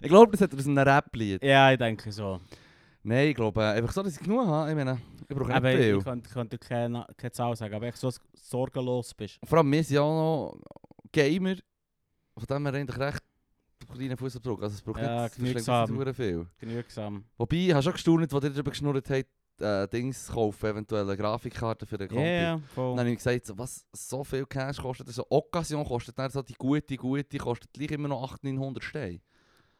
Speaker 1: Ich glaube, das hat er aus einem Rap-Lied.
Speaker 2: ja, ich denke so.
Speaker 1: Nein, ich glaube, äh, einfach so, dass ich genug habe. Ich meine, ich brauche nicht
Speaker 2: Aber ich- ich
Speaker 1: viel.
Speaker 2: könnte, könnte keine, keine Zahl sagen, aber echt so sorgenlos bist.
Speaker 1: Vor allem, wir sind ja auch noch Gamer. Von dem her eigentlich recht kleinen Fußabdruck. Also es braucht
Speaker 2: Ja,
Speaker 1: nicht, verschlingt
Speaker 2: genügsam.
Speaker 1: nicht verdammt viel.
Speaker 2: Genügsam.
Speaker 1: Wobei, ich habe schon gestaunt, als ihr darüber geschnurrt habt, äh, Dings zu kaufen, eventuell eine Grafikkarte für den
Speaker 2: Ja,
Speaker 1: Kompi.
Speaker 2: yeah, voll.
Speaker 1: Dann habe ich gesagt, so, was so viel Cash kostet, so Occasion kostet, dann so die gute, gute, kostet gleich immer noch 800, 900 Steine.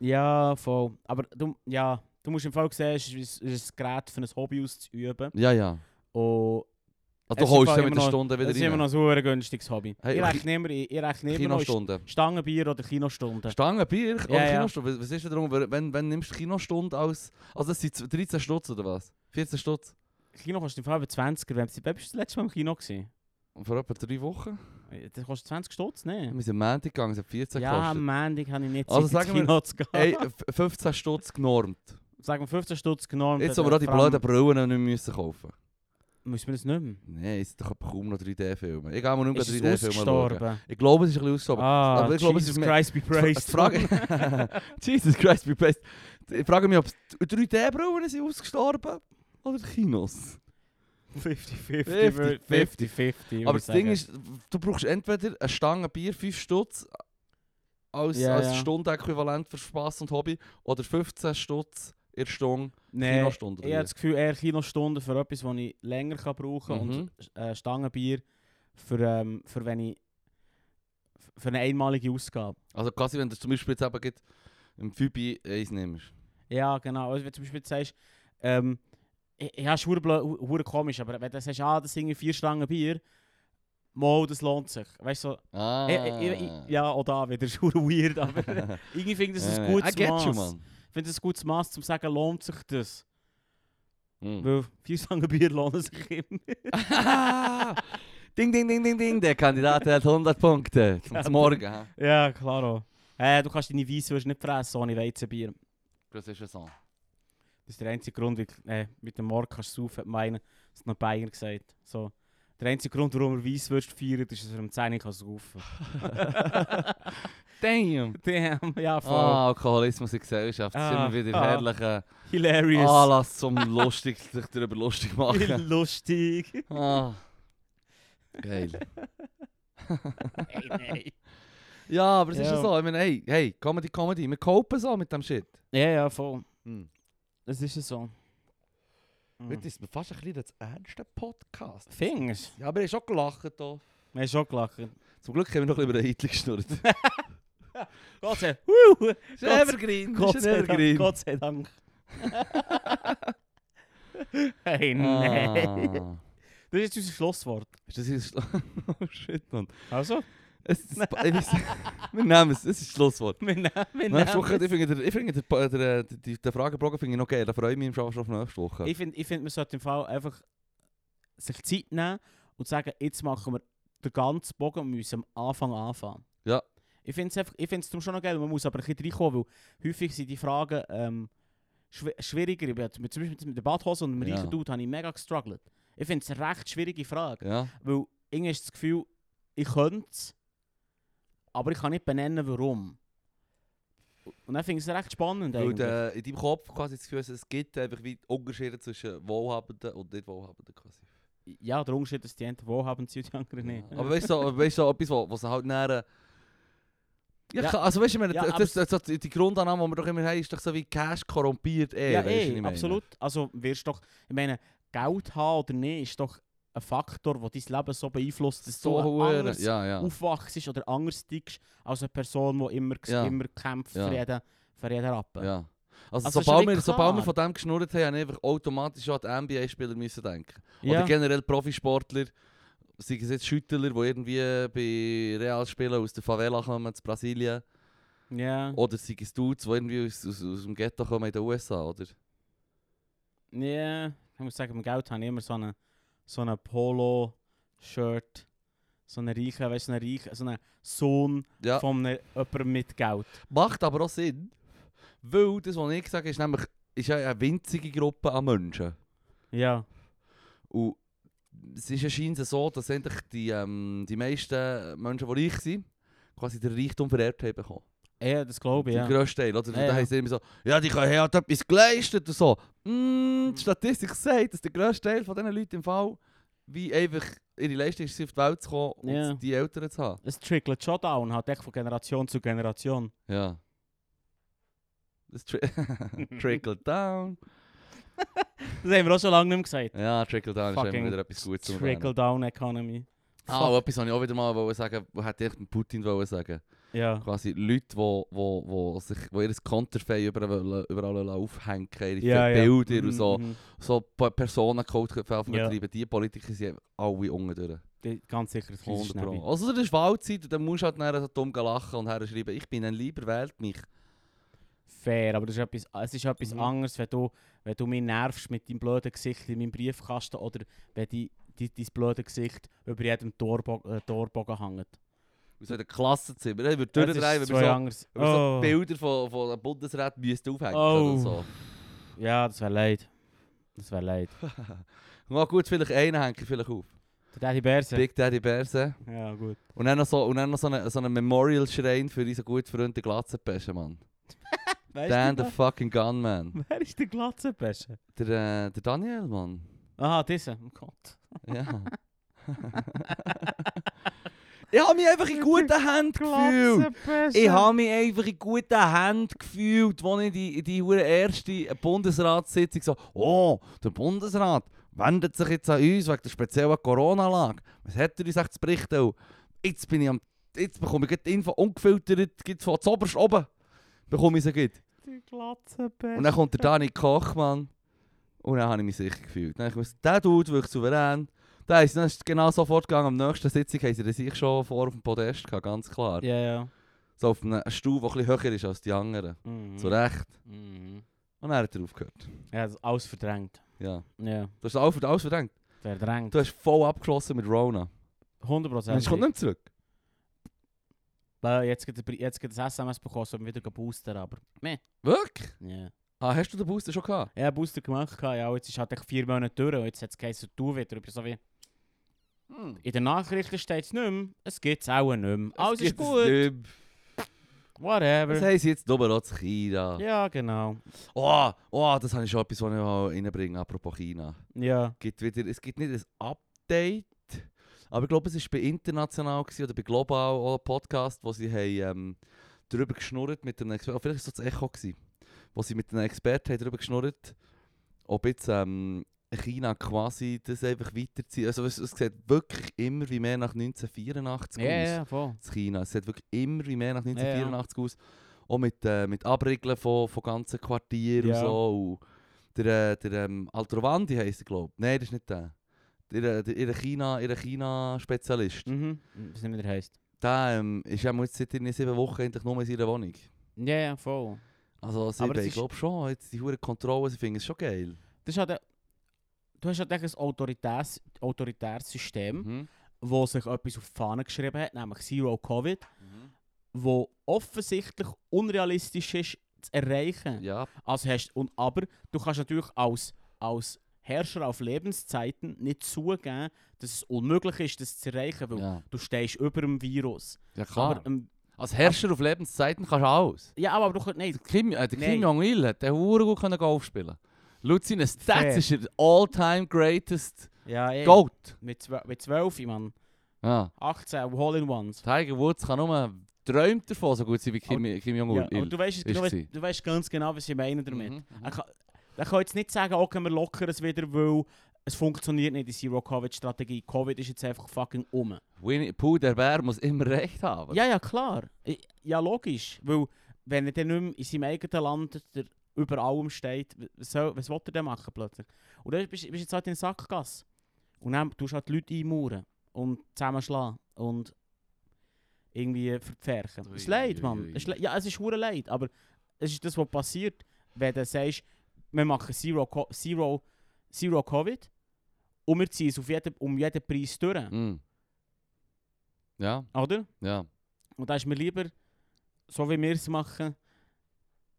Speaker 2: Ja, voll. Aber du, ja, du musst im Fall sehen, es ist, es ist ein Gerät für ein Hobby auszuüben.
Speaker 1: Ja, ja.
Speaker 2: Und
Speaker 1: Also du
Speaker 2: Es ist im
Speaker 1: holst
Speaker 2: Fall
Speaker 1: sie mit
Speaker 2: immer
Speaker 1: der
Speaker 2: noch-
Speaker 1: Stunde
Speaker 2: das
Speaker 1: wieder
Speaker 2: ist immer
Speaker 1: rein.
Speaker 2: noch ein super günstiges Hobby.
Speaker 1: Hey,
Speaker 2: ich
Speaker 1: und
Speaker 2: rechne immer, ich ich rechne immer noch
Speaker 1: Kinostunde.
Speaker 2: Stangenbier oder Kinostunde.
Speaker 1: Stangenbier oder
Speaker 2: Ja, ja.
Speaker 1: Kinostunde? Was- Was ist denn darum, wenn, wenn nimmst du Kinostunde als... Also das sind 13 Stutz oder was? 14 Stutz?
Speaker 2: Kino kostet im Fall über 20 er Wann bist du das letzte Mal im Kino? Gewesen? Äh,
Speaker 1: Vor etwa drei Wochen?
Speaker 2: Das kostet 20 Stutz, ne?
Speaker 1: Wir sind am Montag gegangen, es hat 14
Speaker 2: Ja, am
Speaker 1: gekostet.
Speaker 2: Montag habe ich nicht
Speaker 1: Also
Speaker 2: Zeit,
Speaker 1: sagen
Speaker 2: ins
Speaker 1: wir- äh,
Speaker 2: Kino zu gehen.
Speaker 1: Ey, f- 15 Stutz genormt.
Speaker 2: [LAUGHS] Sagen wir 15 Stutz genommen.
Speaker 1: Jetzt
Speaker 2: dann-
Speaker 1: haben wir auch die
Speaker 2: vor allem
Speaker 1: blöden Brillen nicht müssen kaufen
Speaker 2: Müssen wir das nicht mehr?
Speaker 1: Nein, es doch kaum noch 3D-Filme. Ich gehe mal nicht mehr
Speaker 2: Ist es
Speaker 1: 3D-Filme schauen.
Speaker 2: ausgestorben?
Speaker 1: Ich glaube, es ist ein bisschen ausgestorben.
Speaker 2: Ah,
Speaker 1: Aber ich glaube, es
Speaker 2: Jesus
Speaker 1: ist mehr-
Speaker 2: Christ be
Speaker 1: Die
Speaker 2: praised.
Speaker 1: Fra- die
Speaker 2: [LAUGHS]
Speaker 1: Frage [LAUGHS] Jesus Christ, be praised. Ich frage mich, ob die 3D-Brillen sind ausgestorben oder die Kinos. 50,
Speaker 2: 50-50. 50-50.
Speaker 1: Aber das Ding ist, du brauchst entweder eine Stange Bier, 5 Stutz, als,
Speaker 2: Ja,
Speaker 1: als
Speaker 2: ja.
Speaker 1: Stundenäquivalent für Spass und Hobby, oder 15 Stutz in der Stunde
Speaker 2: nee,
Speaker 1: Kinostunde.
Speaker 2: ich habe das Gefühl, eher Kinostunden für etwas, das ich länger kann brauchen kann.
Speaker 1: Mhm.
Speaker 2: Und äh, Stangenbier für, ähm, für wenn ich für eine einmalige Ausgabe.
Speaker 1: Also quasi, wenn du zum Beispiel jetzt eben gerade im Phoebe eins nimmst.
Speaker 2: Ja, genau. Also, wenn du zum Beispiel sagst, ähm, ja, ist hure komisch, aber wenn du sagst, ah, das sind vier Stangen Bier, mal, das lohnt sich. Weißt du, so,
Speaker 1: Ah.
Speaker 2: Eh, eh, eh, ja, auch da wieder, [LAUGHS] ist hure weird, aber
Speaker 1: [LAUGHS]
Speaker 2: irgendwie finde ich das ein gutes
Speaker 1: Äh, I get you,
Speaker 2: Maß.
Speaker 1: man.
Speaker 2: Ich finde das ein gutes Maß, um zu sagen, lohnt sich das.
Speaker 1: Mm.
Speaker 2: [LAUGHS] Weil vier Stangen Bier lohnen sich immer.
Speaker 1: [LAUGHS] ding, ding, ding, ding, ding, der Kandidat hat 100 Punkte. Zum Morgen. hä?
Speaker 2: ja, klar. Äh, du kannst deine Weisswürste nicht fressen ohne Weizenbier.
Speaker 1: Das ist ja so.
Speaker 2: Das ist der einzige Grund, wie, äh, mit dem Mark kannst du saufen, hat meinen, das hat noch Bayern gesagt. So. Der einzige Grund, warum er Weisswürste feiert, ist, dass er am 10 Uhr kann saufen [LAUGHS] kann.
Speaker 1: Damn.
Speaker 2: Damn, ja, voll.
Speaker 1: Ah, Alkoholismus in Gesellschaft. Das ist
Speaker 2: Ah,
Speaker 1: immer wieder
Speaker 2: ah.
Speaker 1: herrlicher
Speaker 2: Hilarious.
Speaker 1: Anlass, [LAUGHS] um lustig, sich darüber lustig
Speaker 2: Wie
Speaker 1: machen.
Speaker 2: lustig.
Speaker 1: ah. Geil.
Speaker 2: [LAUGHS] Hey, nein.
Speaker 1: Ja, aber es ist
Speaker 2: Ja.
Speaker 1: ja so. Ich meine, hey, hey, Comedy, Comedy. Wir copen so mit dem Shit.
Speaker 2: Ja, ja, voll.
Speaker 1: Hm.
Speaker 2: Das ist ja so. Hm.
Speaker 1: Heute ist mir fast ein bisschen das ernste Podcast.
Speaker 2: Fingers.
Speaker 1: Ja, aber ich habe schon gelacht hier.
Speaker 2: Wir haben schon gelacht.
Speaker 1: Zum Glück haben wir noch ein bisschen über den Hitler [LAUGHS] geschnurrt.
Speaker 2: Gott sei Dank.
Speaker 1: ist ein Evergreen.
Speaker 2: Gott
Speaker 1: ist ein
Speaker 2: sei Dank.
Speaker 1: Evergreen.
Speaker 2: Gott sei Dank. hey, nein.
Speaker 1: Ah.
Speaker 2: Das ist unser Schlusswort.
Speaker 1: Ist das hier das Schlu- [LAUGHS] Oh shit, Mann.
Speaker 2: [LAUGHS] Also?
Speaker 1: Es ist das Ba- ich weiss- wir nehmen es. Es ist das Schlusswort.
Speaker 2: Wir nehmen,
Speaker 1: Nächste
Speaker 2: wir nehmen.
Speaker 1: Woche, ich finde den, ich finde den, Pa- den, den, den, den Fragenbogen finde ich noch geil. Da freue ich mich schon auf nächste Woche.
Speaker 2: Ich finde, ich find, man sollte im Fall einfach sich Zeit nehmen und sagen, jetzt machen wir den ganzen Bogen und müssen am Anfang anfangen.
Speaker 1: Ja.
Speaker 2: Ich finde es einfach, ich find's darum schon noch geil, man muss aber ein bisschen reinkommen, weil häufig sind die Fragen ähm, schw schwieriger. Ich bin jetzt mit, zum Beispiel mit der Badhose und dem
Speaker 1: Ja.
Speaker 2: reichen Dude habe ich mega gestruggelt. Ich finde es eine recht schwierige Frage,
Speaker 1: ja.
Speaker 2: weil irgendwie ist das Gefühl, ich könnte es, aber ich kann nicht benennen, warum. Und dann finde ich es recht spannend
Speaker 1: Weil
Speaker 2: eigentlich.
Speaker 1: du in deinem Kopf quasi das Gefühl hast, es gibt einfach wie Unterschiede zwischen Wohlhabenden und nicht Wohlhabenden. Quasi.
Speaker 2: ja, der Unterschied ist, die einen wohlhabend sind und die anderen nicht.
Speaker 1: Aber weißt du, so- weißt du, so etwas, wo- was halt näher. Ja,
Speaker 2: Ja.
Speaker 1: klar, also weißt du, ich meine,
Speaker 2: Ja, aber
Speaker 1: das, das, das, die Grundannahme, die wir doch immer haben, ist doch so wie Cash korrumpiert eh.
Speaker 2: Ja,
Speaker 1: weisst du, was ich
Speaker 2: eh,
Speaker 1: meine?
Speaker 2: absolut. Also wirst doch, ich meine, Geld haben oder nicht, ist doch ein Faktor, der dein Leben so beeinflusst, dass
Speaker 1: So
Speaker 2: du
Speaker 1: hure-
Speaker 2: anders
Speaker 1: Ja, ja.
Speaker 2: aufwachst oder anders tickst als eine Person, die immer, ges-
Speaker 1: Ja.
Speaker 2: immer kämpft
Speaker 1: Ja.
Speaker 2: für jeden, für jeden Rappen.
Speaker 1: ja. Also,
Speaker 2: Also, ist ja
Speaker 1: sobald,
Speaker 2: wie
Speaker 1: wir, sobald wir von
Speaker 2: klar.
Speaker 1: dem geschnurrt haben, haben wir einfach automatisch an die NBA-Spieler müssen denken.
Speaker 2: Ja.
Speaker 1: Oder generell Profisportler. sei es jetzt Schüttler, die irgendwie bei Real spielen, aus der Favela kommen, zu Brasilien.
Speaker 2: Ja.
Speaker 1: Oder sei es Dudes, die irgendwie aus, aus, aus dem Ghetto kommen in den USA, oder?
Speaker 2: Ja. Ich muss sagen, beim Geld habe ich immer so einen so eine Polo-Shirt. So einen reichen, weißt du, so einen reichen, so einen Sohn
Speaker 1: Ja.
Speaker 2: von einem, jemandem mit Geld.
Speaker 1: Macht aber auch Sinn. Weil das, was ich sage, ist nämlich ist ja eine winzige Gruppe an Menschen.
Speaker 2: Ja.
Speaker 1: Und es ist anscheinend so, dass endlich die, ähm, die meisten Menschen, die reich sind, quasi den Reichtum vererbt haben bekommen.
Speaker 2: Ja, das glaube ich,
Speaker 1: Der
Speaker 2: ja.
Speaker 1: grösste Teil. Oder?
Speaker 2: Ja,
Speaker 1: Ja, da
Speaker 2: ja.
Speaker 1: heisst es immer so, ja, die haben halt etwas geleistet und so. Mm, die Statistik sagt, dass der grösste Teil von diesen Leuten im Fall, wie einfach ihre Leistung ist, auf die Welt zu kommen und
Speaker 2: Ja.
Speaker 1: die Eltern zu haben.
Speaker 2: Es trickelt schon down, halt echt von Generation zu Generation.
Speaker 1: Ja. Das tri [LAUGHS] trickle down.
Speaker 2: Das haben wir auch schon lange nicht mehr gesagt.
Speaker 1: Ja, trickle down ist
Speaker 2: Fucking
Speaker 1: immer wieder etwas Gutes zu erwähnen.
Speaker 2: Trickle down economy.
Speaker 1: Ah, und etwas wollte ich auch wieder mal wollen sagen, was hätte ich Putin wollen sagen
Speaker 2: Ja.
Speaker 1: quasi Leute, wo, wo, wo sich wo ihr Konterfei überall, überall wollen aufhängen, ihre
Speaker 2: Ja, ja.
Speaker 1: Bilder und so,
Speaker 2: Mhm.
Speaker 1: so Pa- Personencode verkaufen
Speaker 2: Ja.
Speaker 1: betreiben, die Politiker sind alle unten durch.
Speaker 2: Die- Ganz sicher, das ist
Speaker 1: 100 Pro.
Speaker 2: Schnäppi.
Speaker 1: Also das ist Wahlzeit und dann musst du halt nachher so dumm lachen und herschreiben, ich bin ein Lieber, wählt mich.
Speaker 2: Fair, aber das ist etwas, es ist etwas
Speaker 1: Mhm.
Speaker 2: anderes, wenn du, wenn du mich nervst mit deinem blöden Gesicht in meinem Briefkasten oder wenn die, die, dein blöde Gesicht über jedem Torbo äh, Torbogen hängt.
Speaker 1: Aus so einem Klassenzimmer, ich würde
Speaker 2: Das ist
Speaker 1: durchdrehen, wenn
Speaker 2: zwei
Speaker 1: wir so,
Speaker 2: anderes.
Speaker 1: wenn wir so
Speaker 2: Oh.
Speaker 1: Bilder von, von den Bundesräten müssten aufhängen
Speaker 2: Oh.
Speaker 1: oder so.
Speaker 2: Ja, das wäre leid. Das wäre leid.
Speaker 1: Na gut, vielleicht einen hänge ich vielleicht auf.
Speaker 2: Der Daddy Berse.
Speaker 1: Big Daddy Berse.
Speaker 2: Ja, gut.
Speaker 1: Und dann noch so, und dann noch so einen so eine Memorial-Schrein für unseren guten Freund, den Glatzenpesche, Mann.
Speaker 2: Weißt
Speaker 1: Dan
Speaker 2: du,
Speaker 1: the fucking Gunman.
Speaker 2: [LAUGHS] wer- wer ist der Glatzenbäsche?
Speaker 1: Der, äh, der Daniel, Mann.
Speaker 2: Aha, dieser. Oh Gott.
Speaker 1: Ja. [LAUGHS] ich habe mich einfach in guten Händen gefühlt. Ich habe mich einfach in guten Händen gefühlt, als ich die, die hure erste Bundesratssitzung so, oh, der Bundesrat wendet sich jetzt an uns wegen der speziellen Corona-Lage. Was hat er uns echt oh? zu berichten? Und Jetzt bin ich am, jetzt bekomme ich gleich die Info ungefiltert, gibt's von zoberst oben, bekomme ich sie gleich.
Speaker 2: Der Glatzenbäsche.
Speaker 1: Und dann kommt der Dani Koch, Mann. Und dann habe ich mich sicher gefühlt. Dann habe ich gewusst, der Dude wirkt souverän. Der ist, dann ist es genau sofort gegangen. Am nächsten Sitzung haben sie den sich schon vor auf dem Podest gehabt, ganz klar.
Speaker 2: Ja, ja.
Speaker 1: So auf einem Stuhl, der ein bisschen höher ist als die anderen.
Speaker 2: Mhm.
Speaker 1: Zu Recht.
Speaker 2: Mhm.
Speaker 1: Und dann hat er aufgehört.
Speaker 2: Ja, das ist alles verdrängt.
Speaker 1: Ja.
Speaker 2: Ja,
Speaker 1: Du hast alles, alles verdrängt.
Speaker 2: verdrängt.
Speaker 1: Du hast voll abgeschlossen mit Rona.
Speaker 2: 100
Speaker 1: Mensch, kommt nicht mehr zurück.
Speaker 2: Weil Jetzt gibt es jetzt gibt es SMS bekommen, so wieder boostern, aber meh.
Speaker 1: Wirklich?
Speaker 2: Ja.
Speaker 1: Ah, hast du den Booster schon gehabt?
Speaker 2: Ich habe Booster gemacht, gehabt, ja, und jetzt ist halt echt vier Monate durch und jetzt hat es geheißen, du wieder. Ich bin so wie, in den Nachrichten steht es nicht mehr, es gibt Hm. es auch nicht mehr. Alles ist gut,
Speaker 1: Das
Speaker 2: whatever.
Speaker 1: haben sie jetzt oben auch zu China.
Speaker 2: Ja, genau.
Speaker 1: Oh, oh, das habe ich schon etwas, was ich mal reinbringen apropos China.
Speaker 2: Ja.
Speaker 1: gibt wieder, es gibt nicht ein Update, aber ich glaube, es war bei international gewesen, oder bei global oder Podcast, wo sie haben, ähm, darüber geschnurrt mit einem Experten, vielleicht war es das Echo, gewesen, wo sie mit einem Experten haben darüber geschnurrt ob jetzt ähm, China quasi das einfach weiterzieht. Also es, es sieht wirklich immer wie mehr nach 1984
Speaker 2: Ja,
Speaker 1: aus
Speaker 2: ja, voll.
Speaker 1: in China. Es sieht wirklich immer wie mehr nach
Speaker 2: ja.
Speaker 1: 1984 aus. Auch mit, äh, mit Abriegeln von, von ganzen Quartieren
Speaker 2: Ja.
Speaker 1: und so. Und der äh, der ähm, Altrovandi heisst er, glaube ich. Nein, das ist nicht der. Der, der, der China- ihr China-Spezialist.
Speaker 2: Mhm. Was nicht mehr der heisst.
Speaker 1: Der ähm, ist ja jetzt seit in sieben Wochen endlich nur in seiner Wohnung.
Speaker 2: Ja, ja, voll.
Speaker 1: Also
Speaker 2: Aber
Speaker 1: sieben,
Speaker 2: es
Speaker 1: ich
Speaker 2: ist-
Speaker 1: glaube schon. Jetzt die hohe Kontrolle, sie finden es schon geil.
Speaker 2: Das ist halt, äh, du hast halt echt ein autoritäres, autoritäres System.
Speaker 1: Mhm.
Speaker 2: wo sich etwas auf die Fahne geschrieben hat, nämlich Zero Covid, Mhm. wo offensichtlich unrealistisch ist zu erreichen.
Speaker 1: Ja,
Speaker 2: Also hast, und, aber du kannst natürlich als, als Herrscher auf Lebenszeiten nicht zugeben, dass es unmöglich ist, das zu erreichen, weil
Speaker 1: ja.
Speaker 2: du stehst über dem Virus.
Speaker 1: ja klar.
Speaker 2: Aber, ähm,
Speaker 1: Als Herrscher auf Lebenszeiten kannst du alles.
Speaker 2: ja, aber du kannst
Speaker 1: Der
Speaker 2: nicht.
Speaker 1: Kim, äh, der
Speaker 2: Nein.
Speaker 1: Kim Jong-il hat den Huren gut können Golf spielen. Laut seinen
Speaker 2: Fair.
Speaker 1: Stats ist er der all-time greatest
Speaker 2: Ja, ey,
Speaker 1: Goat.
Speaker 2: Mit, zwölf, mit 12, Mann.
Speaker 1: Ja.
Speaker 2: 18, Hole-in-Ones.
Speaker 1: Tiger Woods kann nur träumt davon, so gut sein wie Kim, Kim
Speaker 2: Ja,
Speaker 1: Jong-il.
Speaker 2: aber du weißt,
Speaker 1: ist
Speaker 2: du, weißt,
Speaker 1: sie.
Speaker 2: du weißt ganz genau, was ich meine damit.
Speaker 1: Mhm, mhm.
Speaker 2: Er kann, er kann jetzt nicht sagen, okay, wir lockern es wieder, weil es funktioniert nicht, die Zero-Covid-Strategie. Covid ist jetzt einfach fucking um.
Speaker 1: Winnie Pooh, der Bär, muss immer recht haben.
Speaker 2: Ja, ja, klar. I- Ja, logisch. Weil, wenn er dann nicht mehr in seinem eigenen Land der über allem steht, w- was, soll, was will er denn machen plötzlich? Und dann bist du bist jetzt halt in der Sackgasse. Und dann tust du halt die Leute einmauern. und zusammenschlagen und irgendwie verpferchen.
Speaker 1: Ui,
Speaker 2: Es ist leid,
Speaker 1: ui,
Speaker 2: Mann.
Speaker 1: ui.
Speaker 2: Es ist le- ja, es ist hure leid, aber es ist das, was passiert, wenn du sagst, wir machen Zero, Co Zero, Zero Covid und wir ziehen es auf jeden, um jeden Preis durch,
Speaker 1: Mm. Ja,
Speaker 2: oder?
Speaker 1: ja.
Speaker 2: Und da ist mir lieber, so wie wir es machen,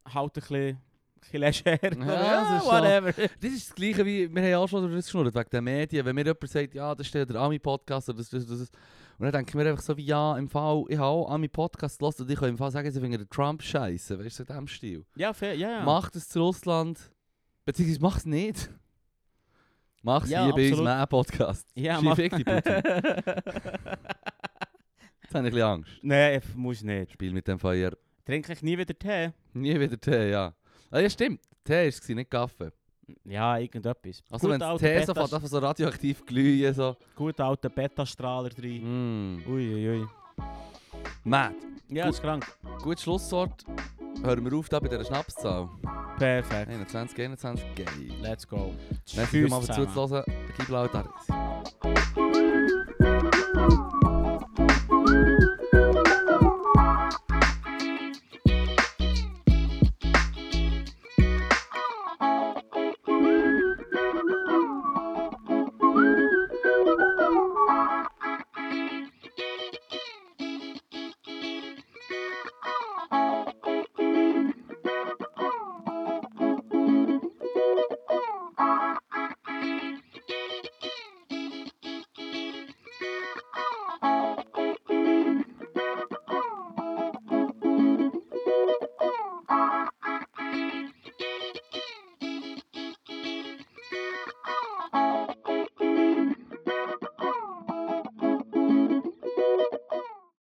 Speaker 2: halt ein bisschen, bisschen leger.
Speaker 1: Ja,
Speaker 2: [LAUGHS]
Speaker 1: das ist so. Das ist das Gleiche wie, wir haben ja auch schon darüber geschnurrt, wegen den Medien. Wenn mir jemand sagt, ja, das ist der Ami-Podcast oder das, das, das, das. Und dann denke ich mir einfach so wie, ja, im Fall, ich habe auch Ami-Podcast gehört und ich kann im Fall sagen, sie finden den Trump scheiße. Weißt du, so in diesem Stil.
Speaker 2: Ja, fair, ja. ja.
Speaker 1: Macht es zu Russland, beziehungsweise macht es nicht. [LAUGHS] Mach es
Speaker 2: Ja,
Speaker 1: hier bei uns,
Speaker 2: absolut.
Speaker 1: mein Podcast.
Speaker 2: Ja,
Speaker 1: Schief ich die Putin. Jetzt
Speaker 2: [LAUGHS]
Speaker 1: habe ich ein bisschen Angst.
Speaker 2: Nein, ich muss nicht.
Speaker 1: Spiel mit dem Feuer.
Speaker 2: Trinke ich nie wieder Tee?
Speaker 1: Nie wieder Tee, ja. Ah, ja, stimmt. Tee war es, nicht Kaffee.
Speaker 2: Ja, irgendetwas.
Speaker 1: Also wenn das
Speaker 2: alter
Speaker 1: Tee so,
Speaker 2: Beta-
Speaker 1: fängt, einfach so radioaktiv glühen, so.
Speaker 2: Gut alter Beta-Strahler drin.
Speaker 1: Mm.
Speaker 2: Uiuiui.
Speaker 1: Matt,
Speaker 2: Ja,
Speaker 1: Gut.
Speaker 2: ist krank.
Speaker 1: gut Schlusswort. Hören wir auf da bei dieser Schnapszahl.
Speaker 2: Perfekt.
Speaker 1: 21, 21, geil.
Speaker 2: Let's go.
Speaker 1: Merci,
Speaker 2: Tschüss
Speaker 1: mal
Speaker 2: zusammen.
Speaker 1: zuzuhören. Gib laut, Aris.
Speaker 2: Tschüss.